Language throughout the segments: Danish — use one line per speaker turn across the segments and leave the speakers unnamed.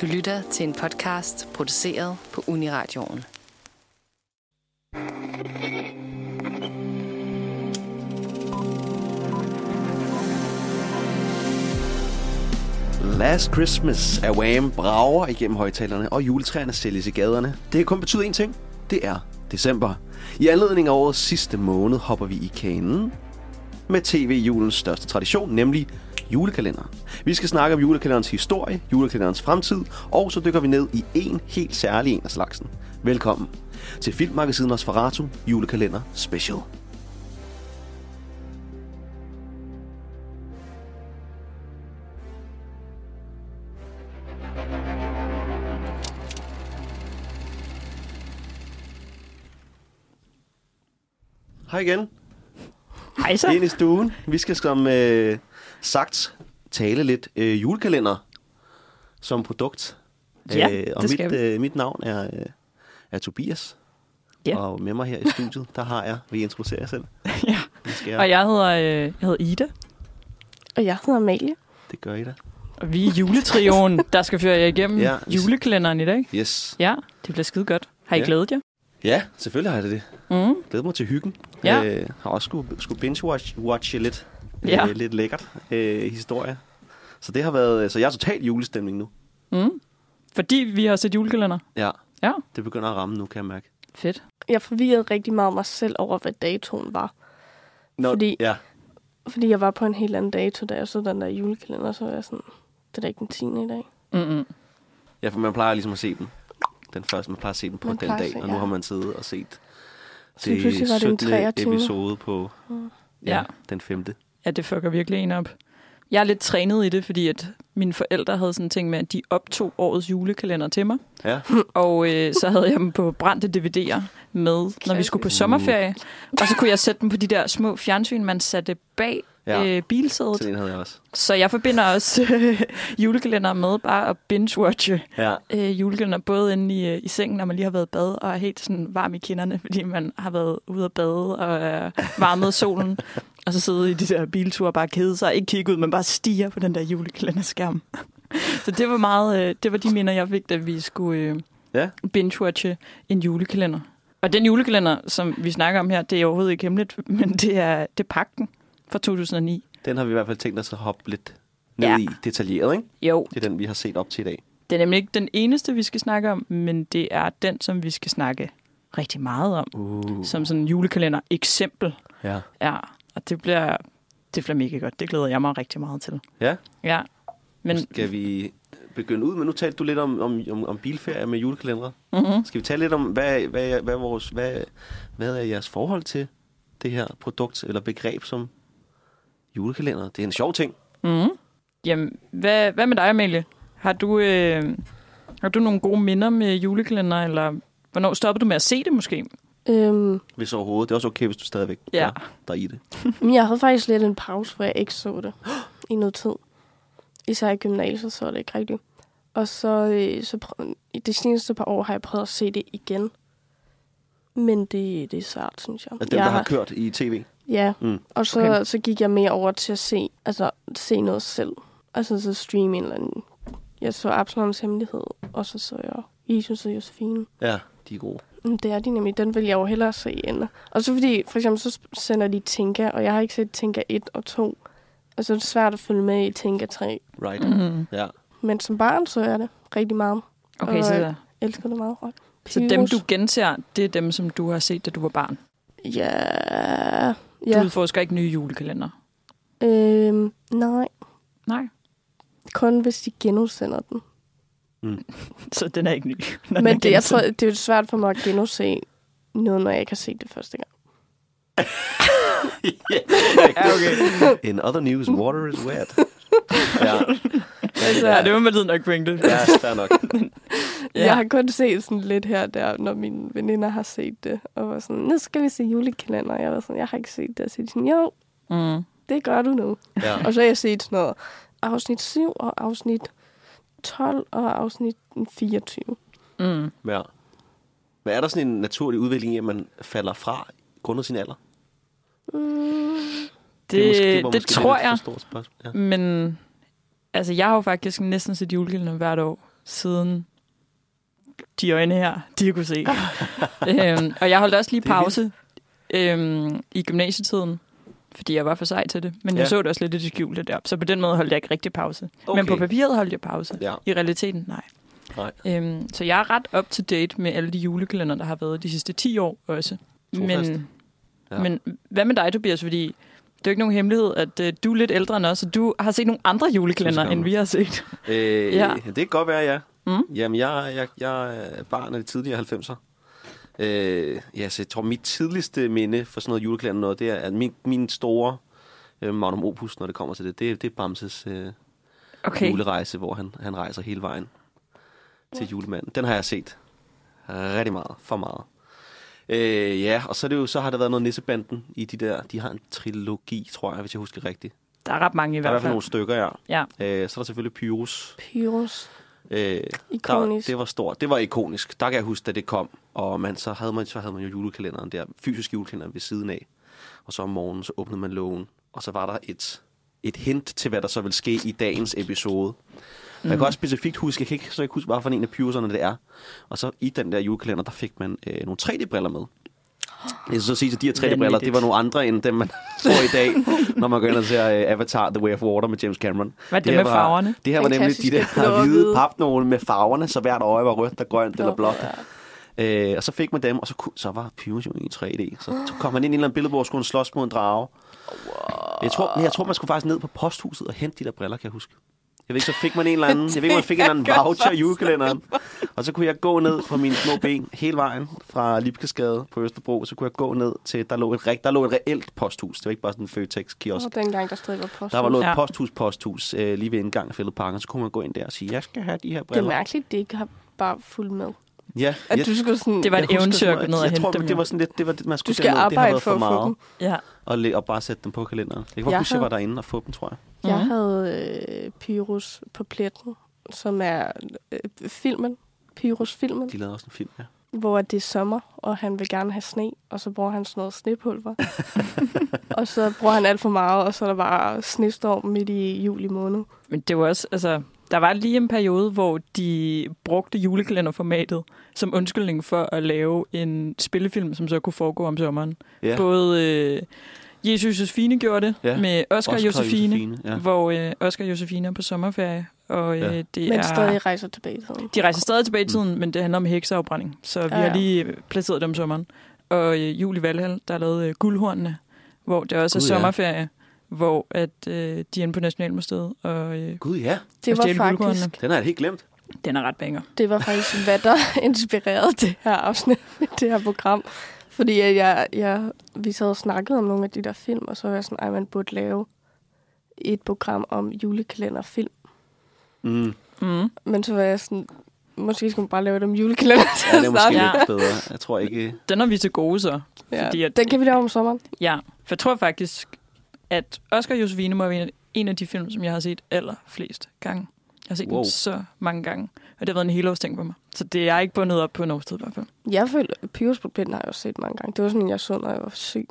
Du lytter til en podcast produceret på Uniradioen.
Last Christmas af Wham brager igennem højtalerne, og juletræerne sælges i gaderne. Det kan kun betyde én ting. Det er december. I anledning af årets sidste måned hopper vi i kanen med tv-julens største tradition, nemlig julekalenderen. Vi skal snakke om julekalenderens historie, julekalenderens fremtid, og så dykker vi ned i en helt særlig en af slagsen. Velkommen til filmmagasinet Osferatu julekalender special. Hej igen.
Hej så.
Ind i stuen. Vi skal som øh, sagt tale lidt øh, julekalender som produkt.
Ja,
og
det
mit,
skal vi.
øh, mit navn er, øh, er Tobias.
Ja.
Og med mig her i studiet, der har jeg, vi introducerer jer selv.
ja.
Det, skal
Og
jeg,
jeg hedder, øh, jeg hedder Ida,
Og jeg hedder Amalie.
det gør I da.
og vi er juletrioen, der skal føre jer igennem
Ja.
ja. julekalenderen i dag.
Yes.
Ja, det bliver skide godt. Har I
Ja.
ja. glædet jer?
Ja, selvfølgelig har jeg da det.
Mm.
Glæder mig til hyggen.
Ja.
Øh, har også skulle, skulle binge-watche watche lidt.
Ja.
Øh, lidt lækkert øh, historie. Så det har været, så jeg er totalt julestemning nu.
Mm. Fordi vi har set julekalender.
Ja,
Ja,
det begynder at ramme nu, kan jeg mærke.
fedt.
Jeg forvirrede rigtig meget mig selv over, hvad datoen var. Fordi-
ja.
Fordi jeg var på en helt anden dato, da jeg så den der julekalender, så var jeg sådan, det er da ikke den 10. i dag.
Mm-mm.
Ja, for man plejer ligesom at se den. Den første, man plejer at se den på man
Man
den
plejer
dag,
at se,
og nu
ja.
har man siddet og set
Så pludselig var det Mm. den 23..
episode på ja,
Ja.
den femte.
Ja, det fucker virkelig en op. Jeg er lidt trænet i det, fordi at mine forældre havde sådan en ting med, at de optog årets julekalender til mig.
Ja,
Og øh, så havde jeg dem på brændte DVD'er med, når vi skulle på sommerferie. Og så kunne jeg sætte dem på de der små fjernsyn, man satte bag
Ja.
ja. øh, bilsædet.
sådan en havde jeg også.
Så jeg forbinder også øh, julekalender med bare at binge-watche
Ja,
øh, julekalender, både inde i, øh, i sengen, når man lige har været i bad og er helt sådan varm i kinderne, fordi man har været ude at bade og er varmet af solen, og så sidde i de der bilture og bare kede sig, ikke kigge ud, men bare stiger på den der julekalenderskærm. så det var meget, øh, det var de minder, jeg fik, da vi skulle øh,
Ja.
binge-watche en julekalender. Og den julekalender, som vi snakker om her, det er overhovedet ikke hemmeligt, men det er, det er pakken fra 2009.
den har vi i hvert fald tænkt os at hoppe lidt ned ja.
Ja.
i detaljeret, ikke?
Jo,
Det er den, vi har set op til i dag.
Det er nemlig ikke den eneste, vi skal snakke om, men det er den, som vi skal snakke rigtig meget om,
Uh,
som sådan en julekalender-eksempel.
ja.
Ja, og det bliver, det bliver mega godt. Det glæder jeg mig rigtig meget til.
Ja,
Ja, men
men... skal vi begynde ud? Men nu talte du lidt om, om, om, om bilferie med julekalendere.
mm-hmm.
Skal vi tale lidt om, hvad, hvad, hvad, vores, hvad, hvad er jeres forhold til det her produkt eller begreb som julekalender? Det er en sjov ting.
Mm-hmm. Jamen, hvad, hvad med dig, Amalie? Har du, øh, har du nogle gode minder med julekalender, eller hvornår stoppede du med at se det måske?
Øhm,
Hvis overhovedet. Det er også okay, hvis du stadigvæk
Ja.
ja. der er i det.
men jeg havde faktisk lidt en pause, hvor jeg ikke så det i noget tid. Især i gymnasiet, så var det ikke rigtigt. Og så, øh, så prøv, i de seneste par år har jeg prøvet at se det igen. Men det, det er svært, synes jeg.
At Altså, dem,
jeg
der har kørt i tv.
Ja,
Mm.
mm. og så,
Okay.
okay. så gik jeg mere over til at se, altså, se noget selv. Altså så streame en eller anden. Jeg så Absaloms Hemmelighed, og så så jeg Jesus og Josefine.
Ja, de er gode.
Men det er de nemlig. Den vil jeg jo hellere se end. Og så fordi, for eksempel, så sender de Tinka, og jeg har ikke set Tinka 1 og 2. Og så er det svært at følge med i Tinka 3.
Right. Mm.
Mm-hmm.
Ja.
Men som barn så jeg det rigtig meget.
Okay, så,
Jeg elsker det meget. Og
så dem, du genser, det er dem, som du har set, da du var barn.
Ja.
Ja.
ja.
Du udforsker ikke nye julekalender.
Øhm, nej,
Nej.
kun hvis de genudsender den.
Så den er ikke ny. når den er
Men det, jeg tror,
gensendt.
det er jo svært for mig at genudse noget, når jeg ikke har set det første gang.
Ja, okay.
In other news, water is wet. ja.
Altså,
ja, det var med tiden nok pointe.
ja, fair nok.
Ja. Jeg har kun set sådan lidt her og der, når mine veninder har set det, og var sådan, nu skal vi se julekalender. Jeg var sådan, jeg har ikke set det. Og så er de sådan, jo,
Mm.
det gør du nu.
Ja.
Og så har jeg set sådan noget afsnit 7 og afsnit 12 og afsnit 24.
Mm.
ja. Men er der sådan en naturlig udvikling i, at man falder fra grundet sin alder?
Mm,
Det, det,
var
måske, det
lidt
tror
for
jeg,
stort spørgsmål. Ja.
men altså, jeg har jo faktisk næsten set julekalender hvert år, siden de øjne her, de har kunne se. øhm, og jeg holdt også lige
Det er
pause øhm, i gymnasietiden, fordi jeg var for sej til det. Men ja.
Ja.
jeg så det også lidt i det skjulte deroppe, så på den måde holdt jeg ikke rigtig pause. Okay. Men på papiret holdt jeg pause.
Ja.
I realiteten, nej.
Nej.
Øhm, så jeg er ret up to date med alle de julekalender, der har været de sidste 10 år også.
Trofast.
Men,
Ja.
ja. men hvad med dig, Tobias? Fordi det er jo ikke nogen hemmelighed, at øh, du er lidt ældre end os, og du har set nogle andre julekalender,
Tusind
end vi har set.
Øh, ja.
Ja.
Det kan godt være, ja. Mm.
Mm.
Jamen, jeg, jeg, jeg er barn af de tidligere 90'er. Øh, ja, så jeg tror, mit tidligste minde for sådan noget juleklæder noget, det er, at min, min store øh, magnum opus, når det kommer til det, det, det er Bamses øh, okay.
Okay.
julerejse, hvor han, han rejser hele vejen til julemanden. Den har jeg set rigtig meget, for meget. Øh, ja, og så, er det jo, så har der været noget nissebanden i de der, de har en trilogi, tror jeg, hvis jeg husker rigtigt.
Der er ret mange i
Der er i hvert fald
hvert fald.
nogle stykker, ja.
Ja.
Øh, så er der selvfølgelig Pyrus.
Pyrus.
Øh,
Ikonisk.
Der, det var stort. Det var ikonisk. Der kan jeg huske, da det kom. Og man, så, havde man, så havde man jo julekalenderen der, fysisk julekalender ved siden af. Og så om morgenen, så åbnede man lågen. Og så var der et, et hint til, hvad der så vil ske i dagens episode. Mm. Jeg kan også specifikt huske, jeg kan ikke, så ikke huske, hvad for en af pyruserne det er. Og så i den der julekalender, der fik man øh, nogle 3D-briller med. Jeg skal så sige, at de her 3D-briller, det var nogle andre end dem, man får i dag, når man går ind og ser øh, Avatar The Way of Water med James Cameron.
Hvad er det
her
med
var-
farverne?
Det her var
Den
nemlig de
klassiske blå
der
og
hvide
hvide.
papnogle med farverne, så hvert øje var rødt og grønt eller
Nå,
blåt.
ja.
Øh, og så fik man dem, og så, kunne, så var Pyrus jo i 3D. Så kom man ind i en eller anden billedbord og skulle slås mod en drage. Jeg tror, men jeg tror, man skulle faktisk ned på posthuset og hente de der briller, kan jeg huske. Jeg ved ikke, så fik man en eller anden, jeg ved ikke, man fik en eller anden voucher i julekalenderen. Og så kunne jeg gå ned på mine små ben hele vejen fra Lipkesgade på Østerbro, så kunne jeg gå ned til, der lå et, rigt- der lå et reelt posthus. Det var ikke bare sådan en Føtex-kiosk.
Og dengang, der stadig var post.
Der var lå et
Ja.
posthus, posthus øh, lige ved indgangen af Fældet Parken, så kunne man gå ind der og sige, jeg skal have de her
Det er
briller.
mærkeligt, det ikke har bare fulgt med.
ja,
At
jeg-
du skulle sådan...
Det var et
jeg husker
eventyr
sådan
at gå
noget,
ned og
jeg
hente
tror,
dem.
Det var sådan lidt, det var, man skulle
Du skal
derned, det har
arbejde
været
for at få
meget.
dem.
Ja.
Og, læ- og bare sætte dem på kalenderen. Jeg kan
Jeg
godt huske, jeg var
havde-
derinde og få dem, tror jeg.
Jeg
Mhm.
havde øh, Pyrus på pletten, som er øh, filmen. Pyrus-filmen,
De lavede også en film, ja.
hvor det er sommer, og han vil gerne have sne, og så bruger han sådan noget snepulver. og så bruger han alt for meget, og så er der bare snestorm midt i juli måned.
Men det var også, altså, der var lige en periode, hvor de brugte julekalenderformatet som undskyldning for at lave en spillefilm, som så kunne foregå om sommeren.
Ja,
Ja. Både øh, Jesus Josefine gjorde det
Ja.
ja. med
Oscar
Oscar, Oscar
og
Josefine, Josefine.
Josefine,
Ja.
ja.
hvor øh, Oscar og Josefine er på sommerferie, og øh,
Ja.
ja. Altså, det
Men
er...
stadig rejser tilbage i tiden.
De rejser stadig tilbage i tiden, mm. men det handler om hekseafbrænding, så vi
Ja,
ja,
ja.
har lige øh, placeret dem om sommeren. Og øh, Julie Valhall, der har lavet øh, Guldhornene, hvor det også
Gud, ja.
er sommerferie, hvor at, øh, de er inde på Nationalmuseet, og øh,
Gud ja,
Det var
stjæle
faktisk,
guldkornene.
den har jeg helt glemt.
den er ret banger.
det var faktisk hvad der inspirerede det her afsnit, det her program. Fordi at jeg, jeg, vi sad og snakkede om nogle af de der film, og så var jeg sådan, at man burde lave et program om julekalenderfilm.
Mm.
Mm.
Men så var jeg sådan, måske skulle man bare lave det om julekalender til
Ja, det er
at
måske
starte.
Ja.
lidt bedre. Jeg tror ikke...
Den er vi til gode så.
Ja.
Fordi at-
Den kan vi lave om sommeren.
Ja, for jeg tror faktisk, at Oscar og Josefine må være en af de film, som jeg har set allerflest gange. Jeg har set wow.
Wow.
den så mange gange, og det har været en helårsting for mig. Så det er ikke bundet op på en årstid i hvert fald.
Jeg føler, at Pyrus på pinden har jeg også set mange gange. Det var sådan, en, jeg så, når jeg var syg.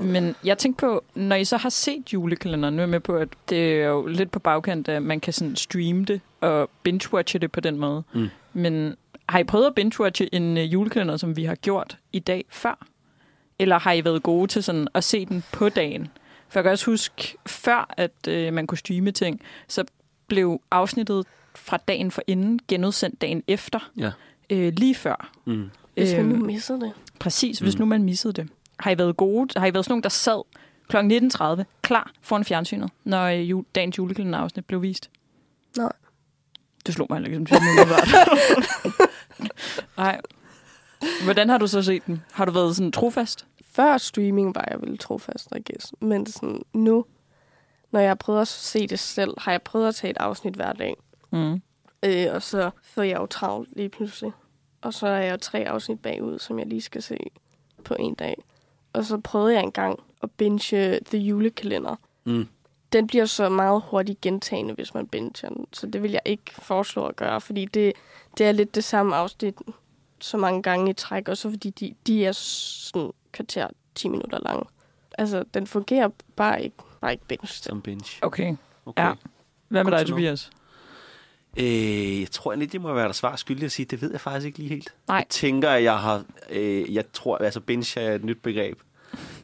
Men jeg tænkte på, når I så har set julekalenderen, nu er jeg med på, at det er jo lidt på bagkant, at man kan sådan streame det og binge-watche det på den måde.
Mm.
Men har I prøvet at binge-watche en øh, julekalender, som vi har gjort i dag før? Eller har I været gode til sådan at se den på dagen? For jeg kan også huske, før at øh, man kunne streame ting, så blev afsnittet fra dagen for inden genudsendt dagen efter,
Ja.
øh, lige før.
Mm.
Hvis øhm. man
Øhm,
nu misser det.
Præcis, hvis
Mm.
nu man missede det. Har I været gode? Har I været sådan nogen, der sad kl. 19.30 klar foran fjernsynet, når øh, jul, dagens julekalenderafsnit blev vist?
Nej.
Du slog mig heller ikke som typen umiddelbart. Nej. Hvordan har du så set den? Har du været sådan trofast?
Før streaming var jeg vel trofast, I guess. Men det er sådan, nu, når jeg har prøvet at se det selv, har jeg prøvet at tage et afsnit hver dag.
Mm.
Øh, og så får jeg jo travlt lige pludselig. Og så er jeg jo tre afsnit bagud, som jeg lige skal se på en dag. Og så prøvede jeg engang at binge øh, The Julekalender.
Mm.
den bliver så meget hurtigt gentagende, hvis man binger den. Så det vil jeg ikke foreslå at gøre, fordi det, det er lidt det samme afsnit så mange gange i træk, også fordi de, de er sådan kvarter 10 minutter lange. Altså, den fungerer bare ikke, bare ikke binge.
Som binge.
Okay.
Okay. Ja.
Ja. Hvad med
Godt
dig,
to know.
Tobias?
Øh, jeg tror lidt, det må være der svar skyldig at sige, det ved jeg faktisk ikke lige helt.
Nej.
Jeg tænker, at jeg har... Øh, jeg tror, altså binge er et nyt begreb.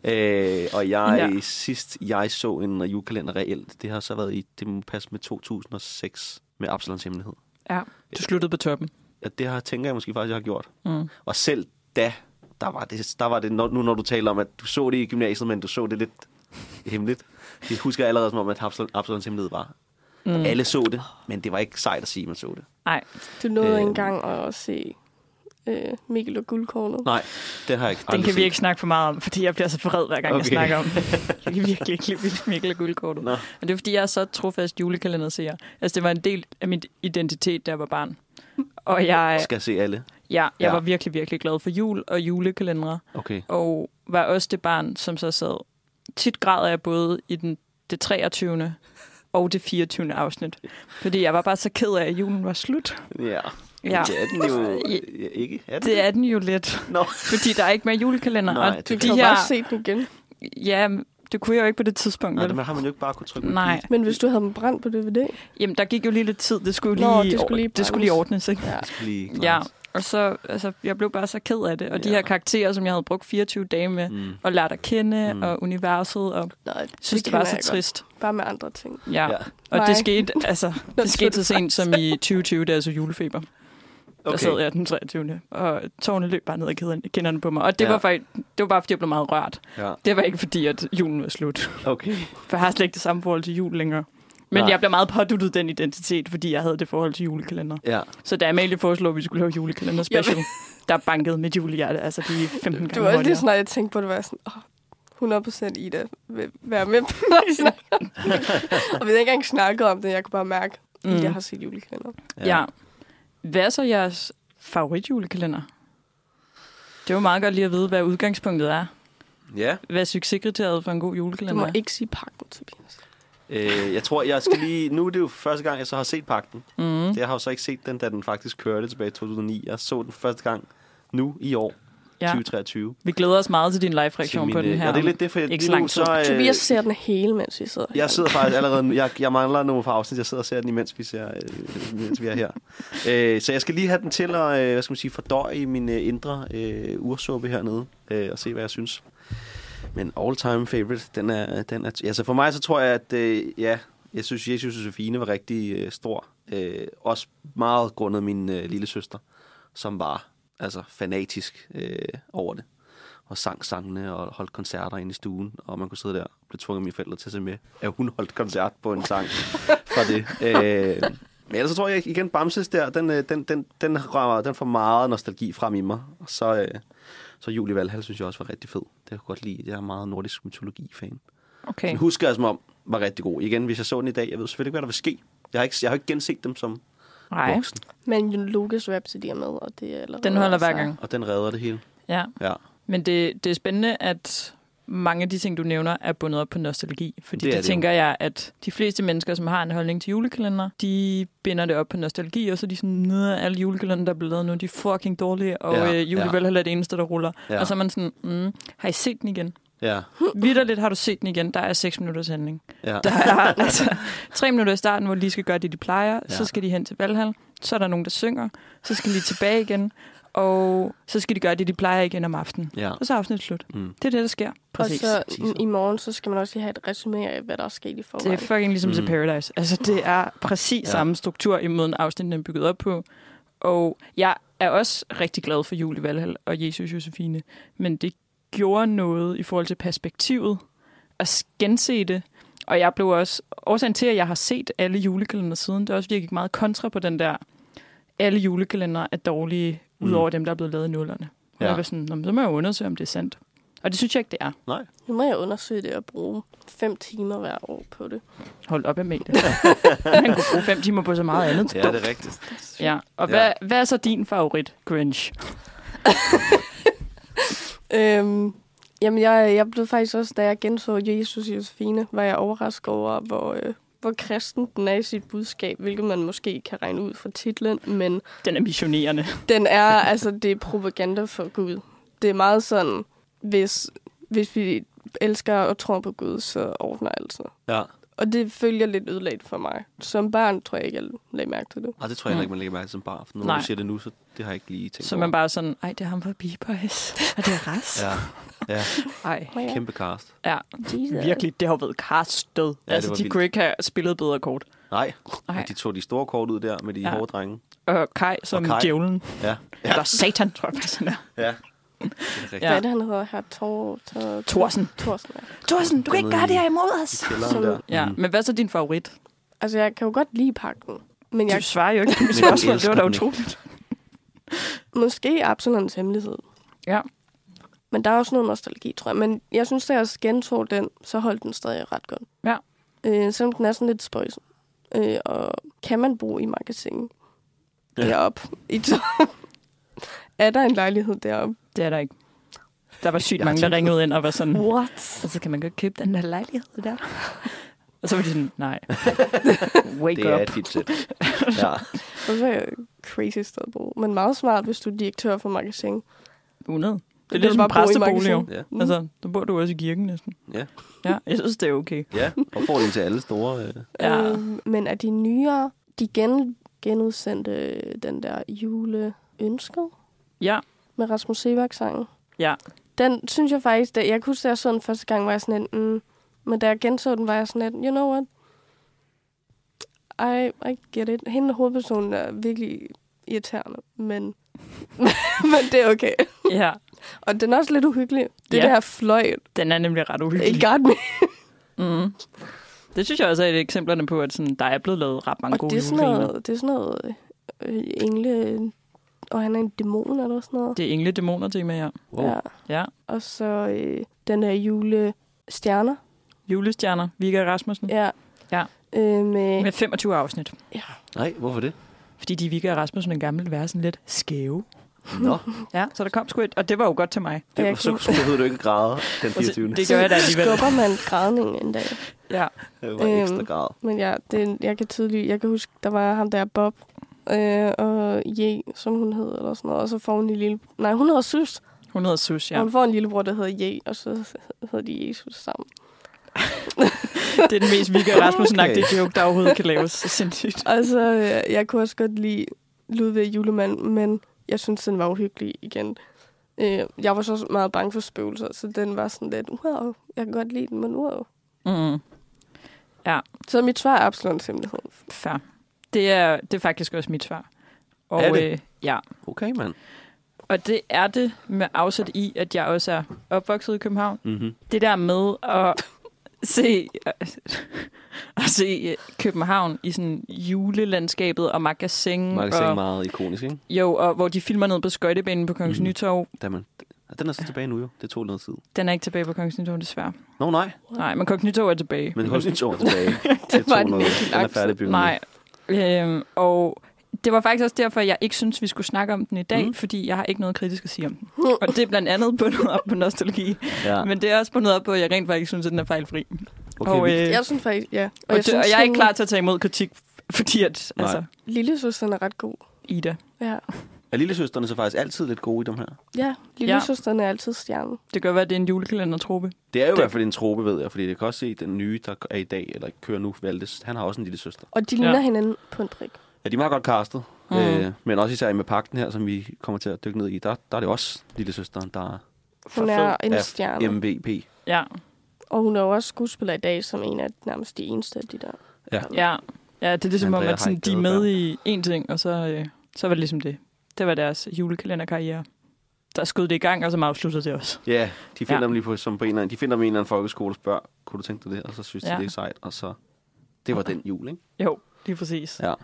Øh, og jeg, ja.
Ja.
sidst jeg så en julekalender reelt, det har så været i, det må passe med 2006 med Absalons Hemmelighed.
Ja, du sluttede på toppen.
Og det har, tænker jeg måske faktisk, jeg har gjort.
Mm.
Og selv da, der var det, der var det når- nu når du taler om, at du så det i gymnasiet, men du så det lidt hemmeligt. Det husker jeg allerede som om, at Absalon, Absalons Hemmelighed var. Mm. Alle så det, men det var ikke sejt at sige, at man så det.
Nej,
Du nåede
Øhm.
øh, engang at se øh, Mikkel og guldkornet.
Nej, det har jeg ikke.
den
aldrig
kan vi
set.
ikke snakke for meget om, fordi jeg bliver så vred, hver gang okay. jeg
Okay.
snakker om det. Jeg kan virkelig ikke lide Mikkel og guldkortet.
Nå.
Men det er, fordi jeg er så trofast julekalenderseer. Altså, det var en del af min identitet, da jeg var barn. Og jeg,
Skal se alle.
ja, jeg
Ja.
var virkelig, virkelig glad for jul og julekalendere.
Okay.
og var også det barn, som så sad. Tit græd jeg både i den, det 23. og det 24. afsnit, fordi jeg var bare så ked af, at julen var slut.
Ja.
Ja.
Det er den jo øh,
Ja.
ja, ikke. Er den?
Det er den jo lidt,
Nå.
fordi der er ikke mere julekalender.
Nej,
og
Du
det
kan
de
jo
her,
bare se den igen.
Ja, det kunne jeg jo ikke på det tidspunkt.
Nej,
vel?
det har man jo ikke bare kunne trykke på
Nej.
Men hvis du havde dem brændt på DVD,
Jamen, der gik jo lige lidt tid. Det skulle lige,
Nå, det skulle lige
det skulle lige
brændes.
ordnes, ikke?
klik. Det skal lige
Ja,
klares.
og så, altså, jeg blev bare så ked af det. Og ja. de
Ja.
her karakterer, som jeg havde brugt 24 dage med,
Mm.
og lært at kende,
Mm.
mm. og universet, og
Nej,
synes, det, det
kender
var
jeg
så
godt.
trist.
bare med andre ting.
Ja.
Ja.
ja. Og
Nej.
det skete, altså,
Nå,
det
det
skete så sent som i 2020, da jeg så altså julefeber. Okay. Der
Okay.
sad jeg den 23. Og tårne løb bare ned ad kæderne- kinderne på mig. Og det,
Ja.
ja. var faktisk, det var bare, fordi jeg blev meget rørt.
Ja.
Det var ikke fordi, at julen var slut.
Okay.
For jeg har slet ikke det samme forhold til jul længere. Men
Nej.
Nej. jeg blev meget påduttet den identitet, fordi jeg havde det forhold til julekalender.
Ja.
Så da Amalie foreslog, at vi skulle lave julekalender special, der bankede mit julehjerte altså de 15
Det
gange
var lige
hurtigere.
snart, jeg tænkte på det, var jeg sådan, oh, 100% Ida vil være med på når I snakker om det." Og vi havde ikke engang snakket om det, jeg kunne bare mærke, at
Mm.
Ida har set julekalender.
Ja. Hvad er så jeres favoritjulekalender? Det er jo meget godt lige at vide, hvad udgangspunktet er.
ja.
Hvad er succeskriteriet for en god
Du
julekalender?
må ikke sige pakken, Tobias.
Øh, jeg tror, jeg skal lige... Nu er det jo første gang, jeg så har set pakten.
Mm.
Jeg har jo så ikke set den, da den faktisk kørte tilbage i 2009. Jeg så den første gang nu i år,
Ja.
2023.
Vi glæder os meget til din
Til
live-reaktion
min,
på den
øh,
her.
Og det er lidt det, for jeg,
Ikke
lige
så
nu,
lang tid.
så... øh,
Tobias ser den hele, mens vi sidder her.
Jeg sidder faktisk allerede nu. Jeg, jeg mangler nogle fra afsnit. Jeg sidder og ser den, imens vi, ser, øh, imens vi er her. Øh, så jeg skal lige have den til at øh, hvad skal man sige, fordøje i min øh, indre øh, ursuppe hernede øh, og se, hvad jeg synes. Men all time favorite, den er... Den er altså for mig så tror jeg, at øh, ja, jeg synes, Jesus og Sofine var rigtig øh, stor. Øh, også meget grundet min øh, lille søster, som var altså fanatisk øh, over det og sang sangene og holdt koncerter inde i stuen, og man kunne sidde der og blive tvunget af mine forældre til at se med, at hun holdt koncert på en sang fra det. Øh, men ellers så tror jeg igen, Bamses der, den, øh, den, den, den, rammer, den får meget nostalgi frem i mig, og så, øh, så Julie Valhall synes jeg også var rigtig fed. Det kan jeg godt lide. Jeg er meget nordisk mytologi-fan.
Okay.
Den husker jeg som om var rigtig god. Igen, hvis jeg så den i dag, jeg ved selvfølgelig ikke, hvad der vil ske. Jeg har ikke, jeg har ikke genset dem som
Nej.
voksen,
Men Jon Lucas Rhapsody er med, og det er allerede...
Den holder hver
altså-
gang.
og den redder det hele.
Ja.
Ja.
Men det, det er spændende, at mange af de ting, du nævner, er bundet op på nostalgi. Fordi
Det er
det,
det
det
jo.
tænker jeg, at de fleste mennesker, som har en holdning til julekalender, de binder det op på nostalgi, og så er de sådan, nede alle julekalender, der er blevet lavet nu, de er fucking dårlige, og
Ja,
ja, øh, Julie
ja.
ja. Valhall er det eneste, der ruller.
Ja.
Ja. Og så er man sådan, mm, har I set den igen?
Ja,
Vitterligt har du set den igen, der er 6 minutters handling.
ja.
Der er altså, tre minutter i starten, hvor de lige skal gøre det, de plejer. Ja.
Ja.
Så skal de hen til Valhall. Så er der nogen, der synger. Så skal de tilbage igen. Og så skal de gøre det, de plejer igen om aftenen.
ja.
Og så er afsnittet slut.
Mm.
Det er det, der sker.
Og
Præcis.
så
Teaser.
i morgen, så skal man også lige have et resume af, hvad der er sket i
Det er
forvejen.
fucking ligesom mm.
Mm.
The Paradise. Altså, det er præcis
Ja.
ja. samme struktur i måden, afsnittet er bygget op på. Og jeg er også rigtig glad for Julie Valhall og Jesus Josefine. Men det gjorde noget i forhold til perspektivet at gense det. Og jeg blev også... Årsagen til, at jeg har set alle julekalender siden, det er også, fordi jeg gik meget kontra på den der... Alle julekalender er dårlige,
Mm.
udover dem, der er blevet lavet i nullerne. Og
Ja.
ja. jeg var sådan, "Nå, men så må jeg jo undersøge, om det er sandt. Og det synes jeg ikke, det er.
Nej.
Nu må jeg undersøge det og bruge fem timer hver år på det.
Hold op, Amalie. Man kunne bruge fem timer på så meget andet.
Ja, det er rigtigt.
Ja, og hvad, hvad er så din favorit, Grinch?
Øhm, jamen, jeg, jeg blev faktisk også, da jeg genså Jesus og Josefine, var jeg overrasket over, hvor, øh, hvor kristen den er i sit budskab, hvilket man måske kan regne ud fra titlen, men
Den er missionerende.
den er, altså, det er propaganda for Gud. Det er meget sådan, hvis, hvis vi elsker og tror på Gud, så ordner alt sig.
Ja.
Og Og det følger lidt ødelagt for mig. Som barn tror jeg ikke, jeg lagde mærke til det.
Og det tror jeg heller ikke, man lægger mærke til som bare. Når Nej.
Nej.
du siger det nu, så det har jeg ikke lige tænkt
Så man bare er sådan, ej, det er ham fra B-Boys, og det er Ras.
Ja, ja.
Ej,
Oh, ja.
Kæmpe cast.
ja.
Jesus.
Virkelig, det har jo været castet.
det
Ja, altså,
var
de vildt.
vildt.
kunne ikke have spillet bedre kort.
Nej,
Ej.
men de tog de store kort ud der med de ja.
Ja.
hårde drenge.
Og Kai som
Kai.
okay. djævlen.
Ja,
Ja. Eller satan, tror jeg faktisk, han er.
ja. Det er rigtigt.
Hvad
Ja.
er det, han hedder her? Tor, tor,
Thorsen.
Thorsen, ja.
Thorsen, du kan ikke gøre det her imod os.
Kælderen der. Mm.
Ja, men hvad er så din favorit?
Altså, jeg kan jo godt lide pakken. Men
Du
jeg,
svarer jo ikke på mit
Men jeg
spørgsmål, det var da
elsker den
utroligt.
måske Absalons hemmelighed.
Ja.
Men der er også noget nostalgi, tror jeg. Men jeg synes, da jeg gentog den, så holdt den stadig ret godt.
Ja.
Øh, selvom den er sådan lidt spøjs. Øh, og kan man bruge i magasin
Ja.
ja. deroppe? I to- er der en lejlighed deroppe?
Det er der ikke. Der var sygt
Jeg
mange,
har
der ringede ind og var sådan,
What?
og så kan man godt købe den der lejlighed der. Og så var de sådan, nej. Wake
Det er
up.
et fint sæt. Ja.
Det er et øh, crazy sted at bo. Men meget smart, hvis du er direktør for magasin.
100. Det er
kan
lidt
du
som en
bare bo i
præstebolig, jo.
Ja.
Mm.
Altså, der bor du også i kirken næsten.
Ja.
Ja, jeg synes, det er okay.
ja, opfordring til alle store. Øh.
Ja.
Øhm, men er de nyere, de gen, genudsendte den der juleønsket
Ja,
med Rasmus Sebak-sangen?
ja.
Den synes jeg faktisk, da jeg kunne huske, da jeg så den første gang, var jeg sådan en, mm, men da jeg genså den, var jeg sådan lidt, you know what? I, I get it. Hende hovedpersonen er virkelig irriterende, men, men det er okay.
ja. Og
Og den er også lidt uhyggelig. Det
Ja.
yeah. der fløjt
den er nemlig ret
i
uhyggelig.
garden.
Mm. Det synes jeg også er et af eksemplerne på, at sådan, der er blevet lavet ret mange
Og
gode
det er sådan
julefilmer.
noget, det er sådan noget øh, engle, og han er en dæmon eller sådan noget.
Det er engle dæmoner tema, ja.
Wow. Ja.
Ja.
Og så øh, den her julestjerner.
Julestjerner, Vika Rasmussen.
Ja.
Mm. Ja.
Øh, med,
Med 25 afsnit.
Nej, hvorfor det?
Fordi de Vika og Rasmussen og gamle ville være sådan lidt skæve.
Nå,
Ja, så der kom sgu et, og det var jo godt til mig.
det,
Jeg
så,
kan-
så behøvede du ikke græde den
Og så-
24.
Det gør jeg da alligevel.
skubber man grædningen en dag.
Ja,
Det var ekstra
Øhm.
grad.
Men ja, det, jeg kan tydeligt, jeg kan huske, der var ham der Bob øh, og J, som hun hed, eller sådan noget. Og så får hun en lille... Nej, hun hedder Sus.
hun hedder Sus,
Ja.
ja.
Og hun får en lillebror, der hedder J, og så hedder de Jesus sammen.
Det er den mest Vigga Rasmussen-agtige
Okay.
joke, der overhovedet kan laves. Så Sindssygt.
Og så, øh, jeg kunne også godt lide Ludvig Julemand, men jeg synes, den var uhyggelig igen. Øh, jeg var så meget bange for spøgelser, så den var sådan lidt, wow, jeg kan godt lide den, men wow.
Mm.
Så mit svar er Absalons hemmelighed.
Fair. Det er, det er faktisk også mit svar. Og,
Er det?
Øh, ja.
Okay, mand.
Og det er det med afsæt i, at jeg også er opvokset i København.
Mm-hmm.
Det der med at se, øh, at se øh, København i sådan julelandskabet og magasin.
Magasin
og,
meget ikonisk, ikke?
Jo, og hvor de filmer ned på skøjtebanen på Kongens
Mhm.
mm. Nytorv.
Da man, den er så tilbage nu jo. Det tog noget tid.
Den er ikke tilbage på Kongens Nytorv, desværre.
Nå nej,
Nej, men Kongens Nytorv er tilbage.
men hold nyt over tilbage. det
var en
noget.
virkelig
Den
lang
er færdig bygget.
Nej. Øhm, og det var faktisk også derfor, jeg ikke synes, vi skulle snakke om den i dag,
Mm.
mm. fordi jeg har ikke noget kritisk at sige om den. Og det er blandt andet bundet op på nostalgi,
Ja.
men det er også bundet op på, at jeg rent faktisk synes, at den er fejlfri.
Okay,
og,
vi,
øh,
Jeg synes faktisk, ja.
og, jeg, det, og jeg er ikke
hende-
klar til at tage imod kritik, fordi at,
Nej.
altså,
Lillesøsteren er ret god.
Ida,
Ja,
øh,
er lillesøsterne så faktisk altid lidt gode i dem her?
ja lillesøsteren ja. er altid stjernen.
det kan godt være, at det er en julekalendertrope.
Det er jo i
Det-
hvert fald en trope, ved jeg, fordi det kan også se, at den nye, der er i dag, eller kører nu, Valdes, han har også en lille søster.
Og de ligner
Ja.
ja. hinanden på en prik.
Ja, de er meget godt castet, mm.
Mm.
øh, men også især med pakten her, som vi kommer til at dykke ned i, der, der er det også lille søsteren, der
Hun er en
er
stjerne.
MVP.
Ja,
Og hun er jo også skuespiller i dag, som en af nærmest de eneste af de der.
Ja.
ja. ja det er ligesom om,
Andrea
at sådan,
har
de
ikke
er
været
med i en ting, og så, øh, så var det ligesom det. Det var deres julekalenderkarriere. Der skød det i gang, og så afsluttede det også.
Ja, de finder ja.
Ja.
dem lige på, som på en eller anden, de finder dem i en eller anden folkeskole og spørger, kunne du tænke dig det? Og så synes ja.
Ja.
de, det er sejt, og så... Det var den jul, ikke?
Jo, lige præcis.
Ja.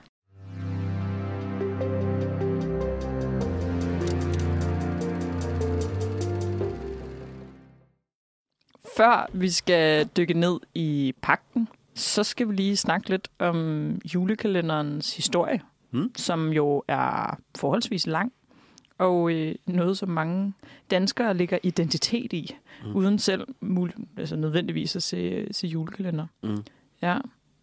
Før vi skal dykke ned i pakken, så skal vi lige snakke lidt om julekalenderens historie,
Mm.
som jo er forholdsvis lang, og øh, noget, som mange danskere lægger identitet i,
Mm.
mm. uden selv mul- altså nødvendigvis at se, se julekalender.
Mm.
Ja.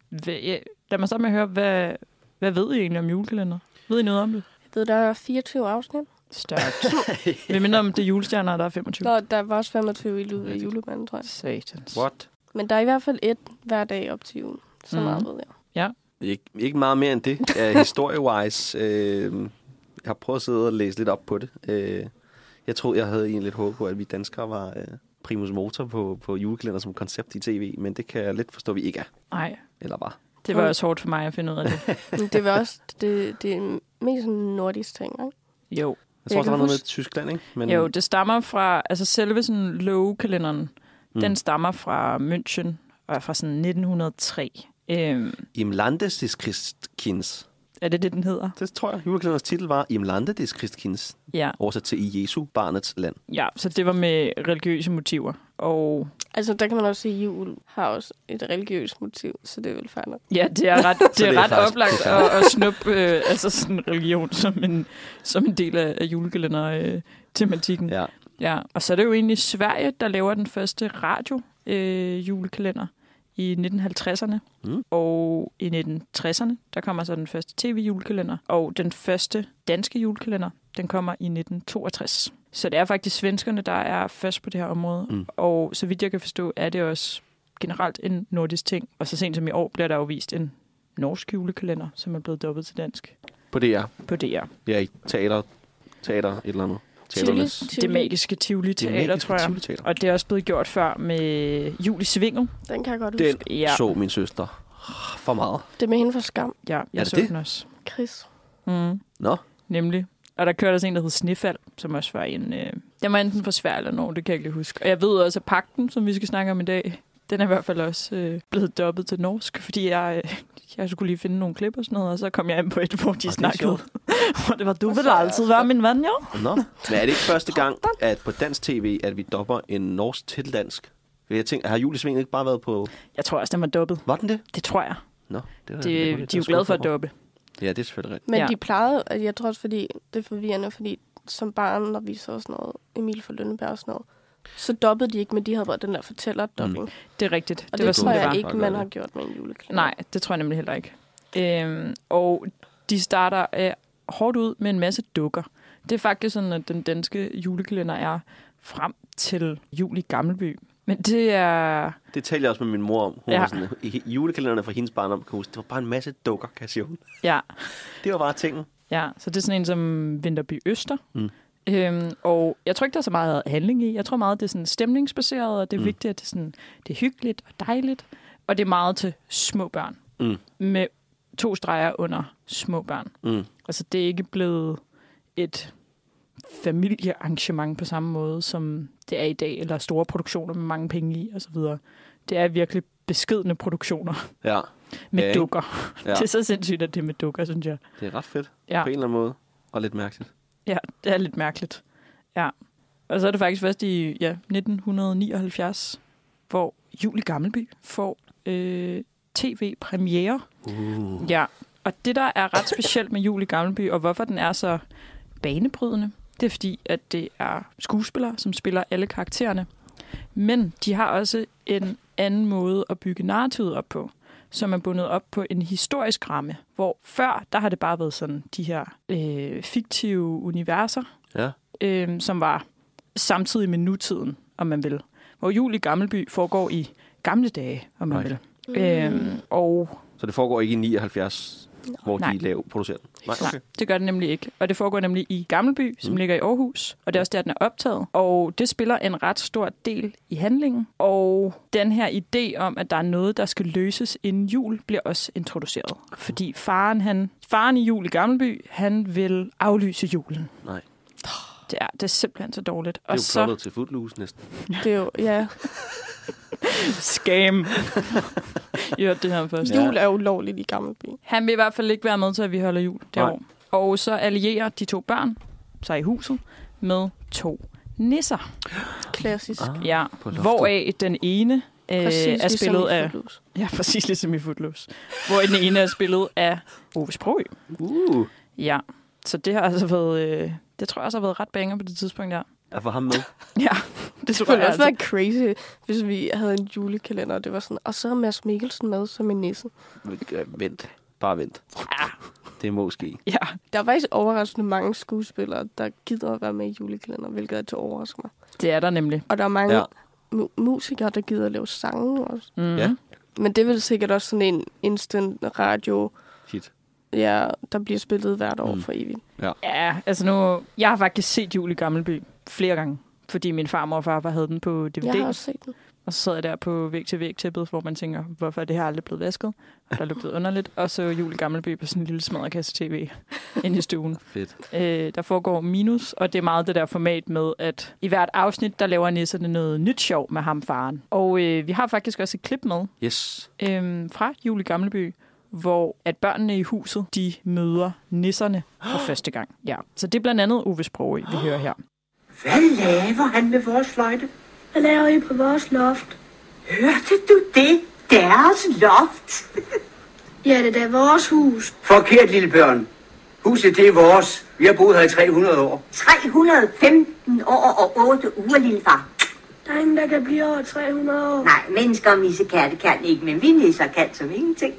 Hvad, ja. Lad mig starte med at høre, hvad, hvad ved I egentlig om julekalender? Ved I noget om det?
Jeg ved, der er 24 afsnit.
Stærkt. Vi minder om, det er julestjerner, og der er 25.
Nå, der var også 25 i løbet af
Rigtigt.
julemanden, tror jeg.
Satans.
What?
Men der er i hvert fald et hver dag op til jul. Så
Mhm.
meget ved jeg.
Ikke, ikke meget mere end det. Uh, Historie-wise, øh, jeg har prøvet at sidde og læse lidt op på det. Øh, jeg troede, jeg havde egentlig lidt håb på, at vi danskere var øh, primus motor på, på julekalender som koncept i tv, men det kan jeg lidt forstå, at vi ikke er.
Nej,
Eller var.
det var også hårdt for mig at finde ud af det.
Men det var også det, det er mest sådan nordisk ting, ikke?
Jo,
Jeg tror,
Jeg
også, der
kan
var noget med
huske-
Tyskland, ikke? Men,
jo det stammer fra, altså selve sådan lovkalenderen,
Mm.
mm. den stammer fra München og er fra sådan 1903. Øhm,
Im Lande des Christkinds.
er det det, den hedder?
Det tror jeg. Julekalenderens titel var Im Lande des Christkinds.
Ja.
Oversat til I Jesu, barnets land.
ja, så det var med religiøse motiver. Og
Altså, der kan man også sige, at jul har også et religiøst motiv, så det er vel fair nok.
ja, det er ret, det
det
er
er
ret
faktisk-
oplagt
det er
at, at snuppe øh, altså sådan religion som en, som en del af, øh, af julekalender-tematikken.
Ja.
Ja, og så er det jo egentlig Sverige, der laver den første radio øh, julekalender i 1950'erne.
Mm.
Og i 1960'erne, der kommer så den første tv-julekalender. Og den første danske julekalender, den kommer i 1962. Så det er faktisk svenskerne, der er først på det her område.
Mm.
Og så vidt jeg kan forstå, er det også generelt en nordisk ting. Og så sent som i år bliver der jo vist en norsk julekalender, som er blevet dobbelt til dansk
På DR.
på DR.
Ja, i teater. Teater, et eller andet.
Tivoli.
Teaternes.
Det
Tivoli.
magiske Tivoli
Det
Teater,
magiske
tror jeg.
Tivoli Teater.
Og det er også blevet gjort før med Julie Svinget.
Den kan jeg godt
Den
huske.
Ja,
så min søster Ah, for meget.
Det er med hende for skam,
ja jeg
Er det
så
det?
den også.
Chris.
Mm,
Nå,
nemlig. Og der kørte også en, der hed Snefald, som også var en... Øh, den var enten fra Sverige eller Norge, det kan jeg ikke lige huske. Og jeg ved også, at pakten, som vi skal snakke om i dag, den er i hvert fald også øh, blevet dobbet til norsk, fordi jeg, øh, jeg skulle lige finde nogle klip og sådan noget, og så kom jeg ind på et, hvor de
er
snakkede.
sjovt.
hvor det var, du
Og
vil
så er jeg
altid
også-
være min ven, jo?
nå. Men er det ikke første gang, at på dansk tv, at vi dopper en norsk til dansk? For Jeg tænker, har Julie Sving ikke bare været på...
Jeg tror også, den var dobbet.
Var den det?
Det tror jeg.
Nå, det
Det, de er jo glade for at dobbe.
Ja, det er selvfølgelig rigtigt.
Men
Ja.
ja. de plejede, at jeg tror også, fordi det er forvirrende, fordi som barn, når vi så sådan noget, Emil fra Lønneberg og sådan noget, så dobbede de ikke, men de havde bare den der fortællerdobbing. Mm.
Det er rigtigt.
Og det,
var
det
sådan,
tror
gode.
det var.
jeg ikke,
Fuck,
man
var
har
det.
gjort med en julekalender.
Nej, det tror jeg nemlig heller ikke. Øhm, og de starter øh, hårdt ud med en masse dukker. Det er faktisk sådan, at den danske julekalender er frem til jul i Gammelby. Men det er...
Det talte jeg også med min mor om. Hun ja.
Ja.
var sådan, i julekalenderne fra hendes barndom, kan huske, det var bare en masse dukker, kan jeg sige. hun.
Ja,
Det var bare tingen.
ja, så det er sådan en som Vinterby Øster.
Mm.
Mm. Øhm, og jeg tror ikke, der er så meget handling i. Jeg tror meget, det er sådan stemningsbaseret, og det er mm. vigtigt, at det er, sådan, det er hyggeligt og dejligt. Og det er meget til små børn.
Mm.
Med to streger under små børn.
Mm.
Altså, det er ikke blevet et familiearrangement på samme måde, som det er i dag, eller store produktioner med mange penge i osv. Det er virkelig beskedne produktioner
Ja,
med
Ja,
ja,
ikke?
dukker.
Ja.
Ja. Det er så sindssygt, at det er med dukker, synes jeg.
det er ret fedt ja.
Ja,
på en eller anden måde. Og lidt mærkeligt.
ja det er lidt mærkeligt. Ja. Og så er det faktisk først i ja, 1979, hvor Julie Gammelby får øh, tv-premiere
Uh.
Ja, og det der er ret specielt med Julie Gammelby, og hvorfor den er så banebrydende, det er fordi, at det er skuespillere, som spiller alle karaktererne. Men de har også en anden måde at bygge narrativet op på, som er bundet op på en historisk ramme, hvor før, der har det bare været sådan de her øh, fiktive universer,
Ja.
øh, som var samtidig med nutiden, om man vil. Hvor jul i Gammelby foregår i gamle dage, om man
Right.
vil. Øh, og
Så det foregår ikke i 79, hvor
Nej.
de lav producerer den? Nej, Mm.
Nej, det gør det nemlig ikke. Og det foregår nemlig i Gammelby, som ligger i Aarhus, og det er også der, den er optaget. Og det spiller en ret stor del i handlingen. Og den her idé om, at der er noget, der skal løses inden jul, bliver også introduceret. Fordi faren, han, faren i jul i Gammelby, han vil aflyse julen.
Nej.
Det er, det er simpelthen så dårligt.
Det er
Og
jo
så
plottet til Footloose næsten.
Det er jo, ja.
scam. I hørte det her først.
Jul er ulovligt i Gammelby.
Han vil i hvert fald ikke være med til, at vi holder jul det
Nej.
år. Og så allierer de to børn sig i huset med to nisser.
Klassisk. Ah,
Ja,
på loftet.
hvoraf den ene øh,
Præcis
er
ligesom
spillet
i
af...
Footloose.
Ja, præcis ligesom i Footloose. Hvor den ene er spillet af Ove Sprogø.
Uh.
Ja, så det har altså været... Øh, det tror jeg også har været ret banger på det tidspunkt der.
Jeg får ham med.
Ja, det
Det
tror
ville
jeg
også
altså.
være crazy, hvis vi havde en julekalender, og det var sådan, og så er Mads Mikkelsen med som en nisse.
Øh, Vent. Bare vent.
altså.
Ja.
Det må ske.
Ja,
Der er faktisk overraskende mange skuespillere, der gider at være med i julekalender, hvilket er til at overraske mig.
det er der nemlig.
Og der er mange
Ja.
ja. mu- musikere, der gider at lave sange også.
Mm.
Ja.
Men det er vel sikkert også sådan en instant radio,
Hit.
ja, der bliver spillet hvert år
Mm.
mm. for evigt.
Ja, altså nu... Jeg har faktisk set Jul i Gammelby flere gange, fordi min farmor og farfar havde den på DVD.
Jeg har også set den.
Og så sad jeg der på væg til væg tæppet, hvor man tænker, hvorfor er det her aldrig blevet vasket? Og der lugtede underligt. Og så Jul i Gammelby på sådan en lille smadrekasse tv inde i stuen.
Fedt.
Øh, der foregår minus, og det er meget det der format med, at i hvert afsnit, der laver nisserne noget nyt sjov med ham faren. Og øh, vi har faktisk også et klip med
Yes.
øh, fra Jul i Gammelby, hvor at børnene i huset, de møder nisserne for første gang. Ja, så det er blandt andet Uwe Sprogøe, vi hører her.
Hvad laver han med vores fløjte?
Hvad laver I på vores loft?
Hørte du det? Deres loft?
Ja, det er da vores hus.
Forkert, lille børn. Huset, det er vores. Vi har boet her i 300 år.
315 år og 8 uger, lille far.
Der er ingen, der kan blive over 300 år.
Nej, mennesker og missekatte kan ikke, men vi nisser kan som ingenting.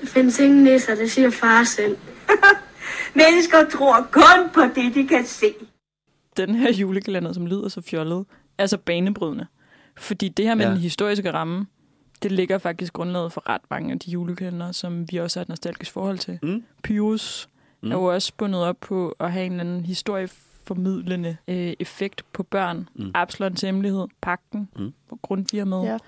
Der findes ingen nisser, det siger far selv.
Mennesker tror kun på det, de kan se.
den her julekalender, som lyder så fjollet, er så banebrydende. Fordi det her med
Ja.
ja. den historiske ramme, det ligger faktisk grundlaget for ret mange af de julekalender, som vi også har et nostalgisk forhold til.
Mm.
Pyrus mm. er jo også bundet op på at have en eller anden historieformidlende øh, effekt på børn. Mm. Absalons hemmelighed, Pagten, mm. hvor Grundtvig er med.
Ja.
Ja.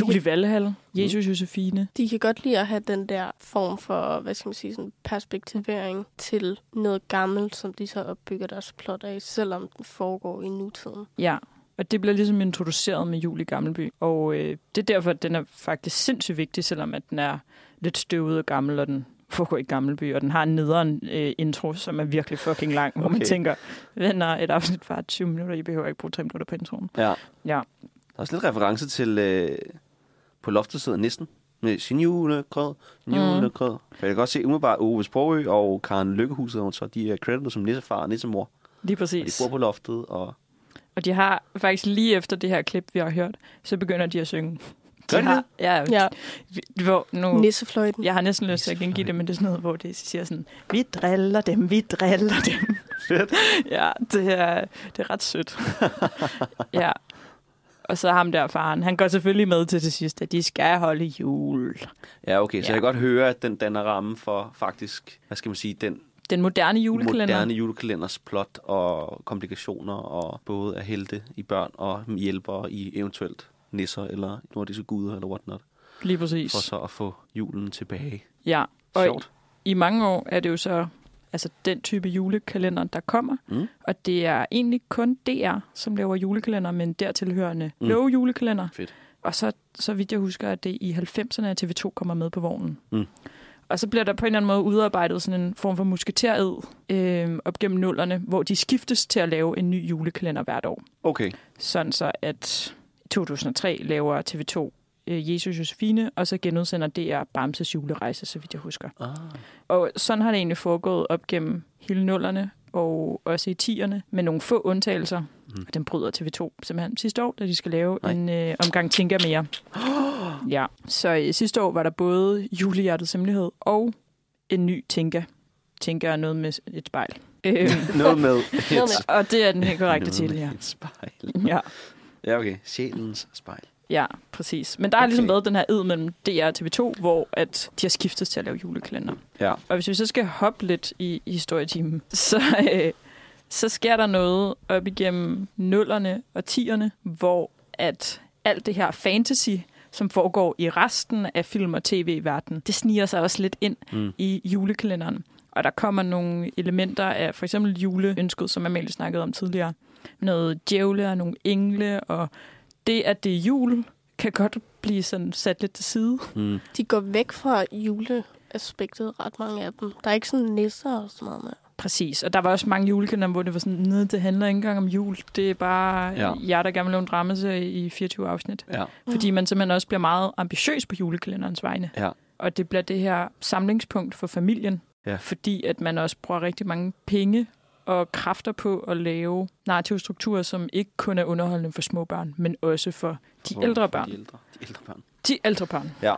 Julie Valhall, Jesus Josefine.
De kan godt lide at have den der form for, hvad skal man sige, sådan perspektivering til noget gammelt, som de så opbygger deres plot af, selvom den foregår i nutiden.
Ja, og det bliver ligesom introduceret med Jul i Gammelby. Og øh, det er derfor, at den er faktisk sindssygt vigtig, selvom at den er lidt støvet og gammel, og den foregår i Gammelby, og den har en nederen øh, intro, som er virkelig fucking lang, hvor man
Okay.
tænker, venner, et afsnit var 20 minutter, I behøver ikke bruge 3 minutter på introen.
Ja. Der
Ja,
er også lidt reference til, øh, på loftet sidder næsten med sin julegrød, sin julegrød. Mm. Jeg kan godt se umiddelbart Ove Sprogø og Karen Lykkehuset, og så de er credited som nissefar og nissemor.
lige
Og de
præcis.
bor på loftet, og
Og de har faktisk lige efter det her klip, vi har hørt, så begynder de at synge.
Gør de det?
har, ja, Mm. ja.
Ja.
Hvor, nu,
Nissefløjten.
jeg har næsten lyst til at gengive det, men det er sådan noget, hvor det siger sådan, vi driller dem, vi driller dem.
Fedt.
ja, det er, det er ret sødt. ja. Og så ham der faren, han går selvfølgelig med til det sidste, at de skal holde jul.
Ja, okay, så
Ja.
jeg kan godt høre, at den danner ramme for faktisk, hvad skal man sige, den
Den moderne julekalender.
julekalender. moderne julekalenders plot og komplikationer, og både af helte i børn og hjælpere i eventuelt nisser eller nordiske guder eller whatnot,
Lige
for
præcis.
så at få julen tilbage.
Ja. Og
Sjovt.
I, i mange år er det jo så altså den type julekalender, der kommer.
Mm.
Og det er egentlig kun DR, som laver julekalender, men dertilhørende mm. love julekalender.
Fedt.
Og så, så vidt jeg husker, at det i 90'erne, at TV2 kommer med på vognen.
Mm.
Og så bliver der på en eller anden måde udarbejdet sådan en form for musketered øh, op gennem nullerne, hvor de skiftes til at lave en ny julekalender hvert år.
Okay,
Sådan så at i 2003 laver TV2 øh, Jesus Josefine, og så genudsender DR Bamses julerejse, så vidt jeg husker. Ah. Og sådan har det egentlig foregået op gennem hele nullerne, og også i tierne, med nogle få undtagelser. Mm. Den bryder TV2 simpelthen sidste år, da de skal lave
Nej.
Nej. en øh, omgang Tænker Mere. Ja, så øh, sidste år var der både Julehjertets Hemmelighed og en ny Tænker. Tænker er noget med et spejl. Øhm,
noget med et,
og det er den helt korrekte
noget
titel,
med
ja.
et spejl.
ja.
Ja, okay. Sjælens spejl.
Ja, præcis. Men der har ligesom
Okay.
været den her ed mellem DR og TV2, hvor at de har skiftet til at lave julekalender.
Ja.
Og hvis vi så skal hoppe lidt i i historietimen, så, øh, så sker der noget op igennem nullerne og tierne, hvor at alt det her fantasy, som foregår i resten af film- og tv-verdenen, det sniger sig også lidt ind mm. i julekalenderen. Og der kommer nogle elementer af for eksempel juleønsket, som Amalie snakkede om tidligere. Noget djævle og nogle engle, og det, at det er jul, kan godt blive sådan sat lidt til side.
De går væk fra juleaspektet, ret mange af dem. Der er ikke sådan nisser og sådan noget med.
Præcis, og der var også mange julekalender, hvor det var sådan, nej, det handler ikke engang om jul, det er bare
Ja.
ja. jer, der gerne vil lave en dramaserie i 24 afsnit.
Ja.
Fordi man simpelthen også bliver meget ambitiøs på julekalenderens vegne.
Ja.
Og det bliver det her samlingspunkt for familien,
Ja.
fordi at man også bruger rigtig mange penge og kræfter på at lave narrative strukturer, som ikke kun er underholdende for små børn, men også for de
Hvor-
ældre børn.
De ældre, de ældre børn.
De ældre børn.
Ja.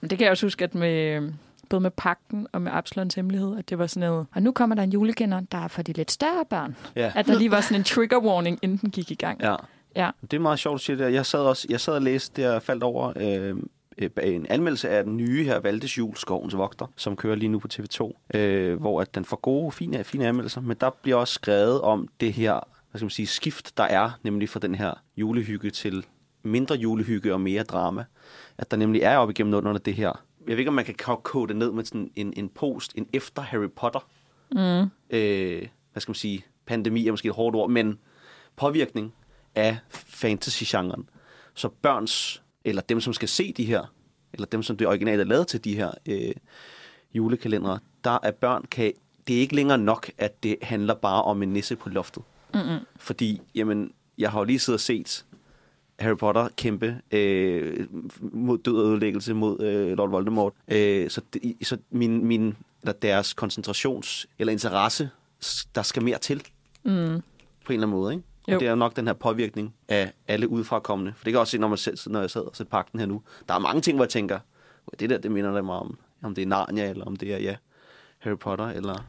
Men det kan jeg også huske, at med, både med pakken og med Absalons hemmelighed, at det var sådan noget. Og nu kommer der en julegænder, der er for de lidt større børn.
Ja.
At der lige var sådan en trigger warning, inden den gik i gang.
Ja.
ja.
Det er meget sjovt, du siger det. Jeg sad, også, jeg sad og læste det, jeg faldt over øh, øh, en anmeldelse af den nye her, Valdes Jul, Skovens Vogter, som kører lige nu på TV2, øh, hvor at den får gode, fine, fine anmeldelser, men der bliver også skrevet om det her, hvad skal man sige, skift, der er, nemlig fra den her julehygge til mindre julehygge og mere drama, at der nemlig er op igennem under det her. Jeg ved ikke, om man kan ko- koge det ned med sådan en, en post, en efter Harry Potter, øh, hvad skal man sige, pandemi er måske et hårdt ord, men påvirkning af fantasy-genren. Så børns, eller dem, som skal se de her, eller dem, som det originale er lavet til de her øh, julekalendere, der er børn, kan, det er ikke længere nok, at det handler bare om en nisse på loftet. Mm-hmm. Fordi, jamen, jeg har jo lige siddet og set Harry Potter kæmpe øh, mod død og ødelæggelse mod øh, Lord Voldemort. Øh, så de, så min, min, eller deres koncentrations- eller interesse, s- der skal mere til.
Mm.
På en eller anden måde, ikke?
Jo.
Og det er jo nok den her påvirkning af alle udefrakommende. For det kan jeg også se, når, man selv, når jeg sad og så pakten her nu. Der er mange ting, hvor jeg tænker, "Åh, det der, det minder da mig om, om det er Narnia, eller om det er, ja, Harry Potter, eller...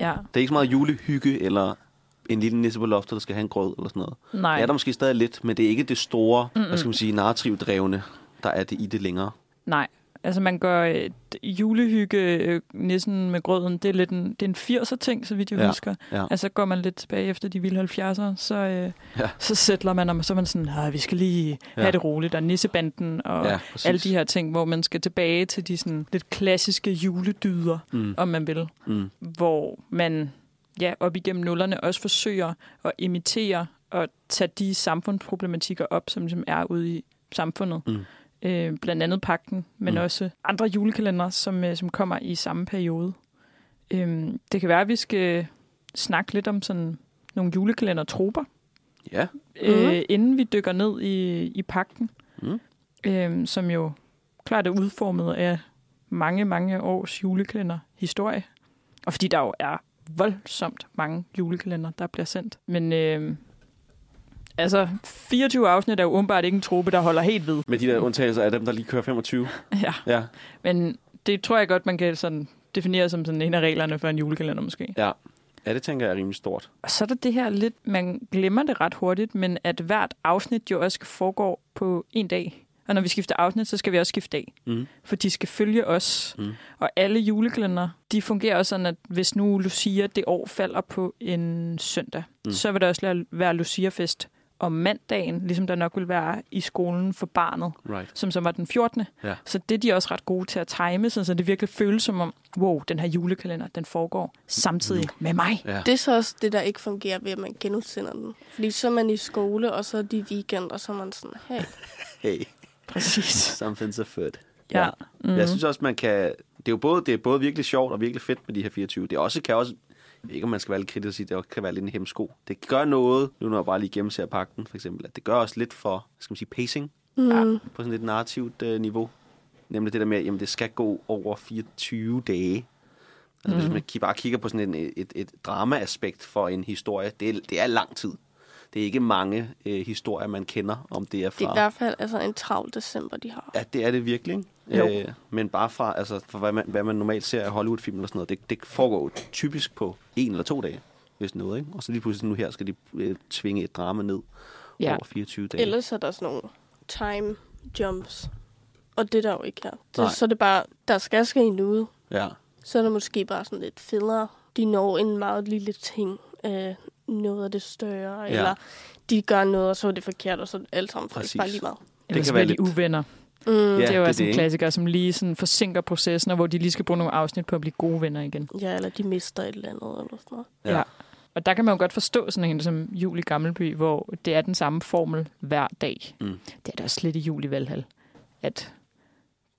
Ja.
Det er ikke så meget julehygge, eller en lille nisse på loftet, der skal have en grød, eller sådan noget.
Nej.
Det er der måske stadig lidt, men det er ikke det store, Mm-mm. hvad skal man sige, narrativdrevne, der er det i det længere.
Nej, altså man gør et julehygge øh, nissen med grøden, det er lidt en, det er en 80'er ting, så vidt jeg
Ja,
ja, husker.
ja.
Altså går man lidt tilbage efter de vilde 70'er, så, øh,
Ja.
ja. så sætler man, og så er man sådan, "Ej, vi skal lige
Ja.
ja. have det roligt, og nissebanden og
Ja,
ja,
præcis.
alle de her ting, hvor man skal tilbage til de sådan lidt klassiske juledyder,
Mm.
mm. om man vil.
Mm.
Hvor man ja, op igennem nullerne også forsøger at imitere og tage de samfundsproblematikker op, som, som er ude i samfundet.
Mm.
Øh, blandt andet pakken, men
Mm.
mm. også andre julekalender, som, øh, som kommer i samme periode. Øhm, det kan være, at vi skal snakke lidt om sådan nogle julekalendertroper,
Ja,
mm. øh, inden vi dykker ned i, i pakken,
Mm.
mm. øh, som jo klart er udformet af mange, mange års julekalenderhistorie. Og fordi der jo er voldsomt mange julekalender, der bliver sendt. Men øh, altså, 24 afsnit er jo åbenbart ikke en trope, der holder helt ved.
med de der undtagelser af dem, der lige kører 25.
Ja.
Ja,
Men det tror jeg godt, man kan sådan definere som sådan en af reglerne for en julekalender måske.
ja. ja det tænker jeg er rimelig stort.
Og så er der det her lidt, man glemmer det ret hurtigt, men at hvert afsnit jo også foregår på en dag. Og når vi skifter afsnit, så skal vi også skifte dag.
Mhm.
For de skal følge os.
Mhm.
Og alle julekalender, de fungerer også sådan, at hvis nu Lucia det år falder på en søndag,
Mhm.
så vil der også la- være Lucia-fest om mandagen, ligesom der nok vil være i skolen for barnet
Right.
som så var den 14.
Ja.
Så det er de også ret gode til at time, sådan, så det virkelig føles som om, wow, den her julekalender, den foregår samtidig med mig.
Ja.
Det er så også det, der ikke fungerer ved, at man genudsender den. Fordi så er man i skole, og så er de weekend, og så er man sådan, hey.
Hey,
Præcis.
something's afoot.
Ja.
Mm-hmm. Jeg synes også, man kan... Det er jo både, det er både virkelig sjovt og virkelig fedt med de her 24. Det er også, kan også... Jeg ved ikke, om man skal være lidt kritisk og sige, det også kan være lidt en hemsko. Det gør noget, nu når jeg bare lige gennemser pakten, for eksempel, at det gør også lidt for, hvad skal man sige, pacing
Mm,
på sådan et narrativt øh, niveau. Nemlig det der med, at jamen, det skal gå over 24 dage. Altså, mm. Hvis man ki- bare kigger på sådan en, et, et drama-aspekt for en historie, det er, det er lang tid. Det er ikke mange øh, historier, man kender, om det er fra...
det er i hvert fald altså, en travl december, de har.
Ja, det er det virkelig.
Jo.
ikke? Øh, men bare fra, altså, fra hvad, man, hvad man normalt ser af Hollywood-film eller sådan noget, det, det foregår jo typisk på en eller to dage, hvis noget. Ikke? Og så lige pludselig nu her skal de øh, tvinge et drama ned ja.
Ja.
over 24 dage.
Ellers er der sådan nogle time jumps. Og det er der jo ikke her. Så,
Nej.
så er det bare, der skal ske en ude.
Ja.
Mm,
Så er der måske bare sådan lidt federe. De når en meget lille ting af noget af det større. Ja. Eller de gør noget, og så er det forkert, og så er det alt sammen
Præcis.
faktisk bare lige meget.
Ellers
kan
kan
være
være de uvenner.
Mm,
Ja,
ja.
det er jo
det er
også
det,
en
ikke?
klassiker, som lige sådan forsinker processen, og hvor de lige skal bruge nogle afsnit på at blive gode venner igen.
ja, eller de mister et eller andet. Eller sådan noget.
Ja.
Og der kan man jo godt forstå sådan en som jul i Gammelby, hvor det er den samme formel hver dag.
Mm.
Det er der også lidt i jul i Valhall. At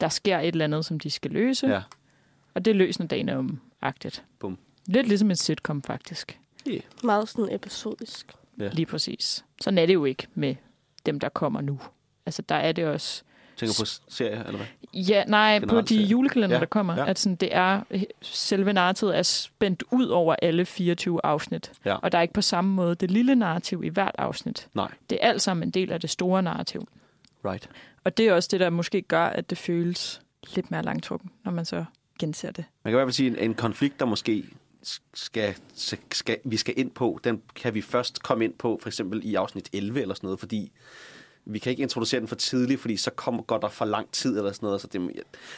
der sker et eller andet, som de skal løse,
ja.
og det løser dagen er om agtet.
Bum.
Lidt ligesom et sitcom, faktisk.
Meget sådan episodisk.
Lige præcis. Sådan er det jo ikke med dem, der kommer nu. Altså, der er det også...
Tænker på s- serier, eller hvad?
Ja, nej, på
Generelt
de
set.
julekalender,
Ja,
ja, der kommer,
ja.
ja. at sådan, det er, selve narrativet er spændt ud over alle 24 afsnit.
Ja.
Og der er ikke på samme måde det lille narrativ i hvert afsnit.
Nej,
Det er alt sammen en del af det store narrativ.
right.
Og det er også det, der måske gør, at det føles lidt mere langtrukken, når man så genser det.
Man kan i hvert fald sige, at en, en konflikt, der måske s- skal, s- skal, vi skal ind på, den kan vi først komme ind på, for eksempel i afsnit 11 eller sådan noget, fordi vi kan ikke introducere den for tidligt, fordi så kommer går der for lang tid eller sådan noget. Så det, må-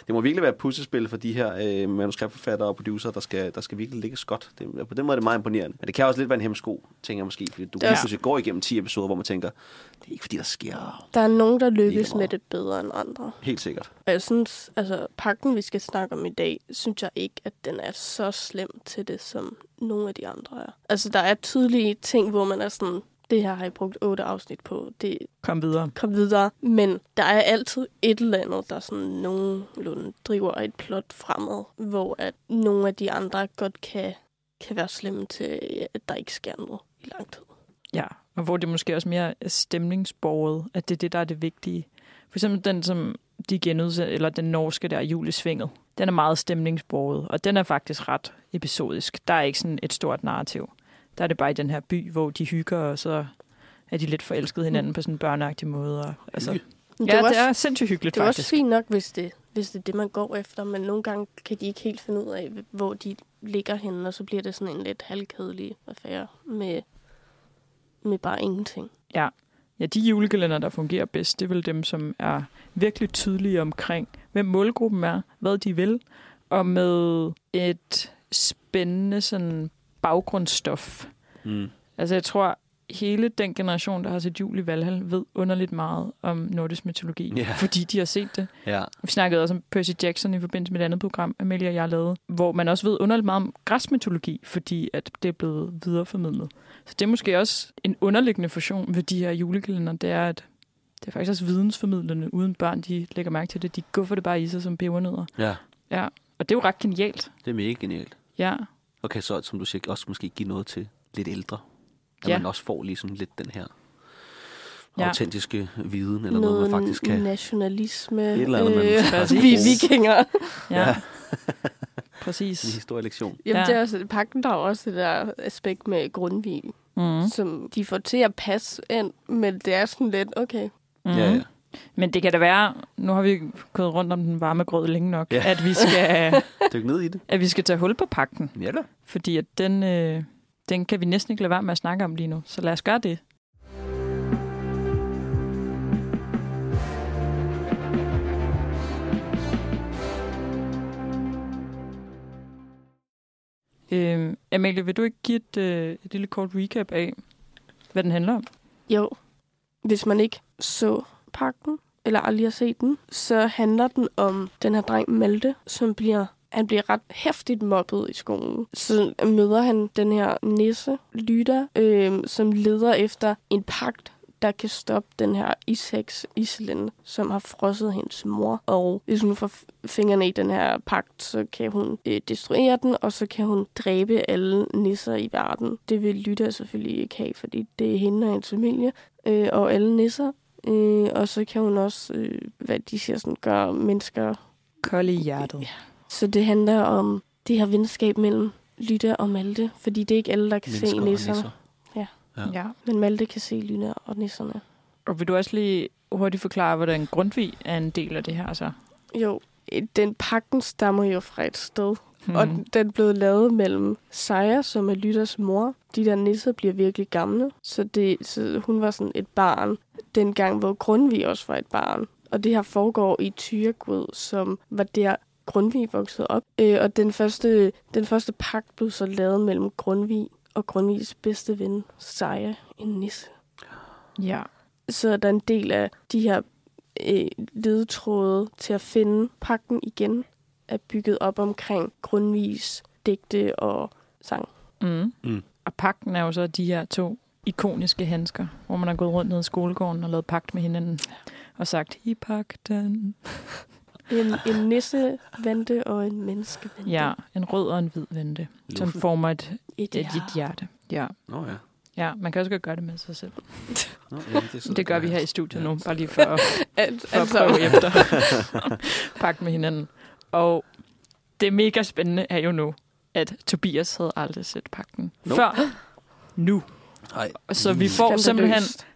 det må virkelig være et puslespil for de her øh, manuskriptforfattere og producer, der skal, der skal virkelig ligge godt. Det, på den måde er det meget imponerende. Men det kan også lidt være en hemsko, tænker jeg måske, fordi du
Ja.
ja. pludselig går igennem 10 episoder, hvor man tænker, det er ikke fordi, der sker
Der er nogen, der
Mega
lykkes
meget.
med det bedre end andre.
helt sikkert.
Og jeg synes, altså pakken, vi skal snakke om i dag, synes jeg ikke, at den er så slem til det, som nogle af de andre er. Altså, der er tydelige ting, hvor man er sådan, det her har I brugt otte afsnit på, det
Kom videre.
kom videre. Men der er altid et eller andet, der sådan nogenlunde driver et plot fremad, hvor at nogle af de andre godt kan, kan være slemme til, at der ikke sker noget i lang tid.
Ja, og hvor det måske også mere er stemningsborget, at det er det, der er det vigtige. For eksempel den, som de genudsendte, eller den norske der, Julesvinget, den er meget stemningsborget, og den er faktisk ret episodisk. Der er ikke sådan et stort narrativ. Der er det bare i den her by, hvor de hygger, og så er de lidt forelskede hinanden på sådan en børneagtig måde. Og, altså, ja,
Men
det er,
jo også-
sindssygt hyggeligt,
Det er også
faktisk.
fint nok, hvis det, hvis det er det, man går efter, men nogle gange kan de ikke helt finde ud af, hvor de ligger henne, og så bliver det sådan en lidt halvkedelig affære med, med bare ingenting.
Ja, de julekalender, der fungerer bedst, det er vel dem, som er virkelig tydelige omkring, hvem målgruppen er, hvad de vil, og med et spændende sådan baggrundsstof.
Mm.
Altså jeg tror, hele den generation, der har set jul i Valhall, ved underligt meget om nordisk mytologi,
Ja.
fordi de har set det.
Ja.
Vi snakkede også om Percy Jackson i forbindelse med et andet program, Amelia og jeg lavede, hvor man også ved underligt meget om græsmytologi, fordi at det er blevet videreformidlet. Så det er måske også en underliggende funktion ved de her julekalender, det er, at det er faktisk også vidensformidlende, uden børn, de lægger mærke til det. De guffer det bare i sig som pebernødder.
ja,
Ja, og det er jo ret genialt.
det er mega genialt.
Ja,
Og kan så, som du siger, også måske give noget til lidt ældre. At
Ja.
man også får ligesom lidt den her
Ja.
autentiske viden, eller noget, man faktisk kan.
nationalisme. øh,
Et eller andet, man måske faktisk
vi er
bruge.
vikinger.
ja.
Ja.
ja.
En
Præcis.
historielektion.
Jamen,
Ja.
det er også, pakken der er også det der aspekt med Grundtvig, mm.
Mm.
som de får til at passe ind, men det er sådan lidt, okay.
Mm.
Ja, ja.
Men det kan da være, nu har vi gået rundt om den varme grød længe nok,
Ja.
ja. at, vi skal,
Dyk ned i det.
at vi skal tage hul på pakken.
Ja da.
Fordi at den, øh, den kan vi næsten ikke lade være med at snakke om lige nu. Så lad os gøre det. Øh, Amalie, vil du ikke give et, øh, et lille kort recap af, hvad den handler om?
Jo, hvis man ikke så pakken, eller aldrig har set den, så handler den om den her dreng Malte, som bliver han bliver ret hæftigt mobbet i skolen. Så møder han den her nisse, Lyda, øh, som leder efter en pagt, der kan stoppe den her Isaks Island, som har frosset hendes mor. Og hvis hun får f- fingrene i den her pagt, så kan hun øh, destruere den, og så kan hun dræbe alle nisser i verden. Det vil Lyda selvfølgelig ikke have, fordi det er hende og hendes familie, øh, og alle nisser. Øh, og så kan hun også, øh, hvad de siger, sådan, gøre mennesker
Kold i hjertet.
så det handler om det her venskab mellem Lytte og Malte, fordi det er ikke alle, der kan
Mennesker
se
og
nisserne.
nisser. Ja.
Ja.
Men Malte kan se Lytte og nisserne.
Og vil du også lige hurtigt forklare, hvordan Grundtvig er en del af det her? altså? Så?
Jo, den pakken stammer jo fra et sted, mm.
Hmm. Mhm.
og den blev lavet mellem Seja, som er Lytters mor. De der nisser bliver virkelig gamle, så, det, så hun var sådan et barn, dengang hvor Grundtvig også var et barn. Og det her foregår i Tyregud, som var der, Grundtvig voksede op. Øh, og den første, den første pagt blev så lavet mellem Grundtvig og Grundtvigs bedste ven, Seja, en nisse.
Ja.
Så er der en del af de her øh, ledetråde til at finde pakken igen, er bygget op omkring Grundtvigs digte og sang.
Mm.
Mm.
Mm. Og pakten er jo så de her to ikoniske handsker, hvor man har gået rundt ned i skolegården og lavet pagt med hinanden og sagt, i pakten.
En, en nisse vente og en menneske vente.
Ja, en rød og en hvid vente, som
Luffen.
former et,
Et
et, et
hjerte.
hjerte. Ja.
Nå ja.
ja, man kan også godt gøre det med sig selv.
Nå, ja det, er sådan,
Det gør vi her i studiet nu, bare lige for at,
Alt,
for at prøve efter. pagt med hinanden. Og det mega spændende er jo nu, at Tobias havde aldrig set pakken.
Nope.
Før nu.
Nej,
Så vi får simpelthen
Skandaløst.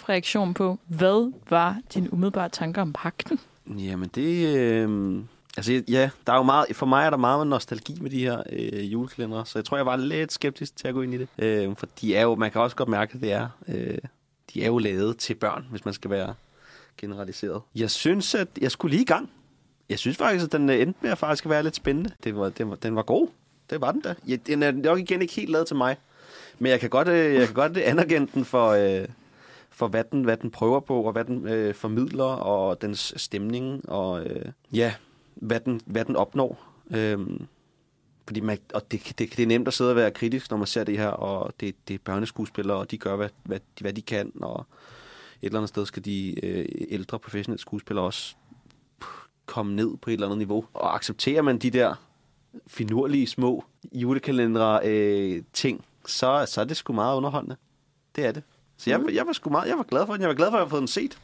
live-reaktion på, hvad var dine umiddelbare tanker om pakten?
Jamen det... Øh, altså ja, der er jo meget, for mig er der meget nostalgi med de her øh, julekalendere, så jeg tror, jeg var lidt skeptisk til at gå ind i det. Øh, for de er jo, man kan også godt mærke, at det er øh, De er jo lavet til børn, hvis man skal være generaliseret. Jeg synes, at jeg skulle lige i gang. Jeg synes faktisk, at den øh, endte med at faktisk være lidt spændende. Det var, den, var, den var god. Det var den da. Ja, den er nok igen ikke helt lavet til mig. Men jeg kan godt, øh, jeg kan godt anerkende den for, øh, for hvad, den, hvad den prøver på, og hvad den øh, formidler, og dens stemning, og øh, ja, hvad den, hvad den opnår. Øhm, fordi man, og det, det, det er nemt at sidde og være kritisk, når man ser det her, og det, det er børneskuespillere, og de gør, hvad, hvad, de, hvad de kan, og et eller andet sted skal de øh, ældre professionelle skuespillere også puh, komme ned på et eller andet niveau. Og accepterer man de der finurlige små julekalendere øh, ting, så, så er det sgu meget underholdende. Det er det. Så
Mhm.
jeg, jeg var sgu meget, jeg var glad for den. Jeg var glad for, at jeg havde fået den set.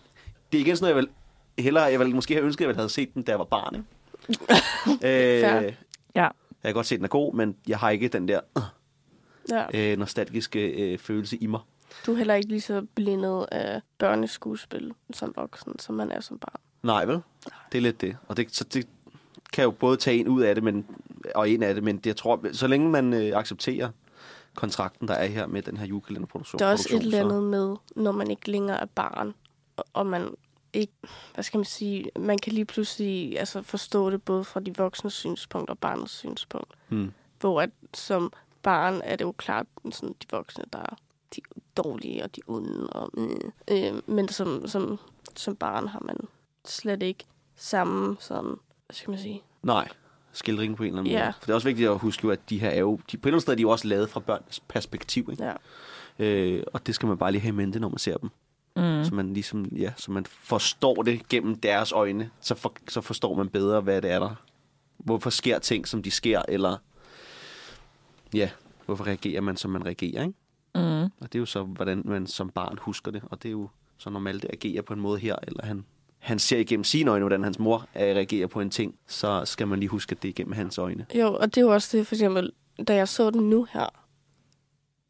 Det er igen sådan noget, jeg vil hellere, jeg ville måske have ønsket, at jeg havde set den, da jeg var barn. Ikke?
Fair.
øh,
Ja.
jeg kan godt se, at den er god, men jeg har ikke den der
Ja.
øh, nostalgiske øh, følelse i mig.
Du er heller ikke lige så blindet af børneskuespil som voksen, som man er som barn.
Nej, vel? Det er lidt det. Og det, så det kan jo både tage en ud af det, men, og en af det, men det, jeg tror, så længe man øh, accepterer kontrakten, der er her med den her julekalenderproduktion.
Der er også et
produktion,
eller andet med, når man ikke længere er barn, og- og man ikke, hvad skal man sige, man kan lige pludselig altså, forstå det både fra de voksnes synspunkt og barnets synspunkt.
Hmm.
Hvor at, som barn er det jo klart sådan, de voksne, der er de dårlige og de onde. Og, mm. øh, men som, som, som barn har man slet ikke samme sådan, hvad skal man sige,
Nej, skildring på en eller anden
Ja.
måde. For det er også vigtigt at huske, jo, at de her er jo, de, på et eller andet sted er de jo også lavet fra børns perspektiv, ikke?
ja.
Øh, og det skal man bare lige have i mente, når man ser dem. Mm. Så, man ligesom, ja, så man forstår det gennem deres øjne, så, for, så forstår man bedre, hvad det er der. Hvorfor sker ting, som de sker, eller ja, hvorfor reagerer man, som man reagerer, ikke?
Mm.
Og det er jo så, hvordan man som barn husker det, og det er jo så normalt at agere på en måde her, eller han, han ser igennem sine øjne, hvordan hans mor øh, reagerer på en ting, så skal man lige huske, at det er igennem hans øjne.
Jo, og det er jo også det, for eksempel, da jeg så den nu her,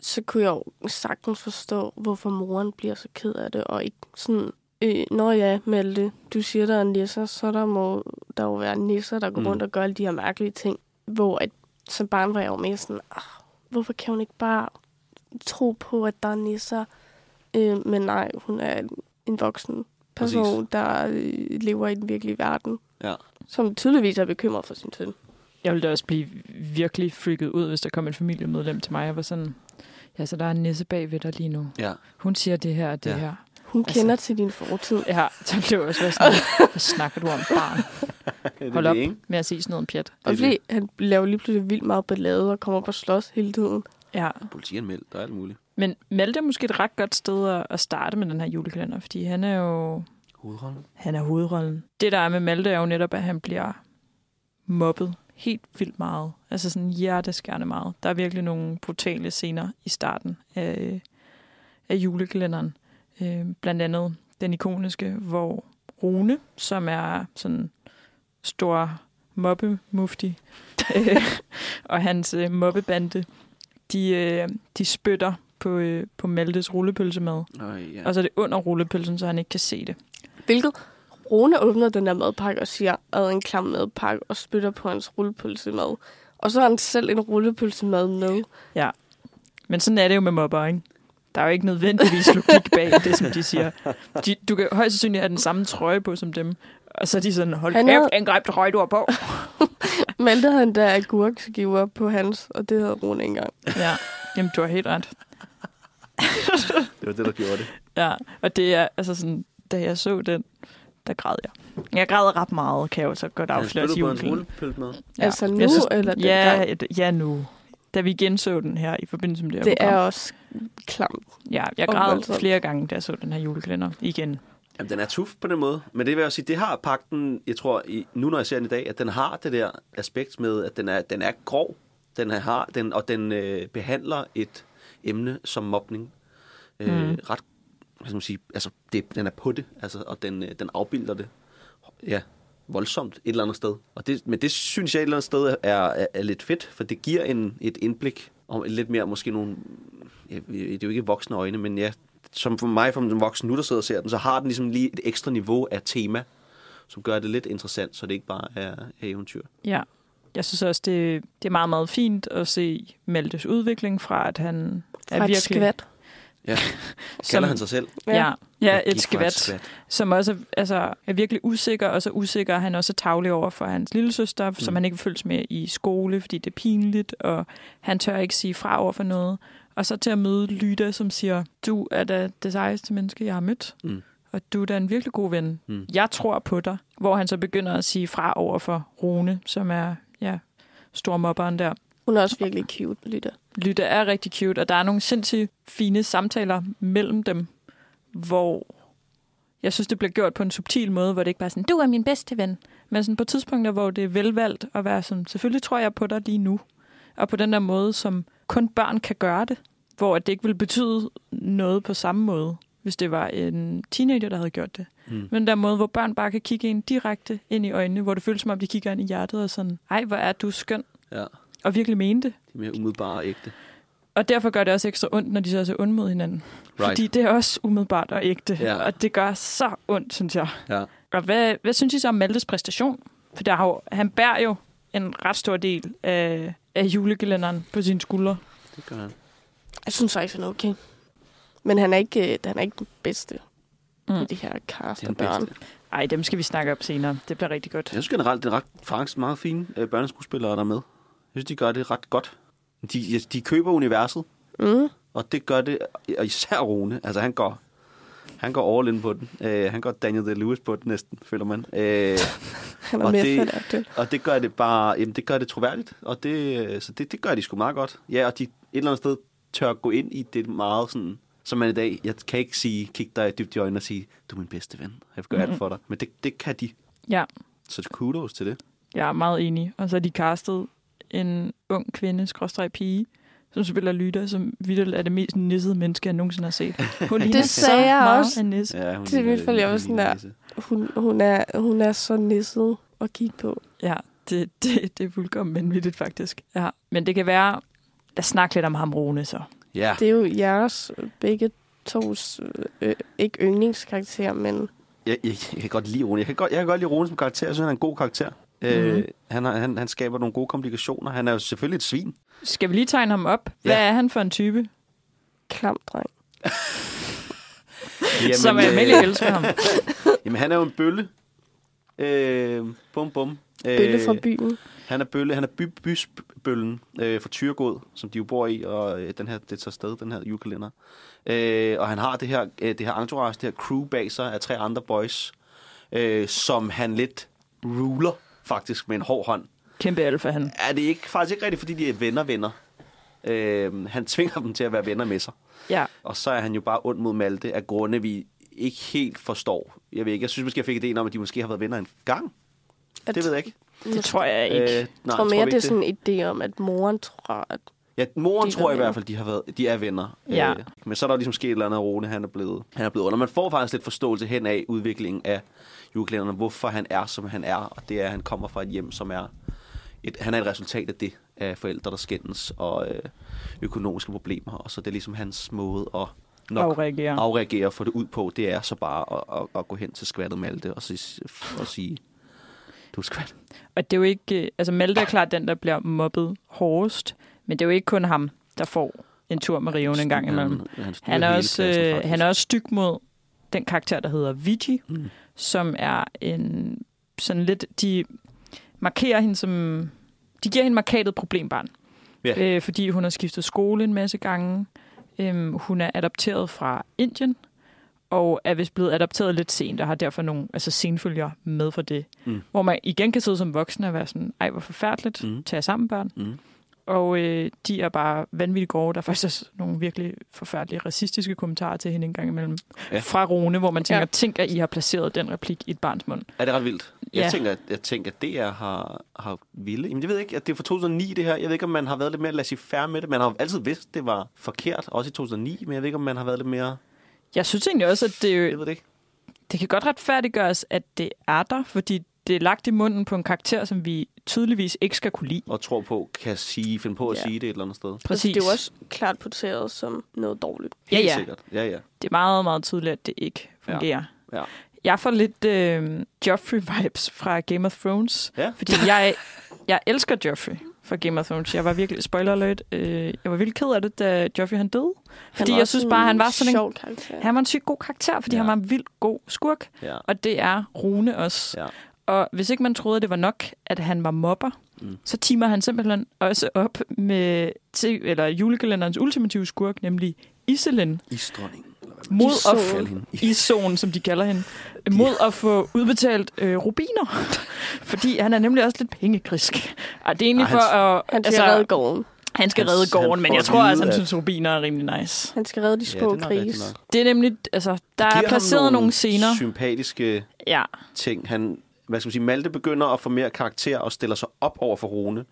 så kunne jeg jo sagtens forstå, hvorfor moren bliver så ked af det, og ikke sådan, øh, når ja, Malte, du siger, der er nisser, så der må der jo være nisser, der går
Mm.
mm. rundt og gør alle de her mærkelige ting. Hvor at, som barn var jeg jo mere sådan, ah, hvorfor kan hun ikke bare tro på, at der er nisser? Øh, men nej, hun er en- en voksen person,
Præcis.
Præcis. der øh, lever i den virkelige verden,
Ja.
som tydeligvis er bekymret for sin søn.
Jeg ville da også blive virkelig freaket ud, hvis der kom et familiemedlem til mig. Jeg var sådan, ja, så der er en nisse bagved dig lige nu.
Ja.
Hun siger det her og det
Ja.
ja. her.
Hun
Altså-
kender til din fortid.
Ja, så blev jeg også være sådan, hvad snakker du om, barn?
Det
Hold op med at sige sådan noget om pjat.
Og
det.
fordi han laver lige pludselig vildt meget ballade og kommer på slås hele tiden.
Ja.
Politianmeldt og alt muligt.
Men Malte er måske et ret godt sted at- at starte med den her julekalender, fordi han er jo
Hovedrollen.
han er hovedrollen. Det, der er med Malte, er jo netop, at han bliver mobbet helt vildt meget. Altså sådan hjerteskærende meget. Der er virkelig nogle brutale scener i starten af, af julekalenderen. Øh, blandt andet den ikoniske, hvor Rune, som er sådan stor mobbemufti, øh, og hans øh, mobbebande, de, øh, de spytter på, øh, på Maltes rullepølsemad.
Øj, ja.
Og så er det under rullepølsen, så han ikke kan se det.
Hvilket Rune åbner den der madpakke og siger, ad en klam madpakke og spytter på hans rullepølsemad. Og så har han selv en rullepølsemad med.
Men sådan er det jo med mobber, ikke? Der er jo ikke nødvendigvis logik bag det, som de siger. De, du kan højst sandsynligt have den samme trøje på som dem. Og så er de sådan, hold
Han
Han
havde-
kæft, angreb det røg, du har på.
Malte havde en der agurkskiver på hans, og det havde Rune ikke engang.
Ja, jamen du har helt ret.
Det var det, der gjorde det.
Ja, og det er altså sådan, da jeg så den, der græd jeg. Jeg græd ret meget, kan jeg jo så godt
Altså,
afsløre til julen.
rullepølsemad.
Ja. Altså nu,
Jeg
eller
ja,
dengang?
et- ja, nu. Da vi genså den her i forbindelse med det her
Det er
program.
også klamt.
Ja, jeg
og
græd
voldsomt.
flere gange, da jeg så den her julekalender igen.
Jamen, den er tuf på den måde. Men det vil jeg også sige, det har pakten, jeg tror, i, nu når jeg ser den i dag, at den har det der aspekt med, at den er, den er grov, den er, har, den, og den øh, behandler et emne som mobning. Øh, mm. Ret, hvad skal man sige, altså, det, den er på det, altså, og den, øh, den afbilder det. Ja, voldsomt et eller andet sted. Og det, men det synes jeg et eller andet sted er, er, er lidt fedt, for det giver en, et indblik om lidt mere måske nogle, ja, det er jo ikke voksne øjne, men ja, som for mig som en voksen nu, der sidder og ser den, så har den ligesom lige et ekstra niveau af tema, som gør det lidt interessant, så det ikke bare er eventyr.
Ja. Jeg synes også, det, det er meget, meget fint at se Maltes udvikling fra, at han
Fra
er
et
virkelig...
skvat.
Ja. Kalder
Som-
han sig selv?
Ja.
Ja, ja
Jeg gik
et
for
skvat, som også er- altså, er virkelig usikker, og så usikker er han også tavlig over for hans lillesøster, mm. som han ikke vil følges med i skole, fordi det er pinligt, og han tør ikke sige fra over for noget. Og så til at møde Lyda, som siger, du er da det sejeste menneske, jeg har mødt,
Mm.
og du er da en virkelig god ven. Mm. Jeg tror på dig. Hvor han så begynder at sige fra over for Rune, som er ja, stormobberen der.
Hun er også virkelig cute, Lytta.
Lytte er rigtig cute, og der er nogle sindssygt fine samtaler mellem dem, hvor jeg synes, det bliver gjort på en subtil måde, hvor det ikke bare er sådan, du er min bedste ven, men sådan på tidspunkter, hvor det er velvalgt at være sådan, selvfølgelig tror jeg på dig lige nu, og på den der måde, som kun børn kan gøre det, hvor det ikke ville betyde noget på samme måde, hvis det var en teenager, der havde gjort det. Mm. Men den der måde, hvor børn bare kan kigge en direkte ind i øjnene, hvor det føles som om, de kigger ind i hjertet og sådan, ej, hvor er du skøn,
Ja,
og virkelig mene det.
det er mere umiddelbart og ægte.
Og derfor gør det også ekstra ondt, når de så også er onde mod hinanden.
Right.
Fordi det er også umiddelbart og ægte.
Ja.
Og det gør så ondt, synes jeg.
Ja.
Og hvad, hvad synes I så om Maltes præstation? For der har jo, han bærer jo en ret stor del af, af julegelænderen på sine skuldre.
Det gør han.
Jeg synes faktisk, han er okay. Men han er ikke, øh, han er ikke den bedste mm.
Mm.
i det her cast
Det er den
af børn.
bedste.
Ej, dem skal vi snakke op senere. Det bliver rigtig godt.
Jeg synes generelt, det er ret, faktisk meget fine øh, børneskuespillere, der er med. Jeg synes, de gør det ret godt. De, de køber universet,
Mm.
og det gør det, og især Rune. Altså, han går, han går all in på den. Øh, han går Daniel Day-Lewis på den næsten, føler man. Øh,
Han er
Og
mere
det-
fedt af det.
Og det gør det bare, jamen det gør det troværdigt, og det, øh, så det, det gør de sgu meget godt. Ja, og de et eller andet sted tør gå ind i det meget sådan, som man i dag, jeg kan ikke sige, kigge dig dybt i øjnene og sige, du er min bedste ven, jeg vil gøre
Mhm.
alt for dig. Men det, det kan de,
Ja,
så kudos til det.
jeg er meget enig. Og så har de castet en ung kvinde, skråstrej pige, som spiller Lytter, som vidt er det mest nissede menneske, jeg nogensinde har set. Hun ligner så
sagde jeg
meget
også.
en nisse.
Ja, hun
Det er i
ligner-
hvert fald, jeg var
hun
sådan
ligner
der.
Nisse.
Hun, hun, er, hun er så nisset at kigge på.
Ja, det, det, det er fuldkommen vanvittigt faktisk. Ja, men det kan være... Lad os snakke lidt om ham, Rune, så.
Ja,
Det er jo jeres øh, begge tos, øh, ikke yndlingskarakter, men
jeg, jeg, jeg, kan godt lide Rune. Jeg kan godt, jeg kan godt lide Rune som karakter, jeg synes, han er en god karakter.
Mhm.
Øh, han, har- han, han skaber nogle gode komplikationer. Han er jo selvfølgelig et svin.
Skal vi lige tegne ham op? Hvad
Ja.
er han for en type?
klam dreng.
Jamen,
Som
øh,
Amalie elsker ham.
Jamen, han er jo en bølle. Øh, bum, bum. Øh,
Bølle fra byen.
Han er bølle, han er by, bysbøllen øh, fra Tyrgod, som de jo bor i, og øh, den her, det tager sted, den her julekalender. Øh, og han har det her, øh, det her entourage, det her crew bag sig af tre andre boys, øh, som han lidt ruler faktisk med en hård hånd.
Kæmpe alfa, han.
Er det ikke, faktisk ikke rigtigt, fordi de er venner-venner. Øh, han tvinger dem til at være venner med sig.
Ja.
Og så er han jo bare ond mod Malte af grunde, vi ikke helt forstår. Jeg ved ikke, jeg synes måske, jeg fik idéen om, at de måske har været venner en gang.
At-
Det ved jeg ikke.
Det tror jeg ikke.
Øh,
Jeg
nej,
tror mere,
vi
det er
ikke
sådan en idé om, at moren tror, at
Ja, moren
De er
tror jeg i
venner.
hvert fald, de, har været, de er venner.
Ja.
Øh, men så er der ligesom sket et eller andet, at Rune han er blevet, han er blevet under. Man får faktisk lidt forståelse hen af udviklingen af juleklænderne, hvorfor han er, som han er. Og det er, at han kommer fra et hjem, som er... Et, han er et resultat af det, af forældre, der skændes, og øh, økonomiske problemer. Og så er det er ligesom hans måde at nok
Afreagere.
afreagere og få det ud på. Det er så bare at, at, at gå hen til skvattet Malte og, sige, og sige, du er skvat.
Og det er jo ikke... øh, Altså, Malte er klart den, der bliver mobbet hårdest. Men det er jo ikke kun ham, der får en tur med riven en gang imellem.
Han, styrer
Han er,
hele
også,
klassen,
øh,
faktisk.
han er også styg mod den karakter, der hedder Vigi, mm. som er en sådan lidt... De markerer hende som... De giver hende markatet problembarn.
Ja.
Øh, fordi hun har skiftet skole en masse gange. Øhm, hun er adopteret fra Indien, og er vist blevet adopteret lidt sent, og har derfor nogle altså, senfølger med for det.
Mm.
Hvor man igen kan sidde som voksen og være sådan, ej, hvor forfærdeligt,
Mm.
mm. tag jer sammen børn.
Mm.
Og øh, de er bare vanvittigt grove. Der er faktisk også nogle virkelig forfærdelige racistiske kommentarer til hende en gang imellem.
Ja.
Ja. Fra Rune, hvor man tænker,
Ja.
ja. tænk, at I har placeret den replik i et barns mund.
Er det ret vildt? Jeg
Ja.
tænker, at, jeg tænker, at DR har, har ville. Jamen, jeg ved ikke, at det er fra 2009, det her. Jeg ved ikke, om man har været lidt mere laissez-faire med det. Man har jo altid vidst, det var forkert, også i 2009, men jeg ved ikke, om man har været lidt mere...
Jeg synes egentlig også, at det,
Jeg ved det ikke.
det kan godt retfærdiggøres, at det er der, fordi det er lagt i munden på en karakter, som vi tydeligvis ikke skal kunne lide.
Og tror på, kan sige, finde på at
Ja.
sige det et eller andet sted.
Altså,
Præcis.
det er jo også klart portrætteret som noget dårligt.
ja,
Helt
ja.
sikkert. Ja, ja.
Det er meget, meget tydeligt, at det ikke fungerer.
Ja.
Jeg får lidt øh, Joffrey-vibes fra Game of Thrones,
Ja.
fordi jeg, jeg elsker Joffrey. for Game of Thrones. Jeg var virkelig, spoiler alert, øh, jeg var virkelig ked af det, da Joffrey han døde. Fordi jeg synes bare, han var sådan en... Altså-
sjov karakter.
Han var en sygt god karakter, fordi
Ja.
ja. han var en vildt god skurk.
Ja.
Og det er Rune også.
Ja.
Og hvis ikke man troede, det var nok, at han var mobber, mm. så timer han simpelthen også op med til, eller julekalenderens ultimative skurk, nemlig Iselin,
Isdronningen. eller hvad man-
mod at
Isolde.
få,
Kald hende.
Isolen, som de kalder hende, mod at få udbetalt øh, rubiner. Fordi han er nemlig også lidt pengekrisk. Og det er egentlig
Ej,
for at...
Han skal altså, redde gården.
han skal
Han-
redde gården,
han
men
får
jeg
at
tror
vide,
altså, han
at-
synes, rubiner er rimelig nice.
Han skal redde de
Ja,
små
det er nok rigtigt
grise.
nok.
Det er nemlig... Altså, der
Giver
er
ham
placeret nogle, nogle scener.
sympatiske
Ja.
ting. Han, hvad skal man sige, Malte begynder at få mere karakter og stiller sig op over for Rune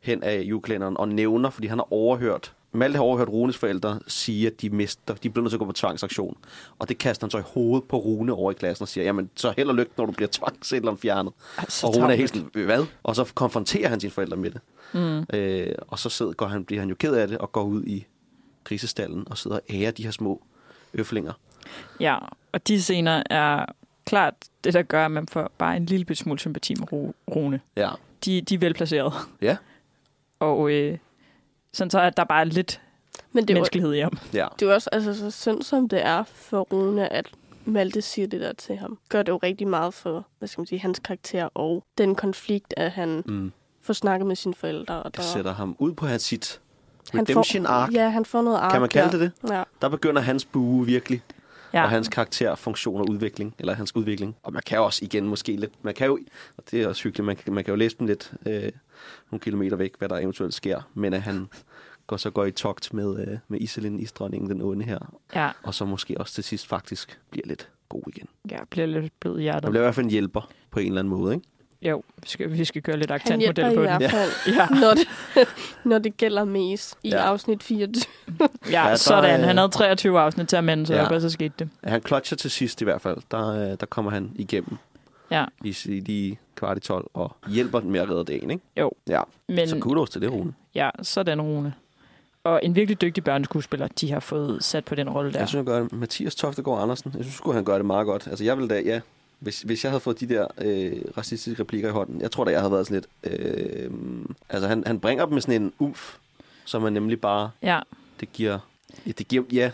hen af juleklænderen og nævner, fordi han har overhørt, Malte har overhørt Runes forældre sige, at de mister, de bliver nødt til at gå på tvangsaktion. Og det kaster han så i hovedet på Rune over i klassen og siger, jamen så held og lykke, når du bliver tvangs et eller andet fjernet.
så
og Rune er
tavligt.
helt sådan, "Øh, hvad? Og så konfronterer han sine forældre med det. Mm. Øh, og så sidder, går han, bliver han jo ked af det og går ud i grisestallen og sidder og ærer de her små øflinger.
Ja, og de scener er klart det, der gør, at man får bare en lille bit smule sympati med Ro- Rune.
Ja.
De, de er velplaceret,
Ja.
og øh, sådan så, at der bare er lidt
Men det er, jo,
menneskelighed i ham.
Ja.
det er jo også altså, så synd, som det er for Rune, at Malte siger det der til ham. Gør det jo rigtig meget for, hvad skal man sige, hans karakter og den konflikt, at han
Mm.
mm. får snakket med sine forældre. Og der,
Det sætter ham ud på hans sit
han
redemption
får,
arc.
Ja, han får noget ark.
Kan man kalde det
det? Ja.
Der begynder hans bue virkelig, ja.
Ja.
og hans karakter, funktion og udvikling, eller hans udvikling. Og man kan jo også igen måske lidt, man kan jo, og det er også hyggeligt, man kan, man kan jo læse dem lidt øh, nogle kilometer væk, hvad der eventuelt sker, men at han går så går i togt med, øh, med Iselin, isdronningen, den onde her,
ja,
og så måske også til sidst faktisk bliver lidt god igen.
jeg bliver lidt blød i hjertet.
Der bliver i hvert fald en hjælper på en eller anden måde, ikke?
Jo, vi skal, vi skal gøre lidt
Han hjælper
aktantmodel
i
på den.
hvert fald,
Ja,
når, det, når det gælder mest i
Ja.
ja. afsnit 24.
ja,
der,
ja sådan.
øh,
Han havde 23 afsnit til at mande sig
Ja.
ja. op, og så skete det.
Han klotcher til sidst i hvert fald, der, øh, der kommer han igennem
Ja,
i, i de kvart i 12 og hjælper den med at redde dagen, ikke?
Jo.
Ja,
men
så kudos til det, Rune.
ja, sådan Rune. Og en virkelig dygtig børneskuespiller, de har fået sat på den rolle der.
Jeg synes, han gør det. Mathias Toftegård Andersen, jeg synes, sgu, han gør det meget godt. Altså, jeg ville da, ja, hvis, hvis jeg havde fået de der øh, racistiske replikker i hånden, jeg tror da, jeg havde været sådan lidt, øh, altså, han, han bringer dem med sådan en umf, som man nemlig bare,
Ja,
det giver, ja, det giver, ja,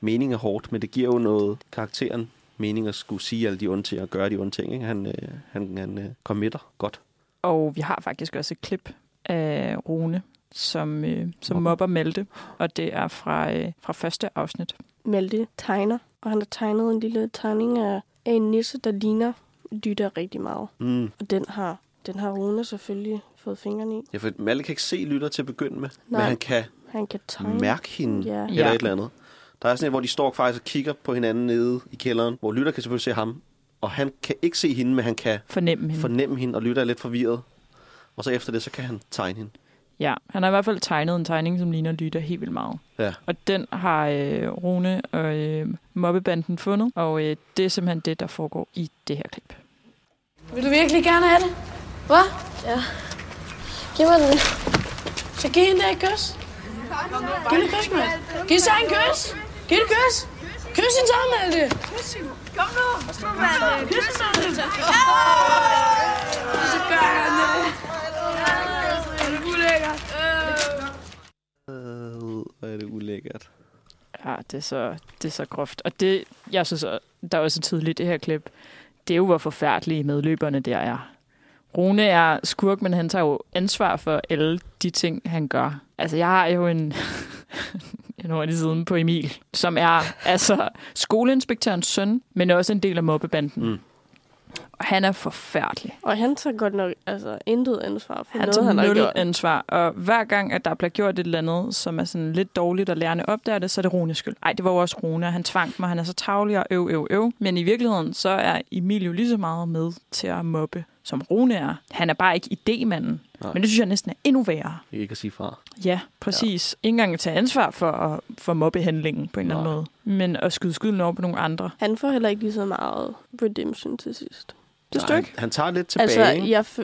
mening er hårdt, men det giver jo noget karakteren mening at skulle sige alle de onde ting og gøre de onde ting, ikke? Han, øh, han, han øh, committer godt.
Og vi har faktisk også et klip af Rune, som, øh, som
Mobber.
mobber Malte, og det er fra, øh, fra første afsnit.
Malte tegner, og han har tegnet en lille tegning af, af en nisse, der ligner lytter rigtig meget.
Mm.
Og den har, den har Rune selvfølgelig fået fingrene i.
Ja, for Malle kan ikke se lytter til at begynde med, Nej. men
Nej.
han kan
Han kan tegne.
mærke hende.
Ja.
eller
Ja.
et eller andet. Der er sådan et, hvor de står faktisk og kigger på hinanden nede i kælderen, hvor Lytter kan selvfølgelig se ham, og han kan ikke se hende, men han kan
Fornemme hende.
fornemme hende, og Lytter er lidt forvirret. Og så efter det, så kan han tegne hende.
Ja, han har i hvert fald tegnet en tegning, som ligner Lytter helt vildt meget.
Ja.
Og den har øh, Rune og øh, mobbebanden fundet, og øh, det er simpelthen det, der foregår i det her klip.
Vil du virkelig gerne have det? Hvad? Ja. Giv mig den. Så giv hende der et kys. Giv hende et kys, mand. Giv så en kys. Giv hende et kys. Kys hende så, Malte. Kys hende. Kom nu. Kys hende, Malte. Så gør han det. Er det ulækkert?
Øh, hvor er det ulækkert.
Ja, det er så, det er så groft. Og det, jeg synes, øh, der er også tydeligt i det her klip, det er jo, hvor forfærdelige medløberne der er. Rune er skurk, men han tager jo ansvar for alle de ting, han gør. Altså, jeg har jo en, en hurtig siden på Emil, som er altså skoleinspektørens søn, men også en del af mobbebanden.
Mm.
Mm. Og han er forfærdelig.
Og han tager godt nok altså, intet ansvar for
Han
noget,
tager
han har
Altså nul
gjort.
ansvar, og hver gang, at der bliver gjort et eller andet, som er sådan lidt dårligt, og lærerne opdager det, så er det Runes skyld. Nej, det var jo også Rune, og han tvang mig, han er så tavlig og øv, øv, øv. Men i virkeligheden, så er Emil jo lige så meget med til at mobbe, som Rune er. Han er bare ikke idémanden.
Nej.
Men det synes jeg næsten er endnu værre.
Ikke at sige fra.
Ja, præcis. Ja. Ikke engang at tage ansvar for, at, for mobbehandlingen på en eller anden
Nej.
måde. Men at skyde skylden over på nogle andre.
Han får heller ikke lige så meget redemption til sidst.
Det
Nej,
stykke.
Han, han tager lidt tilbage,
Altså,
altså, ikke?
jeg fø-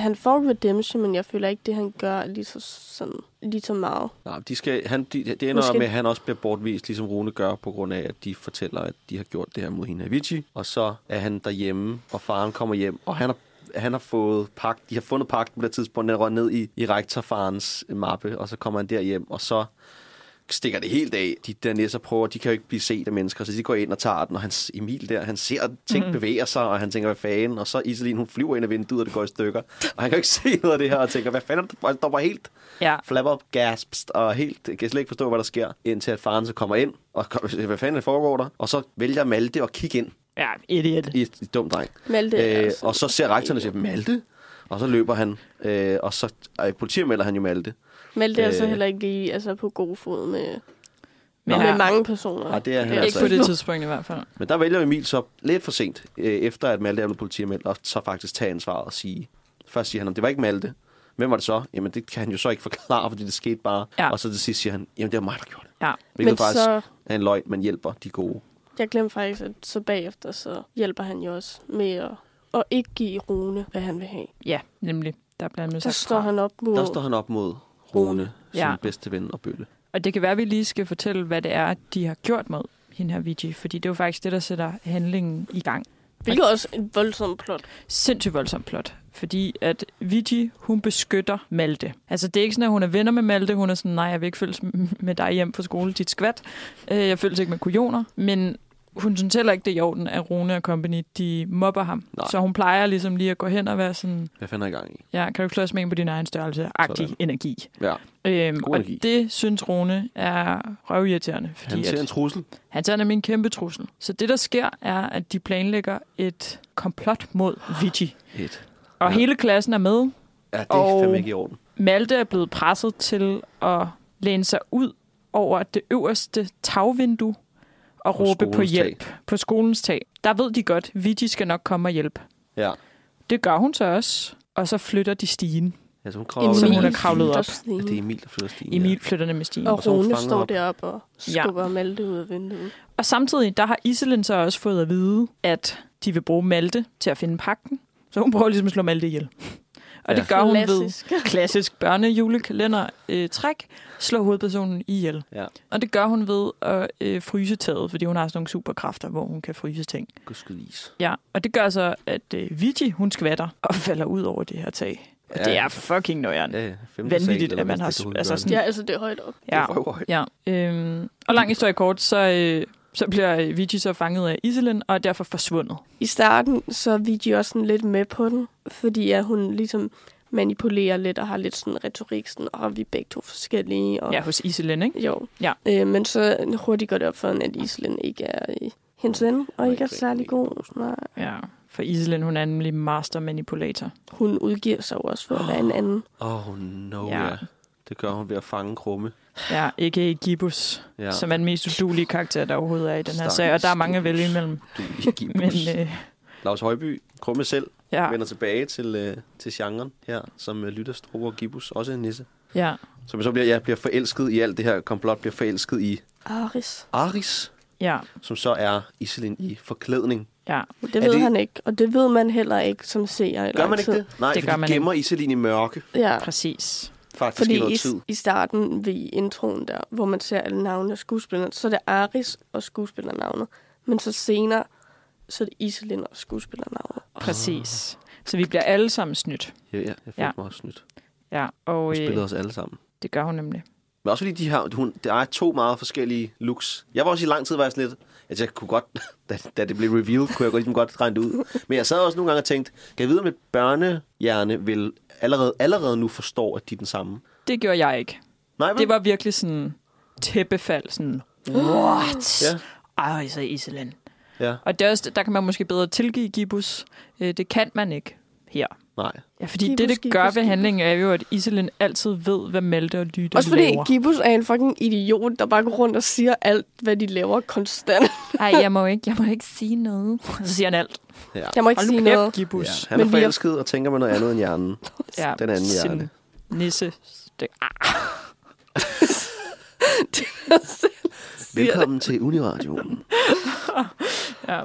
han får redemption, men jeg føler ikke, det han gør er lige så, sådan, lige så meget.
Nej, de skal, han, de, det ender
Måske-
med, at han også bliver bortvist, ligesom Rune gør, på grund af, at de fortæller, at de har gjort det her mod hende Avicii. Og så er han derhjemme, og faren kommer hjem, og han har han har fået pagt, de har fundet pagten på det tidspunkt, den røg ned i, i rektorfarens mappe, og så kommer han derhjem, og så stikker det helt af. De der næser prøver, de kan jo ikke blive set af mennesker, så de går ind og tager den, og hans Emil der, han ser ting mm. bevæger sig, og han tænker, hvad fanden, og så Iselin, hun flyver ind af vinduet, og det går i stykker, og han kan jo ikke se noget af det her, og tænker, hvad fanden, han står bare helt
Ja.
flapper, gasps, og helt, kan slet ikke forstå, hvad der sker, indtil at faren så kommer ind, og kommer- hvad fanden foregår der, og så vælger Malte at kigge ind
Ja, idiot.
i et, et dumt dreng.
Malte er altså
Øh,
også-
og så ser rektoren og siger, Malte? Og så løber han, øh, og så øh, politimelder han jo Malte.
Malte er så
Øh.
heller ikke lige altså, på god fod med,
Men
med
ja,
mange personer.
Nej, det er han
Ikke
ikke
altså
på
ikke.
det tidspunkt i hvert fald.
Men der vælger Emil så lidt for sent, øh, efter at Malte er blevet politimeldt, og så faktisk tage ansvaret og sige, først siger han, det var ikke Malte. Hvem var det så? Jamen det kan han jo så ikke forklare, fordi det skete bare.
Ja.
Og så til sidst siger han, jamen det var mig, der gjorde det.
Ja.
Hvilket
Men
faktisk
så-
er en løgn, men hjælper de gode.
Jeg glemte faktisk, at så bagefter, så hjælper han jo også med at, at ikke give Rune, hvad han vil have.
ja, nemlig. Der bliver han jo
Så
sagt
står
fra.
han op mod...
Der står han op mod Rune, sin
Ja.
bedste ven og bølle.
Og det kan være, at vi lige skal fortælle, hvad det er, de har gjort mod hende her Vigi, fordi det er jo faktisk det, der sætter handlingen i gang.
Hvilket er også en voldsom plot.
sindssygt voldsomt plot. Fordi at Vigi, hun beskytter Malte. Altså det er ikke sådan, at hun er venner med Malte. Hun er sådan, nej, jeg vil ikke følges m- med dig hjem på skole, dit skvat. Øh, Jeg føles ikke med kujoner. Men hun synes heller ikke, det er i orden, at Rune og company, de mobber ham.
Nej.
Så hun plejer ligesom lige at gå hen og være sådan,
Hvad fanden er i gang i?
ja, kan du ikke slås med en på din egen størrelse? Agtig
Sådan.
energi.
Ja.
Øhm,
God
og
energi.
det synes Rune er røvirriterende. Fordi
Han
at-
ser en trussel.
han tager nemlig en kæmpe trussel. Så det, der sker, er, at de planlægger et komplot mod Vigi.
Et.
Og
Ja.
ja. hele klassen er med.
Ja, det er
Og-
fandme ikke i orden.
Malte er blevet presset til at læne sig ud over det øverste tagvindue og
På
råbe på
skolens tag.
hjælp på skolens tag. Der ved de godt, Vigi skal nok komme og hjælpe.
Ja.
Det gør hun så også, og så flytter de stigen.
Altså, hun kravler
Emil.
Så hun er
Emil.
kravlet op.
Der
Ja,
stiger.
det er Emil, der flytter stigen.
Emil flytter nemlig stigen.
Og
Og så er hun
Rune
fanget
står
op.
deroppe og skubber ja. Malte ud af vinduet.
Og samtidig, der har Iselin så også fået at vide, at de vil bruge Malte til at finde pakken. Så hun prøver ligesom at slå Malte ihjel. Og
Ja.
ja. det gør hun
Klassisk.
ved klassisk børnejulekalender øh, træk, slå hovedpersonen ihjel.
Ja.
Og det gør hun ved at øh, fryse taget, fordi hun har sådan nogle superkræfter, hvor hun kan fryse ting.
Ja. Gudskelov is.
Ja, og det gør så, at øh, Vigi, hun skvatter og falder ud over det her tag. Og
Ja.
det er fucking nøjeren.
Ja, femte
Vanvittigt,
sal, eller
at man
hvad
har...
det
s-
kunne
Altså
gøre.
sådan,
Ja, altså det er højt op.
ja.
Det er røvhøjt.
Ja. Øhm, og lang historie kort, så, øh, så bliver øh, Vigi så fanget af Iselin, og er derfor forsvundet.
I starten, så er Vigi også sådan lidt med på den, fordi at hun ligesom manipulerer lidt og har lidt sådan retorik, sådan, og vi er begge to forskellige. Og,
Ja, hos Iselin, ikke?
Jo.
Ja.
Øh, men så hurtigt går det op for hende, at Iselin ikke er i hendes ven, og ikke er særlig god. Nej.
Ja, for Iselin, hun er nemlig master manipulator.
Hun udgiver sig jo også for at være en anden.
Oh no, ja.
Ja.
ja. Det gør hun ved at fange krumme.
Ja, ikke Gibus,
Ja.
ja. som er den mest udulige karakter, der overhovedet er i den her
Stakkels
sag, og der er mange at vælge
Gibus.
imellem.
Du er ikke
Men
Men, øh...
øh,
Lars Højby, krumme selv,
ja,
ja. vender tilbage til, øh, til genren her, som øh, lytter Struer og Gibus, også en nisse.
ja,
Som så bliver, ja, bliver forelsket i alt det her komplot, bliver forelsket i
Aris.
Aris,
ja,
som så er Iselin i forklædning.
ja.
Det
Er
ved
det-
det... han ikke, og det ved man heller ikke som seer. i
Gør
lang
man ikke
tid.
det? Nej,
Det
det
gør
gør
man
de gemmer Iselin i mørke,
Ja.
præcis.
faktisk Fordi i
Fordi i,
noget tid.
i starten ved introen der, hvor man ser alle navne af skuespillerne, så er det Aris og skuespillernavnet. Men så senere, så er det Iselin og skuespillernavnet.
Præcis.
Ah.
Så vi bliver alle sammen snydt.
Ja, ja, jeg følte ja.
Ja.
mig også snydt.
Ja, og
Hun spillede
øh,
os alle sammen.
det gør hun nemlig.
Men også fordi de har, hun, der er to meget forskellige looks. Jeg var også i lang tid, var jeg sådan lidt... Altså, jeg kunne godt... Da, da det blev revealed, kunne jeg godt, ligesom godt regne det ud. Men jeg sad også nogle gange og tænkte, kan jeg vide, om et børnehjerne vil allerede, allerede nu forstå, at de er den samme?
Det gjorde jeg ikke.
Nej, vel?
Det var virkelig sådan tæppefald, sådan, what?
Ja.
Ja. Ej, så Iselin.
Ja,
Og det er også, der kan man måske bedre tilgive Gibus. Øh, Det kan man ikke her.
nej.
Ja, fordi
Gibus,
Gibus, det, det
Gibus,
gør ved
Gibus.
handlingen, er jo, at Iselin altid ved, hvad Malte og Lytte
Også fordi
laver.
Gibus er en fucking idiot, der bare går rundt og siger alt, hvad de laver konstant.
Nej, jeg må ikke, jeg må ikke sige noget. Så siger han alt.
Ja.
Jeg må ikke
Hold nu
sige
kæft,
noget.
Gibus.
Ja, han er
Men vi er-
forelsket og tænker med noget andet end hjernen.
Ja,
Den anden
sim-
hjerne.
Nisse. Det, ah,
Velkommen til Uniradioen.
ja,
Ja.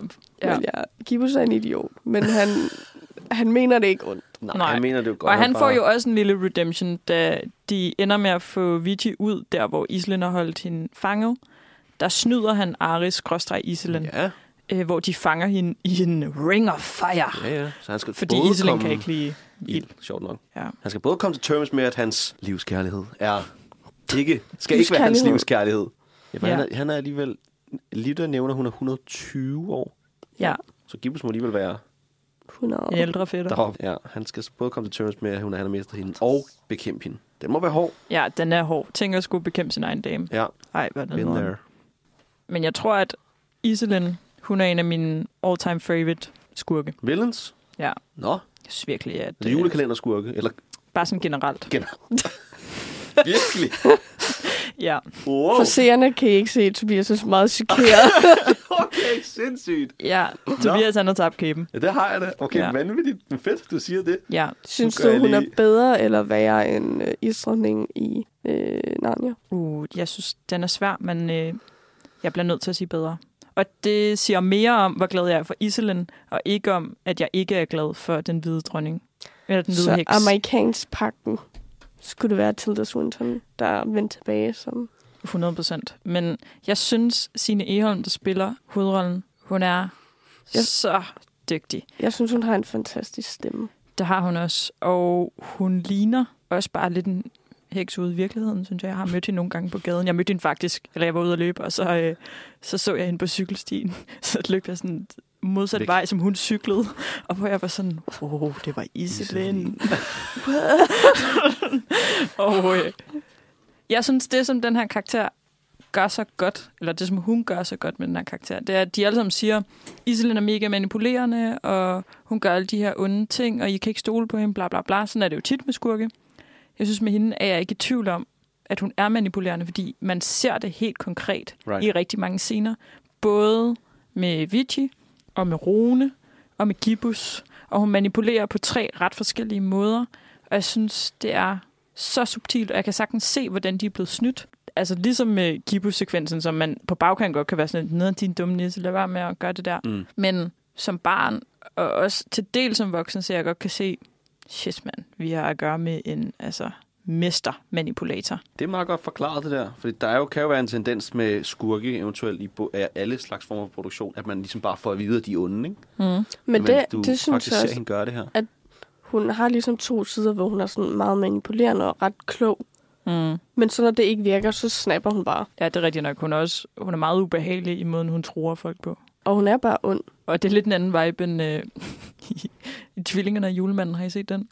ja.
Men ja, Gibus er en idiot, men han, han mener det ikke ondt.
Nej,
Nej.
han mener det jo godt.
Og han får
bare-
jo også en lille redemption, da de ender med at få Vigi ud, der hvor Iselin har holdt hende fanget. Der snyder han Aris, gråstrej Iselin.
Ja,
øh, hvor de fanger hende i en ring of fire.
Ja, ja. Så han skal
Fordi
både
Iselin
komme
kan ikke lide ild.
ild. Sjovt nok.
Ja.
Han skal både komme til terms med, at hans livskærlighed er ikke, skal ikke være hans
Livskærlighed.
livskærlighed. Ja, for ja.
Ja.
Han, er, han er alligevel... Lige der nævner, hun er 120 år.
ja,
Så Gibbs må alligevel være
100.
en ældre fætter.
deroppe. Ja, han skal både komme til terms med, at hun er, han har mistet hende, og bekæmpe hende. Den må være hård.
Ja, den er hård. Tænk at skulle bekæmpe sin egen dame.
Ja,
Ej, hvad er det
been
noget.
there.
Men jeg tror, at Iselin, hun er en af mine all-time favorite skurke.
Villains?
Ja,
Nå,
jeg synes virkelig, at...
det... julekalenderskurke. Eller
øh, bare sådan generelt.
gen... Virkelig?
Ja,
Wow.
For seerne kan I ikke se, at Tobias er så meget chokeret.
Okay, sindssygt.
ja. Tobias han har tabt kæben.
Ja, det har jeg da. Okay, ja.
Ja.
vanvittigt. Men Fedt, du siger det.
Ja,
Synes
Nu gør
du,
jeg
hun er
lige-
bedre eller værre end øh, isdronningen i øh, Narnia?
uh, jeg synes, den er svær, men øh, jeg bliver nødt til at sige bedre. Og det siger mere om, hvor glad jeg er for Iselin, og ikke om, at jeg ikke er glad for den hvide dronning. Eller den hvide
Så
heks.
amerikansk pakken skulle det være Tilda Swinton, der er vendt tilbage som...
100 procent. Men jeg synes, Signe Eholm, der spiller hovedrollen, hun er
Ja.
så dygtig.
Jeg synes, hun har en fantastisk stemme.
Det har hun også. Og hun ligner også bare lidt en heks ude i virkeligheden, synes jeg. Jeg har mødt hende nogle gange på gaden. Jeg mødte hende faktisk, eller jeg var ude at løbe, og så, øh, så så jeg hende på cykelstien. Så løb jeg sådan modsat
Væk.
Væk. vej, som hun cyklede. Og hvor jeg var sådan, åh, oh, det var Iselin. og øh, jeg synes, det som den her karakter gør så godt, eller det som hun gør så godt med den her karakter, det er, at de alle sammen siger, Iselin er mega manipulerende, og hun gør alle de her onde ting, og I kan ikke stole på hende, bla bla bla. Sådan er det jo tit med skurke. Jeg synes, med hende er jeg ikke i tvivl om, at hun er manipulerende, fordi man ser det helt konkret
Right.
right. i rigtig mange scener. Både med Vici, og med Rune, og med Gibus. Og hun manipulerer på tre ret forskellige måder. Og jeg synes, det er så subtilt, og jeg kan sagtens se, hvordan de er blevet snydt. Altså ligesom med Gibus-sekvensen, som man på bagkant godt kan være sådan, ned din dumme nisse, lad være med at gøre det der.
Mm.
Men som barn, og også til del som voksen, så jeg godt kan se, shit mand, vi har at gøre med en altså, mestermanipulator.
Det er meget godt forklaret, det der. Fordi der er jo, kan jo være en tendens med skurke, eventuelt i bo- af alle slags former for produktion, at man ligesom bare får at vide, at de er onde, ikke?
Men, Men
du
det, det synes
faktisk
jeg
ser
også,
hende gøre det her.
hun har ligesom to sider, hvor hun er sådan meget manipulerende og ret klog.
Mm.
Men så når det ikke virker, så snapper hun bare.
Ja, det er rigtigt nok. Hun er, også, hun er meget ubehagelig i måden, hun tror folk på.
Og hun er bare ond.
Og det er lidt en anden vibe end øh, i, i Tvillingerne og Julemanden. Har I set den?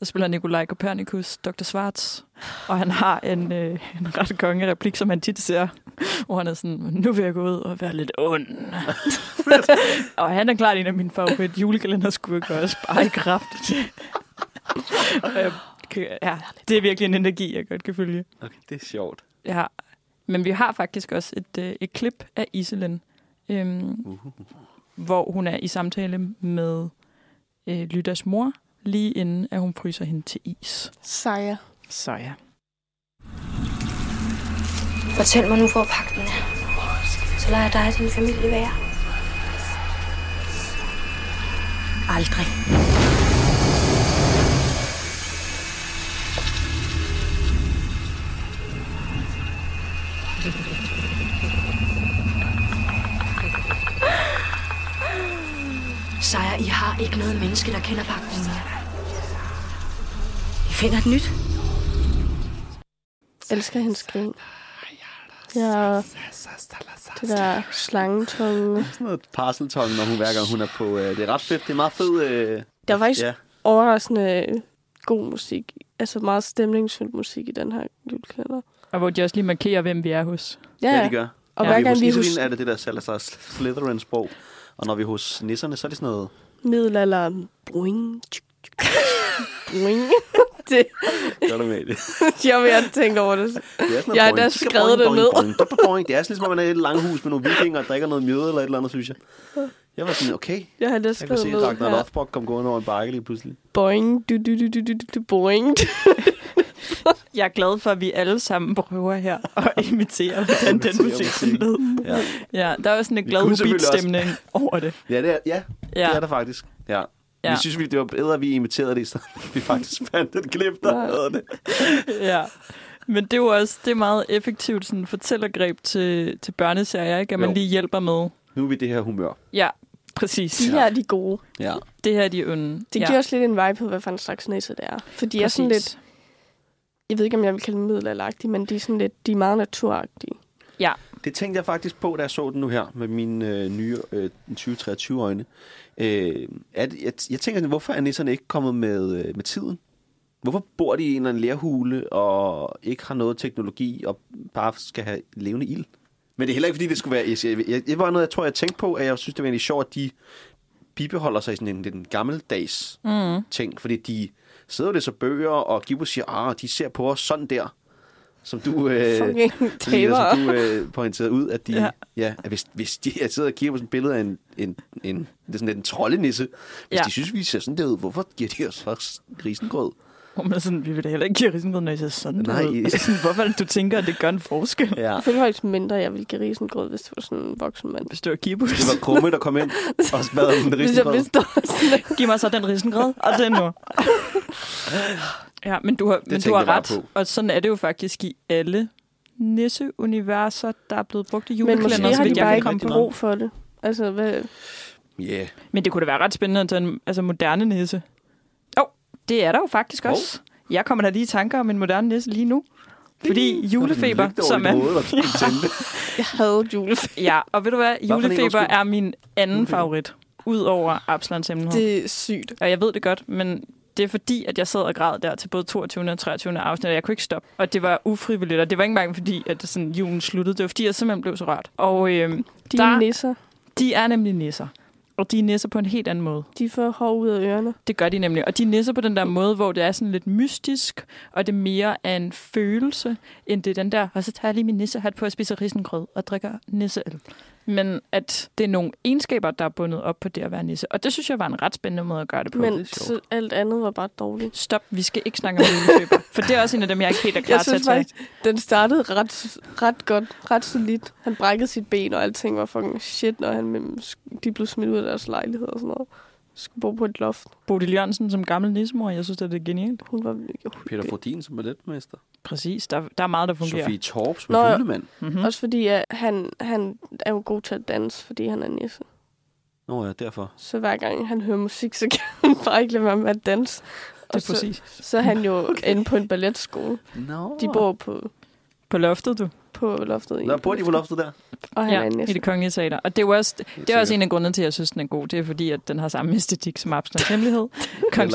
Der spiller Nikolaj Kopernikus, Dr. Schwarz, og han har en, øh, en ret konge replik, som han tit ser, hvor han er sådan, nu vil jeg gå ud og være lidt ond. og han er klart en af mine favorit julekalenderskurker også, bare i kraft. Og jeg kan- ja, det er virkelig en energi, jeg godt kan følge.
Okay, det er sjovt.
Ja. Men vi har faktisk også et, øh, et klip af Iselin, øhm,
Uh.
hvor hun er i samtale med øh, Lyttas mor, lige inden at hun fryser hende til is.
Sejr.
Så ja.
Fortæl mig nu, hvor pakken er. Så lader jeg dig og din familie være. Aldrig. Sejr, I har ikke noget menneske, der kender pakken mere. I finder et nyt.
Elsker hendes grin. Ja, det der slangetunge.
Sådan noget parseltong, når hun hver gang hun er på... Øh, det er ret fedt. Det er meget fed... Øh,
Der var faktisk
ja.
overraskende god musik. Altså meget stemningsfyldt musik i den her julekalender.
Og hvor de også lige markerer, hvem vi er hos.
Ja,
ja,
ja.
de gør.
Og
Når
hver
vi er
gang
hos
vi er
Iselin,
hos
er det det der Salazar Slytherin-sprog. Og når vi er hos nisserne, så er det sådan noget...
middelalder... Boing. tjuk, tjuk, Boing. det,
Gør du med det?
jeg vil ikke tænke over det.
Det er sådan noget
Jeg har
boing.
endda
Skal
skrevet
boing,
det
boing,
ned.
boing, dup, dup, boing. Det er sådan, ligesom, at man er i et langhus med nogle vikinger og drikker noget mjøde eller et eller andet, synes jeg. Jeg var sådan, okay.
Jeg har
Jeg
da
kunne
skrevet
se,
ned
at Ragnar
her.
Lothbrok kom gående over en bakke lige pludselig.
Boing, du, du, du, du, du, du, du, boing.
Jeg er glad for, at vi alle sammen prøver her og imiterer, hvordan den musik sådan lød.
Ja,
Ja, der er også sådan en
Vi
glad
kunne selvfølgelig også-
beatstemning over det.
ja, det, er, ja, ja.
Ja.
det er der faktisk. Ja. Ja.
Ja.
Vi synes, vi- det var bedre, at vi imiterede det, i stedet for, at vi faktisk fandt et klip, der havde det.
ja. Men det er jo også det er meget effektivt sådan fortællergreb til, til børneserier, ikke? at man
Jo.
lige hjælper med.
Nu er vi i det her humør.
Ja, præcis.
De her er de gode.
Ja.
Det her, de er onde.
Det
ja,
giver også lidt en vibe på, hvad for en slags næse det er. For de er sådan lidt,
præcis.
jeg ved ikke, om jeg vil kalde dem middelalderagtige, men de er sådan lidt, de er meget naturagtige.
Ja,
Det tænkte jeg faktisk på, da jeg så den nu her, med mine øh, nye øh, 2023-øjne. Øh, at, jeg, jeg tænker, sådan, hvorfor er nisserne ikke kommet med, øh, med tiden? Hvorfor bor de i en eller anden lærhule og ikke har noget teknologi og bare skal have levende ild? Men det er heller ikke, fordi det skulle være... Jeg, jeg, jeg, det var noget, jeg tror, jeg tænkte på, at jeg synes, det var egentlig sjovt, at de bibeholder sig i sådan en, en gammeldags mm. ting, fordi de sidder og læser bøger, og Gibbo siger, ah, de ser på os sådan der, som du... Øh,
Fucking
Selina,
tabere.
som du øh, pointerede ud, at de, ja.
Ja.
Ja, at hvis, hvis de jeg sidder og kigger på sådan et billede af en, en, en, det er sådan lidt en troldenisse, hvis ja.
Ja.
de synes, vi ser sådan der ud, hvorfor giver de os så grisengrød?
hvor man er sådan, vi vil da heller ikke give risengrød, når I ser sådan
Nej.
ud. Altså sådan, hvorfor er det, du tænker, at det gør en forskel? Ja.
Jeg føler faktisk mindre, jeg ville give risengrød, hvis det var sådan en voksen mand.
Hvis det var kibus.
Det var Krumme, der kom ind og smadrede en
Hvis jeg
risengrød.
vidste, der var sådan
Giv mig så den risengrød, og den nu. ja, men du har, men
tænkte
du har
jeg bare
ret.
på.
Og sådan er det jo faktisk i alle nisseuniverser, der er blevet brugt i
Men
julekalenderen.
måske
så
har de
vidt jeg kan
bare
komme
ikke
på.
brug for det. Altså, hvad,
Ja,
Men det kunne da være ret spændende at tage en altså, moderne nisse. Åh, oh, det er der jo faktisk
Hov.
også. Jeg kommer da lige i tanker om en moderne nisse lige nu. Fordi julefeber, som er...
jeg havde julefeber.
Ja, og ved du hvad?
for en,
Julefeber
undskyld?
er min anden favorit, ud over Absalons Hemmelighed.
Det er sygt.
Og jeg ved det godt, men det er fordi, at jeg sad og græd der til både 22. og 23. afsnit, og jeg kunne ikke stoppe. Og det var ufrivilligt, og det var ikke engang fordi, at det sådan, julen sluttede. Det var fordi, jeg simpelthen blev så rørt. Og øhm,
De
Der-
der. nisser,
de er nemlig nisser. Og de er nisser på en helt anden måde.
de får hår ud af ørerne.
Det gør de nemlig. Og de er nisser på den der måde, hvor det er sådan lidt mystisk, og det er mere af en følelse, end det er den der, og så tager jeg lige min nissehat på og spiser risengrød og drikker nisseøl. Men at det er nogle egenskaber, der er bundet op på det at være nisse. Og det synes jeg var en ret spændende måde at gøre det på.
Men så alt andet var bare dårligt.
Stop, vi skal ikke snakke om julefeber. For det er også en af dem, jeg ikke helt er klar
Jeg
til at
synes
tage.
faktisk, den startede ret, ret godt, ret solidt. Han brækkede sit ben, og alting var fucking shit, når han, de blev smidt ud af deres lejlighed og sådan noget. Skulle bo på et loft.
Bodil Jørgensen som gammel nissemor, jeg synes, det er genialt.
Hun var virkelig
Peter Frodin som balletmester.
Præcis, der, der er meget, der fungerer.
Sofie Torp som
Nå,
er
ja.
julemand.
Mm-hmm.
Mm. Også fordi at han, han er jo god til at danse, fordi han er nisse.
Nå ja, derfor.
Så hver gang han hører musik, så kan han bare ikke lade være med at danse.
Det er
så,
præcis.
så er han jo okay. inde på en balletskole.
Nå.
De bor på,
På loftet, du.
på loftet. i
Nå,
en
bor de på
balletskole,
loftet der?
Og han ja, er en
i
nisse.
det kongelige teater. Og det er, jo også, det er
sikkert.
også en af grundene til, at jeg synes, den er god. Det er fordi, at den har samme æstetik som Absalons Hemmelighed. Kongens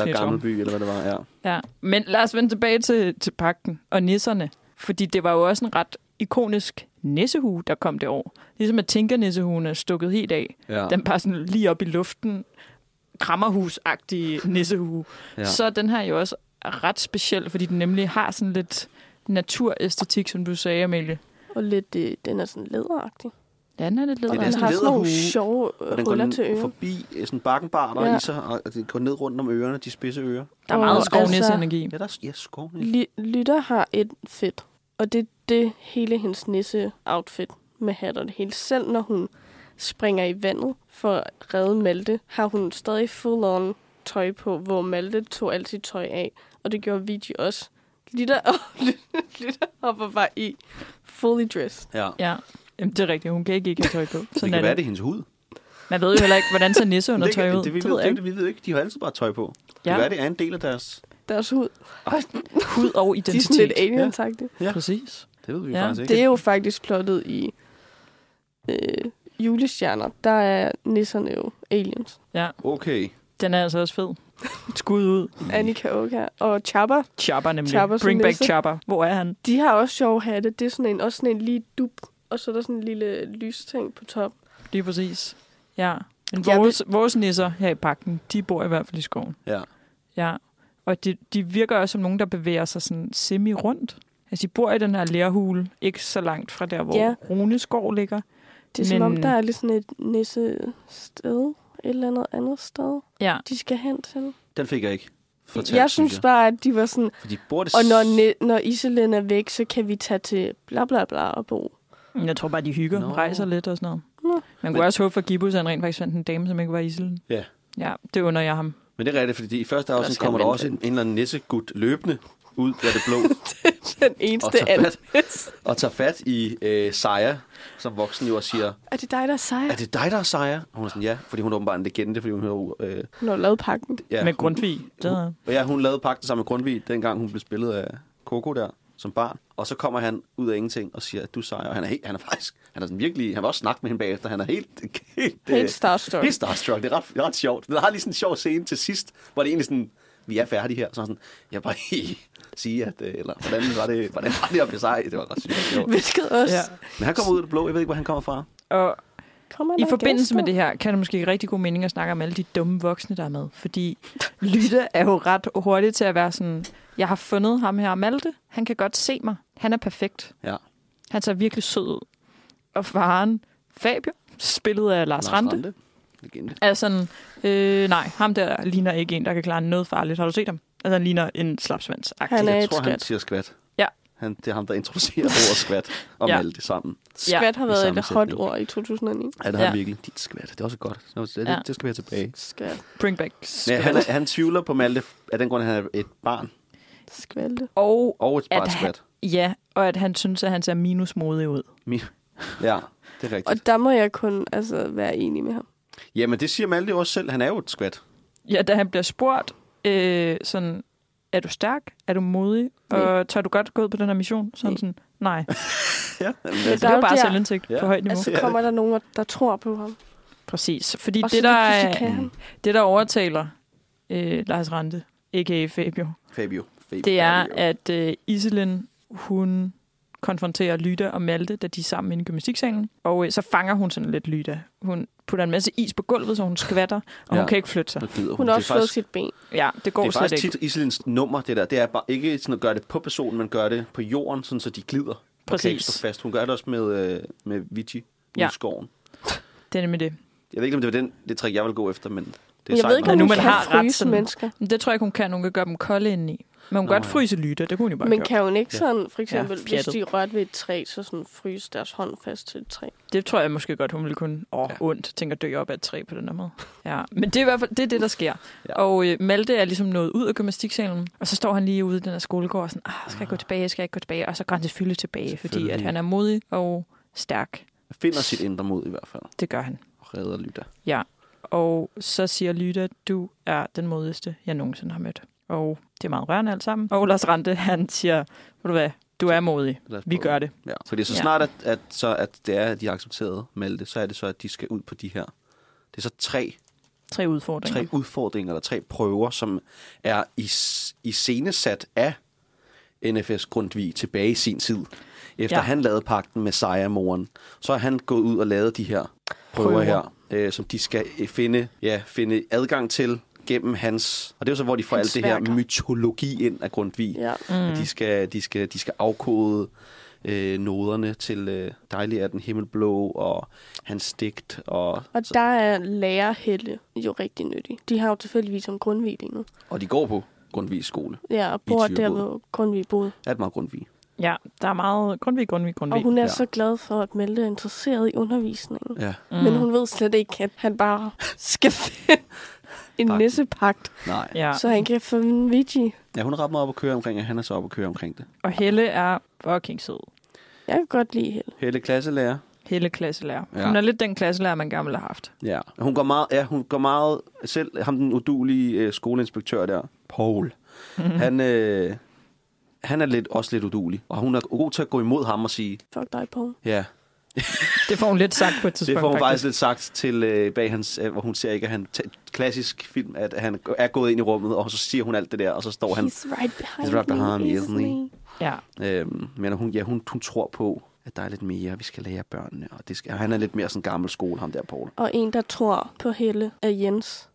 Eller
Nytorv.
Gammelby, eller hvad det var, ja.
Ja. Men lad os vende tilbage til, til pakken og nisserne. Fordi det var jo også en ret ikonisk nissehue, der kom det år. Ligesom at Tinker-nissehuen er stukket helt af.
Ja.
Den er bare sådan lige op i luften, krammerhusagtige nissehue.
Ja.
Ja. Så er den her jo også ret speciel, fordi den nemlig har sådan lidt naturæstetik, som du sagde, Amelie.
Og lidt, øh, den er sådan læderagtig.
Ja, den er lidt
Den
Og
er
den
lederagtig.
sådan
har sådan nogle
læderhue,
sjove
Og
øh,
den
huller
går
til
til
ører.
forbi øh, sådan bakkenbar, der
Ja.
ja. i sig, og og den går ned rundt om ørerne, de spidse ører.
Der er meget
Og
skovnisse-energi.
Ja, der er ja, skov.
Ly- Lytter har et fedt, og det er det hele hendes nisse-outfit med hat og det hele. Selv når hun springer i vandet for at redde Malte, har hun stadig full-on tøj på, hvor Malte tog alt sit tøj af, og det gjorde Vigi også. Lytter, Lytter hopper bare i fully dressed.
Ja.
Ja, Jamen, det er rigtigt. Hun kan ikke ikke have tøj på.
Det
Sådan
kan
er
være,
det.
det er hendes hud.
Man ved jo heller ikke, hvordan ser nisse under
det, kan-
tøj ud.
Det, vi
Det
ved,
ved jeg
det,
ikke.
det, vi ved ikke. De har altid bare tøj på. Ja. Det
Ja.
kan være, det er en del af deres...
Deres hud,
Hud og
de er sådan lidt
identitet.
aliens
Ja.
Præcis.
Det ved vi
Ja,
faktisk ikke.
Det er jo faktisk plottet i øh, julestjerner. Der er nisserne jo aliens.
Okay.
Den er altså også fed. Skud ud.
Annika Oka og Chapper,
Chopper nemlig. Chopper
Chopper som
Bring back
nisse.
Chopper. Hvor er han?
de har også sjove hatte. Det er sådan en, også sådan en lige dub, og så er der sådan en lille lysting på top.
Lige præcis. Ja. Men
Jeg
vores, vores nisser her i pakken, de bor i hvert fald i skoven.
Ja.
Ja. Og de, de virker også som nogen, der bevæger sig sådan semi-rundt. Altså, de bor i den her lærhule, ikke så langt fra der, hvor
Ja.
ja. Runeskov ligger.
Det er Men... som om,
Men-
der er lidt sådan et nisse sted, et eller andet andet sted,
Ja.
de skal hen til.
Den fik jeg ikke. Fortalt,
jeg synes bare, at de var sådan,
For de burde...
og når, ne- når Iselin er væk, så kan vi tage til bla bla bla og bo.
Men Jeg tror bare, de hygger,
Nå.
no. rejser lidt og sådan noget.
Nå.
Man kunne
Men-
også håbe for Gibbus, at han rent faktisk fandt en dame, som ikke var Iselen.
Ja.
Ja, det under jeg ham.
Men det er rigtigt, fordi i første
Ellers
afsnit
kan
kommer der
man
også en,
vente.
en eller anden nissegud løbende ud af det blå.
den eneste
tager
anden.
fat. og tager fat i øh, Seja, som voksen jo og siger,
Er det dig, der er sej?
er det dig, der er Seja? Og hun er sådan, ja, fordi hun er åbenbart en legende, fordi hun hører... Øh,
Hun har lavet pakken.
ja,
Med
hun-
Grundtvig. Der.
Og ja, hun lavede pakten sammen med Grundtvig, dengang hun blev spillet af Coco der som barn. Og så kommer han ud af ingenting og siger, at du sejrer. Og han er, helt, han er faktisk, han er sådan virkelig, han var også snakket med hende bagefter. Han er helt, helt,
Helt
øh,
starstruck.
Helt starstruck. Det er ret, ret sjovt. Der har lige sådan en sjov scene til sidst, hvor det egentlig sådan, vi er færdige her. Så er han sådan, jeg vil bare lige sige, at, øh, eller hvordan var det, hvordan var det at blive sej? Det var ret sygt. sjovt.
Hvilket også
Ja.
ja.
Men han kommer ud af det blå. Jeg ved ikke, hvor han kommer fra.
Og
kommer
I
der
forbindelse
gæster?
med det her, kan det måske give rigtig god mening at snakke om alle de dumme voksne, der er med. Fordi Lytte er jo ret hurtig til at være sådan, jeg har fundet ham her, Malte. Han kan godt se mig. Han er perfekt.
Ja.
Han ser virkelig sød ud. Og faren, Fabio, spillet af Lars, Lars Rante,
Rante. Legende.
er sådan, øh, nej, ham der ligner ikke en, der kan klare noget farligt. Har du set ham? Altså, han ligner en slapsvans.
Han er
Jeg
et
tror, han
skvat.
siger skvat.
Ja.
Han, det er ham, der introducerer ordet skvat og
Ja.
ja. det sammen.
Ja.
Skvat har været et hot
sammensætning.
ord i 2009.
Ja, det har
Ja.
ja. virkelig. Dit skvat, det er også godt. Nå, Det,
Ja.
ja. det skal vi have tilbage.
Skvat.
Bring back.
Men han, er- han tvivler på Malte af den grund, at han er et barn
Skvalte.
Og,
og et
At
barn
han-
skvat.
ja, og at han synes, at han ser minusmodig ud.
Mi- Ja, det er rigtigt.
Og der må jeg kun altså, være enig med ham.
Jamen, det siger Malte jo også selv. Han er jo et skvat.
Ja, da han bliver spurgt, øh, sådan, er du stærk? Er du modig? Og tør du godt gå ud på den her mission? Så er han sådan, nej.
Ja, jamen,
Men
Det
der
er jo
der,
bare selvindsigt
Ja.
på højt niveau.
altså, kommer der nogen, der tror på ham.
Præcis. Fordi
Og så
det
lige
der,
pludselig kan
er,
han.
det, der overtaler øh, Lars Rante, a.k.a. Fabio,
Fabio. Fabio.
det er, at øh, Iselin, hun konfronterer Lyda og Malte, da de er sammen inde i gymnastiksalen. Og øh, så fanger hun sådan lidt Lyda. Hun putter en masse is på gulvet, så hun skvatter, og ja. hun
Ja.
kan ikke flytte sig.
Nu gider
Hun
Det
har
er
også slået
faktisk-
sit ben.
Ja, det går
Det er
slet
faktisk
ikke.
tit Iselins nummer, det der. Det er bare ikke sådan at gøre det på personen, men gøre det på jorden, sådan så de glider. Og kan
Præcis.
ikke stå fast. Hun gør det også med, øh, med Vici ude
Ja.
i skoven.
Det er nemlig det.
Jeg ved ikke, om det var den, det trick, jeg vil gå efter, men det er
Men jeg
sejt
ved ikke,
nok.
om
nu
hun
man
kan
har ret
fryse
sådan-
mennesker.
Men det tror jeg ikke, hun kan. Hun kan gøre dem kolde indeni. Men hun kan godt fryse lytte. Det kunne hun jo bare
Men
gøre.
kan hun ikke sådan, for eksempel, ja, hvis
pjattet.
de rørte ved et træ, så sådan fryse deres hånd fast til et træ?
Det tror jeg måske godt, hun ville kunne. Åh, ja. ondt. Tænker dø op af et træ på den her måde. Ja. Men det er i hvert fald det, er det der sker. Ja. Og øh, Malte er ligesom nået ud af gymnastiksalen, og så står han lige ude i den her skolegård og sådan, ah, skal jeg gå tilbage, skal jeg ikke gå tilbage? Og så går han selvfølgelig tilbage, fordi at
Selvfølgelig.
han er modig og stærk.
Finder sit indre mod i hvert fald.
Det gør han.
Og redder lytter.
Ja. Og så siger Lyda, du er den modigste, jeg nogensinde har mødt. Og det er meget rørende alt sammen. Og Lars Rante, han siger, ved du hvad, du er modig.
Lad os
Vi
prøve.
gør det.
Ja. Fordi så
Ja.
snart, at, at, så, at det er, at de har accepteret Malte, så er det så, at de skal ud på de her. Det er så tre,
Tre udfordringer.
tre udfordringer, eller tre prøver, som er i, i scenesat af NFS Grundtvig tilbage i sin tid. Efter
Ja.
ja. han lavede pakten med Seja moren, så er han gået ud og lavet de her prøver,
Prøver.
prøver. her, øh, som de skal øh, finde, ja, finde adgang til gennem hans... Og det er jo så, hvor de får
Hans
alt det her
værker.
mytologi ind af Grundtvig.
Ja.
Mm. De, skal, de, skal, de skal afkode øh, noderne til øh, Dejlig er den himmelblå og hans digt. Og,
Og der er lærerhælde jo rigtig nyttig. De har jo tilfældigvis om Grundtvig lige nu.
og de går på Grundtvigs skole.
Ja, og bor der,
Thyregod.
hvor Grundtvig boede.
Er det meget Grundtvig?
Ja, der er meget Grundtvig, Grundtvig,
Og
Grundtvig.
hun er
Ja.
så glad for, at Malte er interesseret i undervisningen.
Ja.
Mm. Men hun ved slet ikke, at han bare skal finde en
Pagten.
nissepagt,
Nej. Ja.
Ja.
så han kan få en Vigi.
ja, hun er ret meget op at køre omkring, og han er så op at køre omkring det.
Og Helle er fucking sød.
Jeg kan godt lide Helle.
Helle klasselærer.
Helle klasselærer. Ja.
Ja.
Hun er lidt den klasselærer, man gerne ville have haft.
Ja. Hun går meget, ja, hun går meget selv, ham den udulige øh, skoleinspektør der, Paul. Mm-hmm. Han, øh, han er lidt, også lidt udulig, og hun er god til at gå imod ham og sige,
Fuck dig, Paul.
ja,
Det får hun lidt sagt på et tidspunkt.
Det får hun faktisk
faktisk.
lidt sagt til øh, bag hans, øh, hvor hun ser ikke, at han t- klassisk film, at han er gået ind i rummet, og så siger hun alt det der, og så står han.
He's right behind
He's right behind
me,
me,
isn't
isn't he?
he?
Ja.
Øhm, men hun, ja, hun, hun tror på, at der er lidt mere, vi skal lære børnene, og det skal, og han er lidt mere sådan gammel skole, ham der, Paul.
Og en, der tror på Helle, er Jens.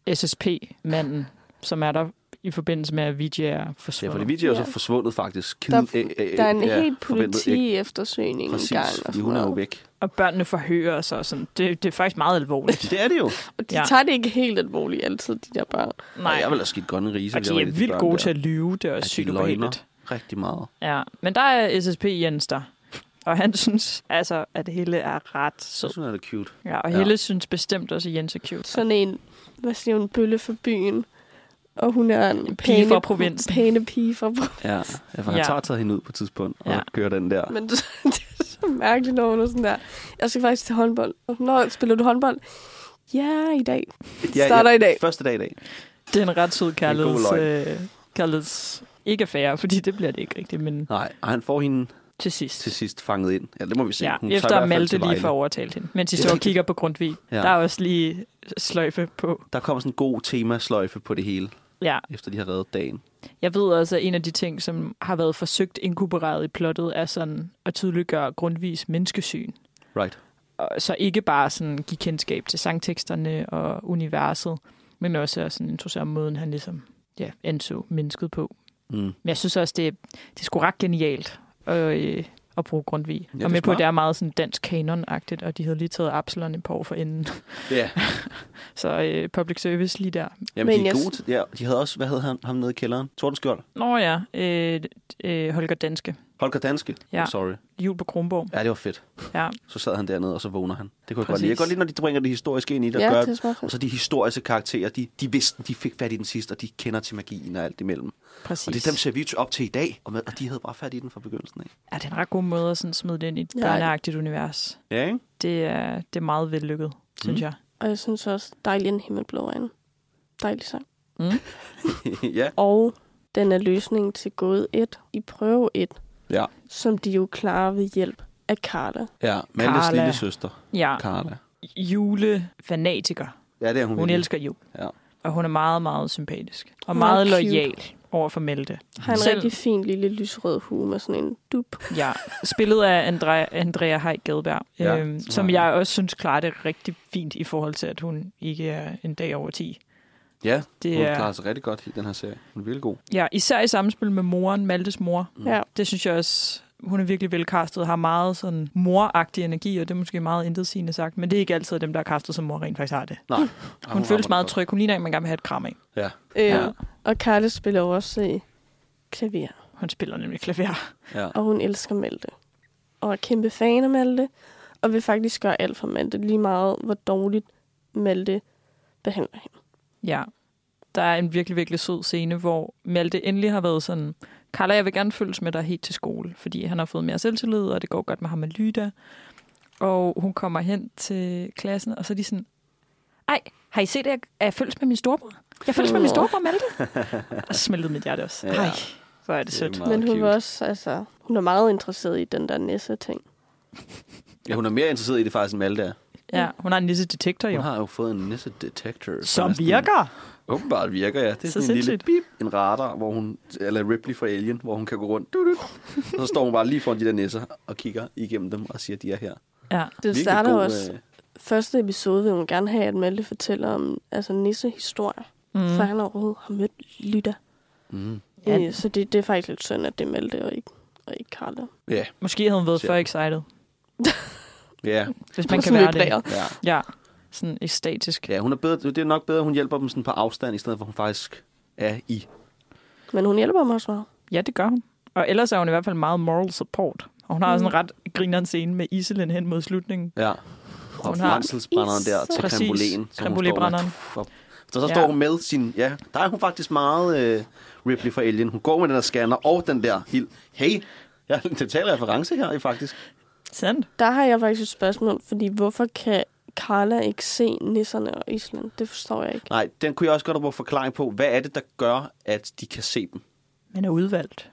SSP-manden, som er der i forbindelse med, at Vijay er
Ja, for
forsvundet.
det
Ja,
video er så forsvundet faktisk. Kid,
Der,
øh, øh,
der er en
ja,
helt
forventet ikke.
politi-eftersøgning
Præcis,
engang. Og,
fordi
sådan
hun er jo
noget.
væk.
og børnene forhører sig og sådan. Det, det er faktisk meget alvorligt.
Det er det jo.
og de
Ja.
ja. tager det ikke helt alvorligt altid, de der børn.
Nej.
Nej,
Jeg vil også skidt godt en rise.
og
hvis jeg var
de Altså, er
en af
vildt
børn
gode
der.
til at lyve. Det er
At
også
de
sygt
løgner
ubehageligt.
Rigtig meget.
Ja. Men der er SSP Jens der. Og han synes altså, at Helle er ret sød.
Jeg synes, han er lidt cute.
Ja, og
Ja.
Helle synes bestemt også, at Jens er cute.
Sådan en, hvad siger hun, bølle for byen. og hun er en
Pige fra provinsen.
Pæne pige fra provinsen.
Ja, ja for han
Ja.
tager taget hende ud på et tidspunkt og
Ja.
kører den der.
Men det, det er så mærkeligt, når hun er sådan der. Jeg skal faktisk til håndbold. Når spiller du håndbold? Ja, i dag. starter i dag.
Første dag i dag.
Det er en ret sød
god
kærligheds...
løgn.
Øh, kærligheds ikke affære, fordi det bliver det ikke rigtigt, men
Nej, og han får hende
til sidst.
til sidst fanget ind. Ja, det må vi se.
Ja,
Hun tager i hvert
efter
fald
Malte
til
lige
Vejle.
får overtalt hende. Mens de står og kigger på Grundtvig.
Ja.
Ja. Der er også lige sløjfe på.
Der kommer sådan en god temasløjfe på det hele,
Ja.
efter de har reddet dagen.
Jeg ved også, at en af de ting, som har været forsøgt inkorporeret i plottet, er sådan at tydeliggøre Grundtvigs menneskesyn.
Right.
Og Så ikke bare sådan give kendskab til sangteksterne og universet, men også at sådan interessere måden, han ligesom ja, anså mennesket på.
Mm.
Men jeg synes også, det, det er sgu ret genialt at, øh, at bruge Grundtvig.
det er
og med på,
smart.
at det er meget sådan dansk kanonagtigt, og de havde lige taget Absalon et par år for enden.
Ja,
Så øh, public service lige der.
Jamen,
Men
de er
jeg-
gode til, ja, de havde også, hvad havde han, ham nede i kælderen? Tordenskjold.
Nå ja, øh, øh, Holger Danske.
Holger Danske.
Ja.
Oh, sorry.
Jul på Kronborg.
Ja, det var fedt.
Ja.
Så sad han dernede, og så vågner han. Det kunne jeg godt
Præcis.
lide. Jeg kan godt lide, når de bringer det historiske ind i det, og,
Ja,
gør,
det er smart fedt.
og så de historiske karakterer, de, de vidste, de fik fat i den sidste, og de kender til magien og alt imellem.
Præcis.
Og det er dem ser vi op til i dag, og, med, og de havde bare fat i den fra begyndelsen af.
Ja, det er en ret god måde at sådan smide det ind i et
Ja.
børneagtigt univers.
Ja, ikke?
Det er, det er meget vellykket,
Mm.
synes jeg.
Og jeg synes også, dejlig en himmelblå øjne. Dejlig sang.
Mm.
ja.
Og den er løsningen til gåde 1 i prøve 1,
Ja.
som de jo klarer ved hjælp af Carla.
Ja, Maltes
Carla.
lille søster,
Ja,
Carla.
julefanatiker.
Ja, det er hun.
Hun
virkelig.
elsker jul.
Ja.
Og hun er meget, meget sympatisk. Og
Meget
meget
cute.
lojal over for Melte.
Har en
Selv-
rigtig fin lille lysrød hue med sådan en dup.
Ja, spillet af Andrea, Andrea Hej Gadberg,
Ja,
ja, øhm,
som
som
har-
jeg også synes klarer det rigtig fint i forhold til, at hun ikke er en dag over 10.
Ja,
Det
hun
er-
klarer sig rigtig godt i den her serie. Hun er virkelig god.
Ja, især i samspil med moren, Maltes mor.
Mm.
Ja.
Det synes jeg også, hun er virkelig velkastet, har meget sådan moragtig energi, og det er måske meget intetsigende sagt, men det er ikke altid at dem, der er kastet som mor, rent faktisk har det.
Nej. Ej,
Hun, hun
rammer
føles
det
meget
godt.
tryg. Hun ligner en, man gerne vil have et kram af.
Ja.
Øh,
Ja.
ja. Og Carla spiller jo også øh, klaver.
Hun spiller nemlig klaver.
ja.
og hun elsker Malte. Og er kæmpe fan af Malte, og vil faktisk gøre alt for Malte, lige meget hvor dårligt Malte behandler hende.
Ja. Der er en virkelig, virkelig sød scene, hvor Malte endelig har været sådan, Carla, jeg vil gerne følges med dig helt til skole, fordi han har fået mere selvtillid, og det går godt med ham og Lyda. Og hun kommer hen til klassen, og så er de sådan, ej, har I set, at jeg er følges med min storebror? Jeg følges med min
Åh.
storebror, Malte. og så smeltede mit hjerte også.
Ja.
Ja. Ej, hvor er det
Det er
sødt.
meget
Men hun
cute.
var også, altså, hun er meget interesseret i den der næse-ting.
Ja, hun er mere interesseret i det faktisk, end Malte er.
Ja, hun har en lille detektor jo.
Hun har jo fået en nisse detector.
Som virker.
Åbenbart virker, ja. Det er så
Så
sådan en lille
sindssygt.
bip, en radar, hvor hun, eller Ripley fra Alien, hvor hun kan gå rundt. Du, du. Og så står hun bare lige foran de der nisser og kigger igennem dem og siger, at de er her.
Ja.
Det
Virkelig
starter
god,
også,
øh,
første episode vil hun gerne have, at Malte fortæller om altså, nissehistorier, mm. for han overhovedet har mødt Lytta. Mm.
Ja.
Øh, så det, det er faktisk lidt synd, at det er Malte og ikke, og ikke Carla.
Ja,
Måske havde hun været for excited,
ja,
hvis man kan
Sådan
være
lidt
det.
blæret.
ja.
Ja, sådan æstetisk.
Ja, hun er bedre, det er nok bedre, at hun hjælper dem sådan på afstand, i stedet for at hun faktisk er i.
Men hun hjælper mig også meget.
Ja, det gør hun. Og ellers er hun i hvert fald meget moral support. Og hun har også en ret grineren scene med Iselin hen mod slutningen.
Ja. Og
Hun har-
brændselsbrænderen der til
Præcis.
krembolen. som hun
Krembolébbrænderen.
står med. Så, så
Ja.
står hun med sin... Ja, der er hun faktisk meget øh, Ripley fra Alien. Hun går med den der scanner og den der hild. Hey, jeg har en total reference her, faktisk.
Sandt.
Der har jeg faktisk et spørgsmål, fordi hvorfor kan Carla ikke se nisserne og Island? Det forstår jeg ikke.
Nej, den kunne jeg også godt have brugt forklaring på. Hvad er det, der gør, at de kan se dem?
Men er udvalgt.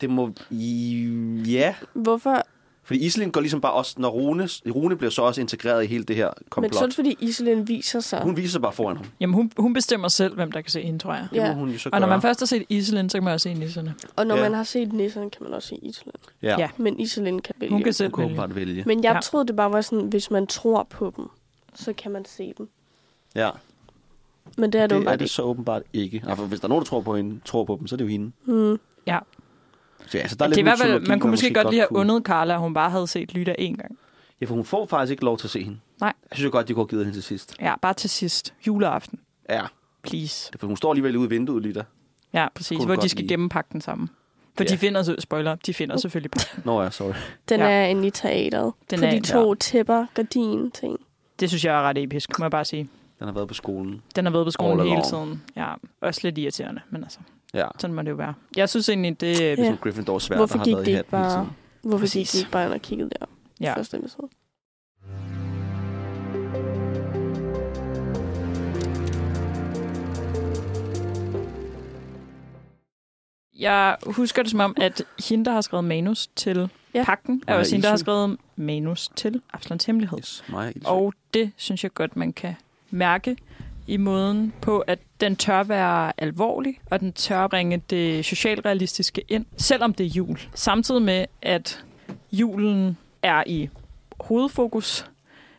Det må... I- Ja.
Hvorfor?
Fordi Iselin går ligesom bare også... Når Rune... Rune bliver så også integreret i hele det her
Men så er
komplot.
det, fordi Iselin viser sig.
Hun viser sig bare foran ham.
Jamen, hun, hun bestemmer selv, hvem der kan se hende, tror jeg.
Det
Ja.
må hun jo så
Og når
gøre.
man først har set Iselin, så kan man også se nisserne.
Og når
Ja.
man har set nisserne, kan man også se Iselin.
Ja.
Ja.
Men Iselin kan vælge.
Hun kan
Hun
selv
kunne
vælge.
altså åbenbart vælge.
Men jeg
Ja.
ja. troede, det bare var sådan, hvis man tror på dem, så kan man se dem.
Ja.
Men det er
Det
det,
er
åbenbart
det
ikke.
så åbenbart ikke. Altså, hvis der er nogen, der tror på, hende, tror på dem, så er det jo hende.
Ja.
Så, altså, der er
Det er i
lidt
hvert
mytologi,
fald, man kunne måske godt lige have
kunne-
undet Carla, at hun bare havde set Lyda én gang.
Ja, for hun får faktisk ikke lov til at se hende.
Nej.
Jeg synes jo godt, de kunne have givet hende til sidst.
Ja, bare til sidst. Juleaften.
Ja,
Please.
det er, for hun står alligevel ude i vinduet lige der.
Ja, præcis.
Kunne
Hvor
godt
de skal
lide.
gennempakke den sammen. For
Ja.
de finder, så- spoiler, de finder selvfølgelig pakken.
Nå ja, sorry.
Den
Ja.
ja. er inde i teateret.
Den
på
er-
de to ja. tæpper, gardin, ting.
Det synes jeg er ret episk, må jeg bare sige.
Den har været på skolen.
Den har været på skolen
All
hele
along.
tiden. Ja, også lidt irriterende, men altså,
Ja.
sådan må det jo være. Jeg synes egentlig, det... øh,
Det er
Ja.
som Gryffindor svært,
Hvorfor
der har
gik
været
det
i
ikke
hatten hele
bare-
tiden.
Hvorfor
Præcis.
gik de ikke bare ind og kiggede der?
Ja.
Ja. Første episode.
Jeg husker det som om, at hende, der har skrevet manus til ja.
Ja.
pakken, er
Maja
også hende, der har
Ilsøe.
skrevet manus til Absalons Hemmelighed.
Yes, Maja Ilsøe.
Og det synes jeg godt, man kan mærke i måden på, at den tør være alvorlig, og den tør bringe det socialrealistiske ind, selvom det er jul. Samtidig med, at julen er i hovedfokus,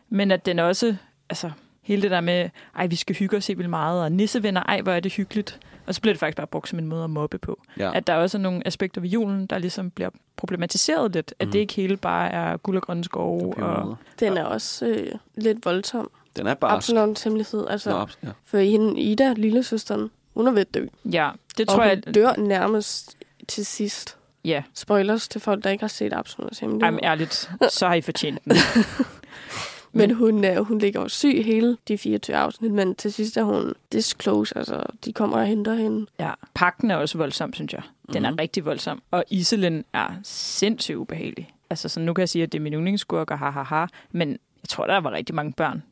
men at den også, altså hele det der med, ej, vi skal hygge os helt vildt meget, og nissevenner, ej, hvor er det hyggeligt. Og så bliver det faktisk bare brugt som en måde at mobbe på
ja.
at der også er nogle aspekter ved julen, der ligesom bliver problematiseret lidt. At det ikke hele bare er guld og grønne skove. Og,
og...
Den er også øh, lidt voldsom.
Den er bare...
Absalons hemmelighed. Altså,
Nå, abs- ja.
For hende, Ida, lillesøsteren, hun er ved at dø.
ja, det
Og
tror
hun
jeg...
dør nærmest til sidst.
Ja,
Spoilers til folk, der ikke har set Absalons hemmelighed.
ej, men ærligt, så har I fortjent den.
Men hun, øh, hun ligger jo syg hele de 24 afsnit, men til sidst er hun disclose, altså de kommer og henter hende.
Ja, pakken er også voldsom, synes jeg. Den er rigtig voldsom. Og Iselin er sindssygt ubehagelig. Altså, så nu kan jeg sige, at det er min yndlingsskurk og ha, ha, ha. Men jeg tror, der var rigtig mange børn,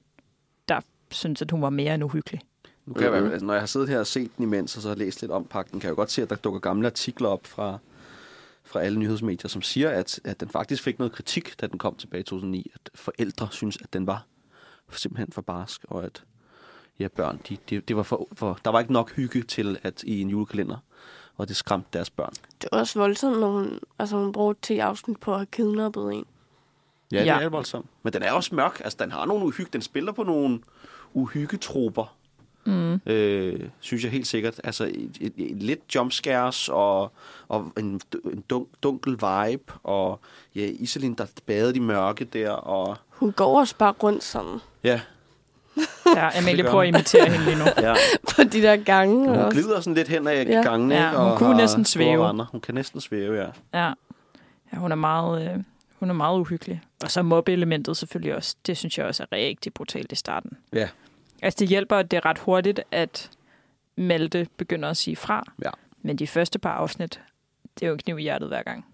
der synes, at hun var mere end uhyggelig.
Nu kan jeg, i hvert fald- altså, når jeg har siddet her og set den imens, og så har læst lidt om pakken, kan jeg jo godt se, at der dukker gamle artikler op fra, fra alle nyhedsmedier, som siger, at, at den faktisk fik noget kritik, da den kom tilbage i 2009, at forældre synes, at den var simpelthen for barsk, og at ja, børn, de, de, det var for, for, der var ikke nok hygge til at i en julekalender, og det skræmte deres børn.
Det er også voldsomt, når hun, altså, hun bruger 10 afsnit på at have kidnappet en.
Ja, det
Ja.
er voldsomt. Men den er også mørk. Altså, den har nogle uhygge. Den spiller på nogle uhyggetroper. Mm. Øh, synes jeg helt sikkert. Altså, et, et, et, lidt jumpscares og, og en, en dun, dunkel vibe. Og ja, Iselin, der badede i mørke der. Og
Hun går også bare rundt sådan
ja,
Ja, Amalie prøver at imitere hende lige nu.
ja.
på de der gange.
hun
også.
glider sådan lidt hen ad
Ja.
gangene.
Ja,
ikke?
hun
og
kunne
har
næsten
store
svæve.
render. Hun kan næsten svæve, ja.
Ja. ja hun, er meget, øh, hun er meget uhyggelig. Og så mobbeelementet selvfølgelig også. Det synes jeg også er rigtig brutalt i starten.
Ja.
Altså det hjælper, at det er ret hurtigt, at Malte begynder at sige fra.
Ja.
Men de første par afsnit, det er jo en kniv i hjertet hver gang.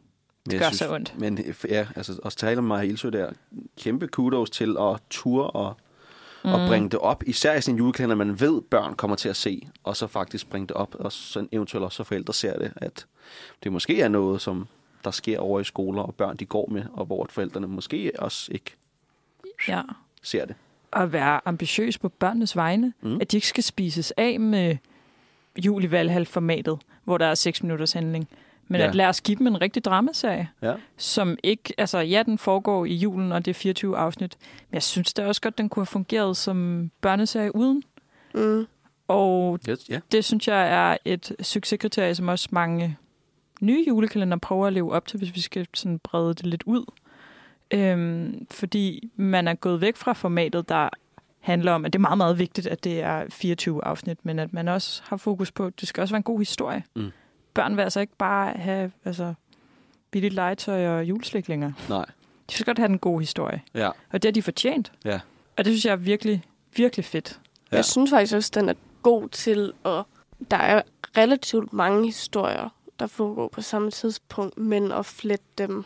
Men jeg
gør så ondt.
Men øh, ja, altså også tale om Maja Ilsø der. Kæmpe kudos til at ture og, mm. og bringe det op. Især i sin julekalender, man ved, børn kommer til at se. Og så faktisk bringe det op. Og så eventuelt også, så forældre ser det. At det måske er noget, som der sker over i skoler, og børn de går med. Og hvor forældrene måske også ikke
Ja.
ser det.
At være ambitiøs på børnenes vegne. Mm. At de ikke skal spises af med jul i Valhall-formatet, hvor der er 6 minutters handling. Men
Ja.
ja. at lade os give dem en rigtig dramaserie.
Ja.
som ikke, altså ja, den foregår i julen, og det er 24 afsnit, men jeg synes da også godt, den kunne have fungeret som børneserie uden.
Mm.
Og
Yes, ja.
det synes jeg er et succeskriterie, som også mange nye julekalender prøver at leve op til, hvis vi skal sådan brede det lidt ud. Øhm, fordi man er gået væk fra formatet, der handler om, at det er meget, meget vigtigt, at det er 24 afsnit, men at man også har fokus på, at det skal også være en god historie.
Mm.
Børn vil altså ikke bare have altså, billigt legetøj og juleslik længere.
Nej.
De skal godt have den gode historie.
Ja.
Og det har de fortjent.
Ja.
Og det synes jeg er virkelig, virkelig fedt.
Ja.
Ja. Jeg synes faktisk også, den er god til, og der er relativt mange historier, der foregår på samme tidspunkt, men at flette dem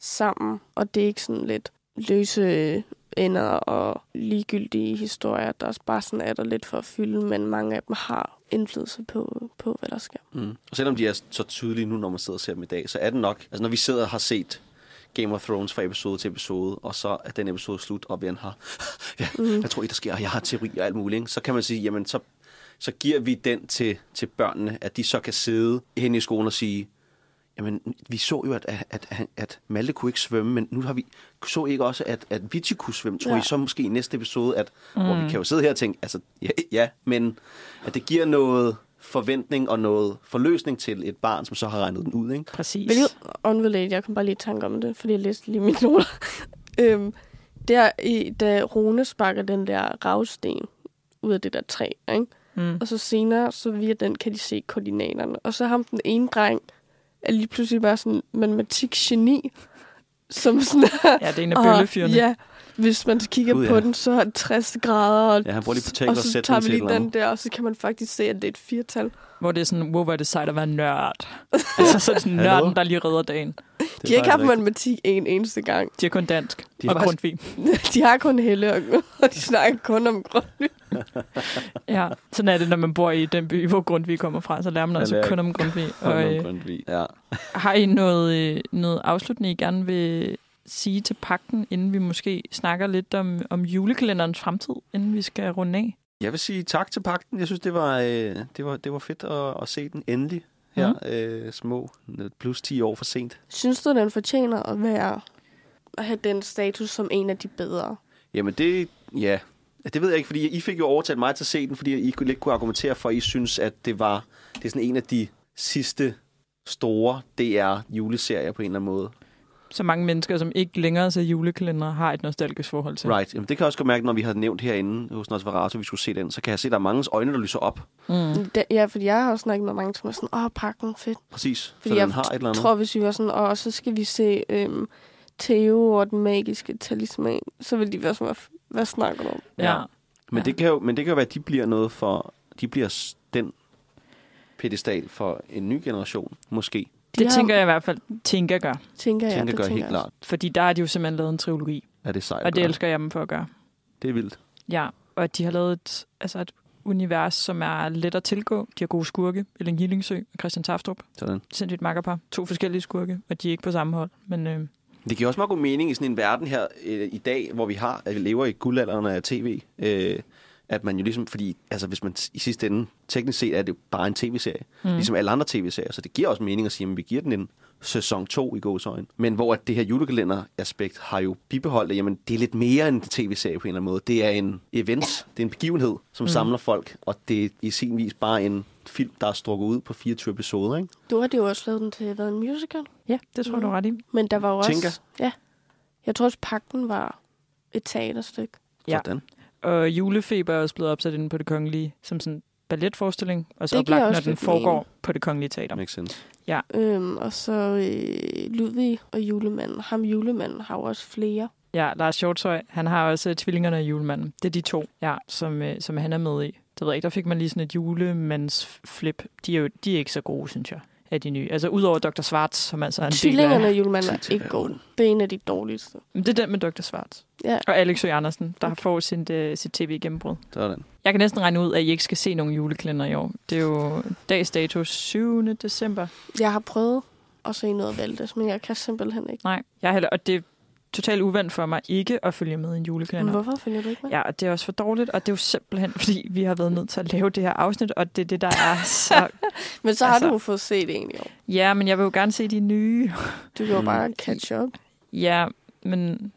sammen, og det er ikke sådan lidt løse ender og ligegyldige historier, der også bare sådan er der lidt for at fylde, men mange af dem har indflydelse på, på hvad der sker.
Mm. Og selvom de er så tydelige nu, når man sidder og ser dem i dag, så er det nok... Altså, når vi sidder og har set Game of Thrones fra episode til episode, og så er den episode slut, og vi har... Ja, mm. jeg tror ikke, der sker, og jeg har teori og alt muligt. Ikke? Så kan man sige, jamen, så, så giver vi den til, til børnene, at de så kan sidde hen i skolen og sige, jamen, vi så jo, at, at, at, at Malte kunne ikke svømme, men nu har vi... Så I ikke også, at, at Vitti kunne svømme? Tror ja. I
Ja.
så måske i næste episode, at, mm. hvor vi kan jo sidde her og tænke, altså, ja, ja, men at det giver noget forventning og noget forløsning til et barn, som så har regnet den ud, ikke?
Præcis.
Hvilket unrelated, jeg kom bare lige i tanke om det, fordi jeg læste lige mine noter. øhm, der, i, da Rune sparker den der ravsten ud af det der træ, ikke?
Mm.
Og så senere, så via den kan de se koordinaterne. Og så ham den ene dreng, er lige pludselig bare sådan matematik-geni, som sådan er...
Ja, det er en af
og-
bøllefyrene.
Ja, hvis man kigger
Gud,
Gud, på
ja.
ja. den, så er det 60 grader. Og,
Ja, han bruger lige på tænker
og
at
så
sætte
tager
den
vi
til et
lige
eller andet.
den der, og så kan man faktisk se, at det er et firtal.
Hvor det er sådan, wow, hvor er det sejt at være nørd. altså så er det sådan
Hallo?
nørden, der lige redder dagen.
Det er
De har ikke
faktisk
haft
rigtigt.
matematik en eneste gang.
De er kun dansk
De
de
er
er og
faktisk-
Grundtvig.
De har kun Helle, og, og de snakker kun om Grønland.
Ja, sådan er det, når man bor i den by, hvor Grundtvig kommer fra. Så lærer man
Ja,
altså
lærer-
kun om Grundtvig.
Kun
Og,
om
øh,
Grundtvig. Ja.
har I noget, øh, noget afslutning, I gerne vil sige til pakken, inden vi måske snakker lidt om, om julekalenderens fremtid, inden vi skal runde af?
Jeg vil sige tak til pakten. Jeg synes, det var, øh, det var, det var fedt at, at se den endelig her. Mm. Øh, små, plus 10 år for sent.
Synes du, den fortjener at være at have den status som en af de bedre?
Jamen det, ja, det ved jeg ikke, fordi I fik jo overtalt mig til at se den, fordi I kunne- lidt kunne argumentere for, at I synes, at det var det er sådan en af de sidste store DR-juleserier på en eller anden måde.
Så mange mennesker, som ikke længere ser julekalender, har et nostalgisk forhold til.
Right. Jamen, det kan jeg også godt mærke, når vi har nævnt herinde hos Nosferatu, at vi skulle se den, så kan jeg se, at der er mange øjne, der lyser op.
Mm.
Da, ja, fordi jeg har også snakket med mange, som er sådan, åh, pakken, fedt.
Præcis.
Fordi
så
jeg
den har et eller
Jeg
andet.
tror, hvis vi var sådan, og så skal vi se øhm, Theo og den magiske talisman, så ville de være sådan, "Hvad f- hvad snakker du om?
Ja.
Men, det kan jo, men det kan jo være, at de bliver noget for... De bliver s- den pedestal for en ny generation, måske.
De
Det
har-
tænker jeg i hvert fald, Tinka gør.
Tænker
Ja,
jeg,
tænker
det
gør
tænker
helt
jeg også.
klart.
Fordi der har de jo simpelthen lavet en trilogi,
Er det sejt?
og det
at gøre.
elsker jeg dem for at gøre.
Det er vildt.
Ja, og at de har lavet et, altså et univers, som er let at tilgå. De har gode skurke, Elling Hillingsø og Christian Taftrup.
Sådan.
Sindssygt makkerpar. To forskellige skurke, og de er ikke på samme hold. Men øh,
Det giver også meget god mening i sådan en verden her øh, i dag, hvor vi har, at vi lever i guldalderen af tv. Øh, at man jo ligesom, fordi altså, hvis man s- i sidste ende, teknisk set er det jo bare en tv-serie, mm. ligesom alle andre tv-serier, så det giver også mening at sige, at vi giver den en sæson 2 i gåsøjne. Men hvor at det her julekalender-aspekt har jo bibeholdt, at jamen, det er lidt mere end en tv-serie på en eller anden måde. Det er en event, det er en begivenhed, som mm. samler folk, og det er i sin vis bare en film, der er strukket ud på 24 episoder. Ikke?
Nu har de jo også lavet den til været en musical.
ja, det tror jeg, du er ret i.
Men der var jo også...
Tænker.
Ja. Jeg tror også, pakken var et teaterstykke.
Ja.
Sådan.
Og julefeber er også blevet opsat inde på det kongelige, som sådan en balletforestilling, og så
Det giver
oplagt, når
også
den
lidt
foregår
mening.
på det kongelige teater.
Makes sense.
Øhm, og så øh, Ludvig og julemanden. Ham julemanden har jo også flere.
Ja, Lars Hjortøj, han har også øh, tvillingerne og julemanden. Det er de to, ja, som, øh, som han er med i. Det ved jeg ikke, der fik man lige sådan et julemandsflip. De er jo de er ikke så gode, synes jeg, af de nye. Altså udover Dr. Svarts, som altså er en del
Tvillingerne
af...
og julemanden er ikke gode. Det er en af de dårligste.
Men Det er den med Dr. Svarts.
Ja.
Og Alex Ø. Andersen, der okay. får sin, øh, sit tv-gennembrud.
Sådan.
Jeg kan næsten regne ud, at I ikke skal se nogen juleklænder i år. Det er jo dags dato 7. december.
Jeg har prøvet at se noget af Valdes, men jeg kan simpelthen ikke.
Nej, jeg er heller, og det er totalt uvandt for mig ikke at følge med i en
Men
julekalender.
hvorfor følger du ikke med?
Ja, og det er også for dårligt, og det er jo simpelthen, fordi vi har været nødt til at lave det her afsnit, og det er det, der er så...
Men så har
Altså-
altså... du jo fået set en i år.
Ja, men jeg vil jo gerne se de nye.
Du kan jo
Mm.
bare catch up.
Ja, men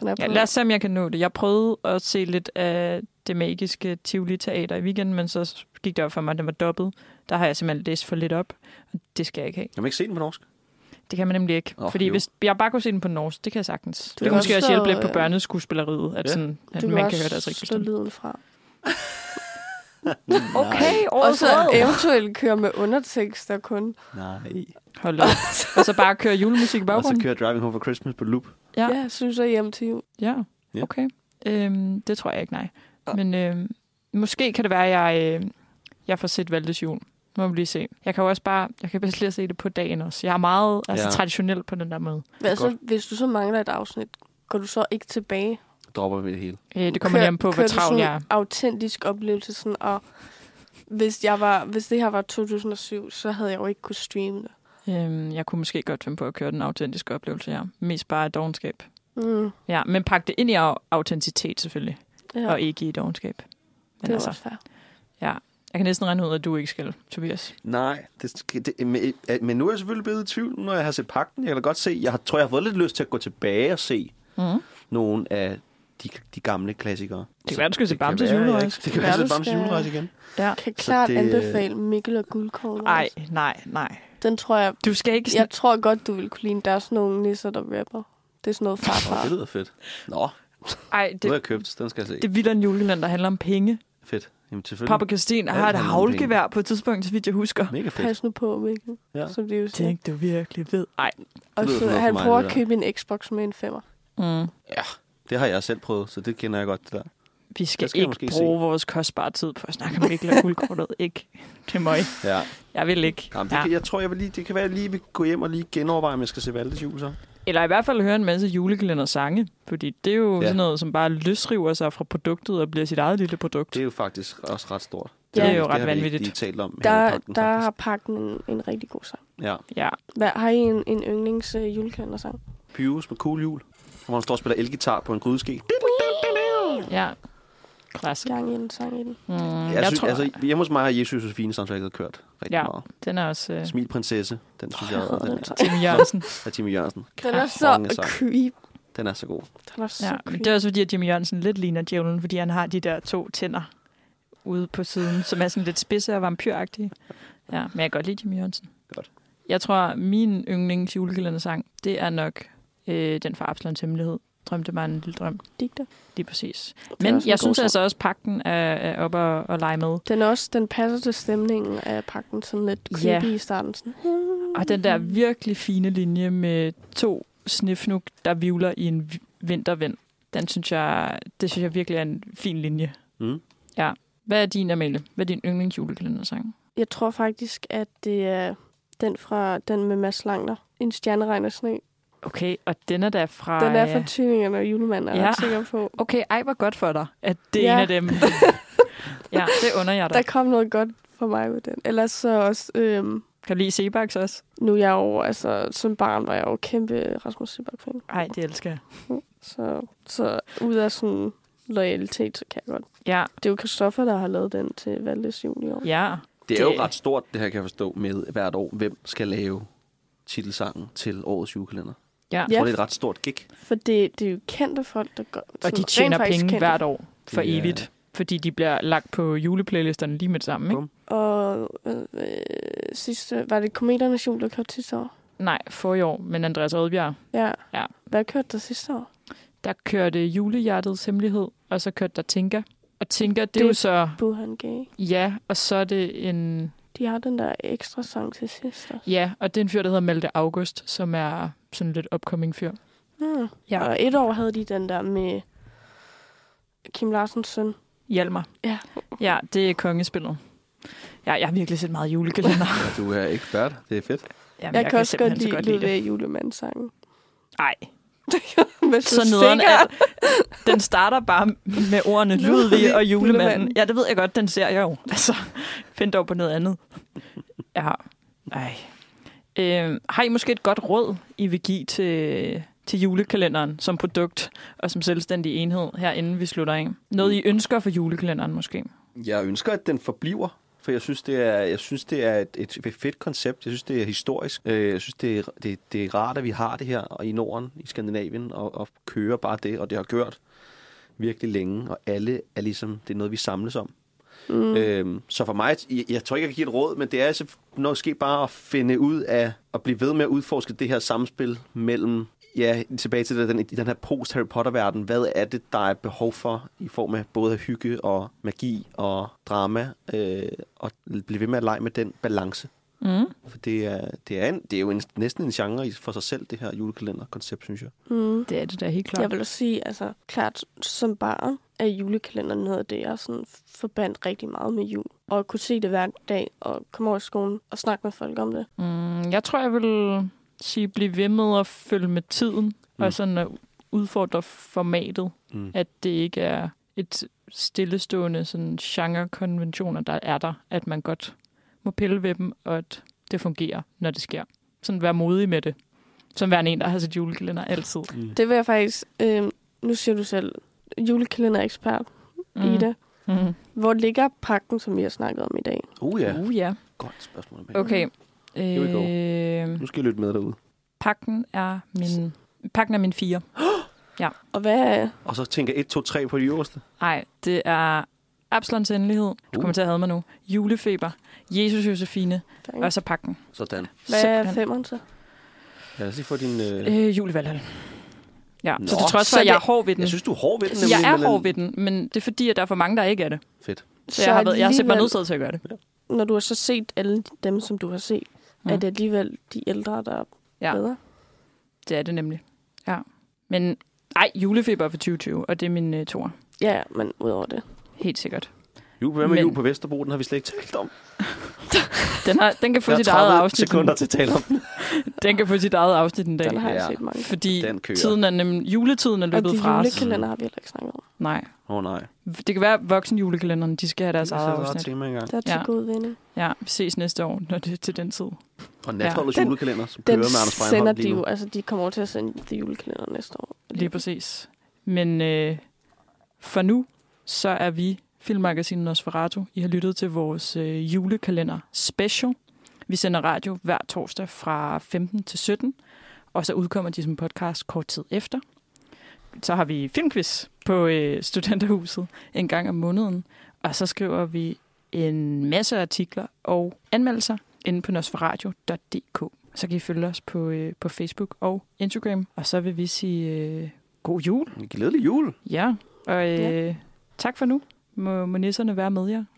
Den er på.
ja, lad os se, om jeg kan nå det. Jeg prøvede at se lidt af det magiske Tivoli Teater i weekenden, men så gik det op for mig, at den var dobbelt. Der har jeg simpelthen læst for lidt op, og det skal jeg ikke have.
Kan man ikke se den på norsk?
Det kan man nemlig ikke.
Åh,
Oh, fordi
jo.
hvis jeg bare kunne se den på norsk, det kan jeg sagtens.
Du
det
kan
kan måske
også
også hjælpe
slå,
lidt på
øh,
børneskuespilleriet, at,
Ja.
ja. sådan, at
du
man kan høre deres
også
rigtige
slå
stemme.
lyden fra.
Okay,
Og så eventuelt køre med undertekster kun.
Nej.
Hold op. og så bare køre julemusik i
Og så
baggrunden.
kører Driving Home for Christmas på loop.
Ja.
Ja, synes jeg hjem til jul.
Ja,
Ja.
okay. Øhm, det tror jeg ikke, nej.
Ah.
Men øhm, måske kan det være, at jeg, øh, jeg får set Valdes jul. Må vi lige se. Jeg kan jo også bare, jeg kan bedst lige se det på dagen også. Jeg er meget altså,
Ja.
ja. traditionel på den der måde.
Hvad så,
godt.
Altså, hvis du så mangler et afsnit, går du så ikke tilbage?
Dropper vi det hele.
Øh, det kommer lige an på, hvor
kører du
travl
sådan
jeg er.
en autentisk oplevelse, sådan, og hvis, jeg var, hvis det her var 2007, så havde jeg jo ikke kunne streame det.
Øhm, jeg kunne måske godt finde på at køre den autentiske oplevelse, ja. Mest bare af dogenskab.
Mm,
Ja, men pak det ind i au- autenticitet selvfølgelig,
ja,
ja. og ikke i dogenskab. Men
det er
altså,
også fair.
jeg kan næsten regne ud, at du ikke skal, Tobias.
Nej, det, skal- det, men, øh, men nu er jeg selvfølgelig blevet i tvivl, når jeg har set pakken. Jeg kan godt se, jeg har, tror, jeg har fået lidt lyst til at gå tilbage og se
Mm.
nogle af de, de gamle klassikere.
Det kan være, du skal se
Mhm. Det kan
Bamses
være, jeg
julerejse.
ikke- Det kan være,
Ja,
jeg
du
skal Bamses
skal-
julerejse igen.
Ja.
Kan
Så
klart
det-
det... anbefale Mikkel og Guldkorn.
Nej, nej, nej.
Den tror jeg,
Du skal ikke
jeg tror godt, du vil kunne lide. Der er sådan nogle nisser, der rapper. Det er sådan noget farfar.
Det lyder fedt. Nå,
Ej,
det har
det,
jeg købt. Den skal jeg se.
det er vildt en julekalender, der handler om penge.
Fedt. Jamen, selvfølgelig.
Papa Kristin har
handler
et
om
havlgevær på et tidspunkt, så vidt jeg husker.
Mega fedt.
Pas nu på, Mikkel.
Ja.
Ja. Som det jo siger.
du virkelig ved. Ej.
Og
lyder som
så
noget for
han
mig,
prøver
det
at
der.
købe en Xbox med en femmer.
Mm.
Ja, Det har jeg selv prøvet, så det kender jeg godt, det der.
Vi skal,
Det skal
skal
jeg
ikke
måske
bruge se. vores kostbare tid på at snakke om Mikkel og guldkortet. ikke. Det må I.
Ja.
Jeg vil ikke.
Jamen, det ja. kan, jeg tror, jeg vil lige, det kan være, at jeg lige vil gå hjem og lige genoverveje, om jeg skal se Valdes jul så.
Eller i hvert fald høre en masse julekalender sange. Fordi det er jo
Ja.
ja. sådan noget, som bare løsriver sig fra produktet og bliver sit eget lille produkt.
Det er jo faktisk også ret stort.
Det er
har-
jo ret
har vi ikke
vanvittigt.
lige talt om. her i
Der,
podden,
der har
faktisk.
pakken en, en rigtig god sang.
Ja.
Ja.
Hvad, har I en, en yndlings øh, julekalendersang?
Pyrus med cool jul. Hvor han står og spiller elgitar på en grydeske.
Ja. Klassisk.
Gang i den sang i den.
Mm,
Jeg,
jeg,
jeg
jeg
synes,
tror,
tror... altså, hjemme hos mig har Jesu og Josefine soundtracket kørt rigtig ja.
Ja.
meget.
den er også uh,
Smil prinsesse, den synes
Jeg
jeg
hader
også, den
den sang.
Timmy Jørgensen.
af Timmy Jørgensen.
Den er
Konge
så
sang.
creep.
Den er så god.
Den er så
ja.
ja,
Men
creep.
det er også fordi, at Jimmy Jørgensen lidt ligner djævlen, fordi han har de der to tænder ude på siden, som er sådan lidt spidse og vampyragtige. Ja, men jeg kan godt lide Jimmy Jørgensen.
Godt.
Jeg tror, min yndlings julekalendersang, det er nok øh, den fra Absalons Hemmelighed. Drømte mig en lille drøm,
digter.
lige præcis.
Det er
Men
også en
jeg
god
synes
sang.
altså også, pakken er, er oppe og, og lege med.
Den, er også, den passer til stemningen af pakken, sådan lidt
Ja.
creepy i starten. Sådan. "Hmm."
Og den der virkelig fine linje med to snifnuk, der vivler i en vi- vintervind. Den synes jeg, det synes jeg virkelig er en fin linje.
Mm.
Ja. Hvad er din, Amalie? Hvad er din yndlingsjulekalendersang?
Jeg tror faktisk, at det er den fra den med Mads Langner. En stjerneregn og sne.
Okay, og den er da fra...
Den er fra Tyningerne og Julemanden, er jeg
Ja.
ret sikker på.
Okay, ej, hvor godt for dig, at det er
Ja.
en af dem. ja, det under jeg
Der
dig.
kom noget godt for mig med den. Ellers så også... Øhm,
Kan du lide Sebax også?
nu er jeg jo, altså, som barn var jeg jo kæmpe Rasmus Sebak-fan.
Ej, det elsker jeg.
Så, så ud af sådan loyalitet, så kan jeg godt.
Ja,
Det er jo Christoffer, der har lavet den til Valdes jul i år.
ja.
Det er jo
Det-
ret stort, det her kan jeg forstå, med hvert år, hvem skal lave titelsangen til årets julekalender.
ja.
Jeg
Ja.
tror, det er et ret stort gig.
For det, det er jo kendte folk, der går...
Og de tjener penge kendte. hvert år for
Det er-
evigt, fordi de bliver lagt på juleplaylisterne lige med det samme, ikke?
Bum.
Og øh, øh, sidste... Var det Kometernes jul, der kørte sidste år?
Nej, for i år, men Andreas Odbjerg,
Ja.
Ja.
Hvad kørte der sidste år?
der kørte julehjertets hemmelighed, og så kørte der Tinka. Og Tinka, det, det er jo
Det-
så,
Buhan Gay.
ja, og så er det en,
De har den der ekstra sang til sidst også.
ja, og det er en fyr, der hedder Malte August, som er sådan lidt upcoming fyr.
Mm.
Ja.
Og et år havde de den der med Kim Larsens søn.
Hjalmar.
Ja.
Ja, det er kongespillet. Ja, jeg har virkelig set meget julekalender.
Du er ekspert, det er fedt.
Jamen,
jeg, jeg kan også godt
simpelthen så
lide, godt lide ved julemandssangen.
Ej,
Med
så nederen, at den starter bare med ordene Ludvig og julemanden.
Julemanden.
Ja, det ved jeg godt, den ser jeg jo. Altså, find dog på noget andet. Ja, ej. Øh, har I måske et godt råd, I vil give til, til julekalenderen som produkt og som selvstændig enhed her, inden vi slutter af? Noget, I ønsker for julekalenderen måske?
Jeg ønsker, at den forbliver, for jeg synes, det er, jeg synes, det er et, et fedt koncept. Jeg synes, det er historisk. Øh, Jeg synes, det er, det, det er rart, at vi har det her og i Norden, i Skandinavien, og, og kører bare det, og det har gjort virkelig længe, og alle er ligesom, det er noget, vi samles om. Mm. Øhm, så for mig, jeg, jeg tror ikke, jeg kan give et råd, men det er altså måske bare at finde ud af, at blive ved med at udforske det her samspil mellem, ja, tilbage til det, den, i den her post-Harry Potter-verden, hvad er det, der er behov for i form af både hygge og magi og drama, øh, og blive ved med at lege med den balance.
Mm.
For det er, det er, en, det er jo en, næsten en genre i- for sig selv, det her julekalenderkoncept, synes jeg.
Mm.
Det er det da helt klart.
Jeg vil også sige, altså klart som barn er julekalenderen noget af det, jeg sådan forbandt rigtig meget med jul. Og at kunne se det hver dag og komme over i skolen og snakke med folk om det.
Mm, jeg tror, jeg vil sige, blive ved med at følge med tiden, mm. og sådan at udfordre formatet,
Mm.
mm. at det ikke er et stillestående sådan genrekonventioner, der er der, at man godt må pille ved dem, og at det fungerer, når det sker. Sådan være modig med det. Som være en, der har sit julekalender altid.
Det vil jeg faktisk, øh, nu siger du selv, julekalenderekspert mm. i det.
Mm.
Hvor ligger pakken, som vi har snakket om i dag?
Uh ja,
Uh, ja.
godt spørgsmål. Amalie.
Okay.
we go.
Øh,
Nu skal jeg lytte med derude.
pakken er min... Pakken er min fire.
Og hvad er
Og så tænker 1, 2, 3 på det øverste.
Nej, det er Absalons Endelighed. Du
Uh.
kommer til at have mig nu. Julefeber. Jesus Josefine.
der?
Og så pakken.
Sådan.
Hvad er
Simpelthen.
femmeren så?
Ja, lad os lige få din... Øh...
Øh, julevalhal. Ja,
Nå,
så til trods for,
så
at jeg er
det-
hård ved den.
Jeg synes, du er hård ved den.
jeg
nemlig,
er
men- øh,
hård ved den, men det er fordi, at der er for mange, der ikke er det.
Fedt.
Så, jeg har, været, jeg har simpelthen
alligevel,
nødsaget til at gøre det.
Når du har så set alle dem, som du har set, mm. er det alligevel de ældre, der er
Ja.
bedre?
Det er det nemlig. Ja. Men Nej, julefeber er for 2020, og det er min uh, tor.
Ja, ja, men udover det.
Helt sikkert.
Jul, hvad med
Men-
jul på Vesterbro? Den har vi slet ikke talt om.
Den, har, den kan få
Der er
sit eget
30
afsnit.
sekunder til at tale om den.
Den kan få sit eget afsnit en dag.
Den har jeg
Ja.
set mange.
Fordi
Den kører.
tiden er nem, juletiden er
Og
løbet
de
fra os.
julekalender har vi heller ikke snakket om.
Nej.
Åh oh, nej.
Det kan være, at voksenjulekalenderen de skal have deres
Det er
eget
så et
afsnit.
tema engang.
Der er til
Ja.
ja. god vending.
Ja, vi ses næste år, når det er til den tid.
Og Natholdets
Den-
julekalender, som kører
Den
med Anders
sender
Breinholt
de
lige nu.
jo, altså de kommer over til at sende de julekalender næste år.
Lige præcis. Men øh, for nu, så er vi Filmmagasinet Nosferatu. I har lyttet til vores øh, julekalender special. Vi sender radio hver torsdag fra 15 til 17, og så udkommer de som podcast kort tid efter. Så har vi filmquiz på øh, Studenterhuset en gang om måneden, og så skriver vi en masse artikler og anmeldelser inde på nosferradio.dk. Så kan I følge os på, øh, på Facebook og Instagram, og så vil vi sige øh, god jul.
Glædelig jul.
Ja, og øh, ja. tak for nu. Må, må nisserne være med jer?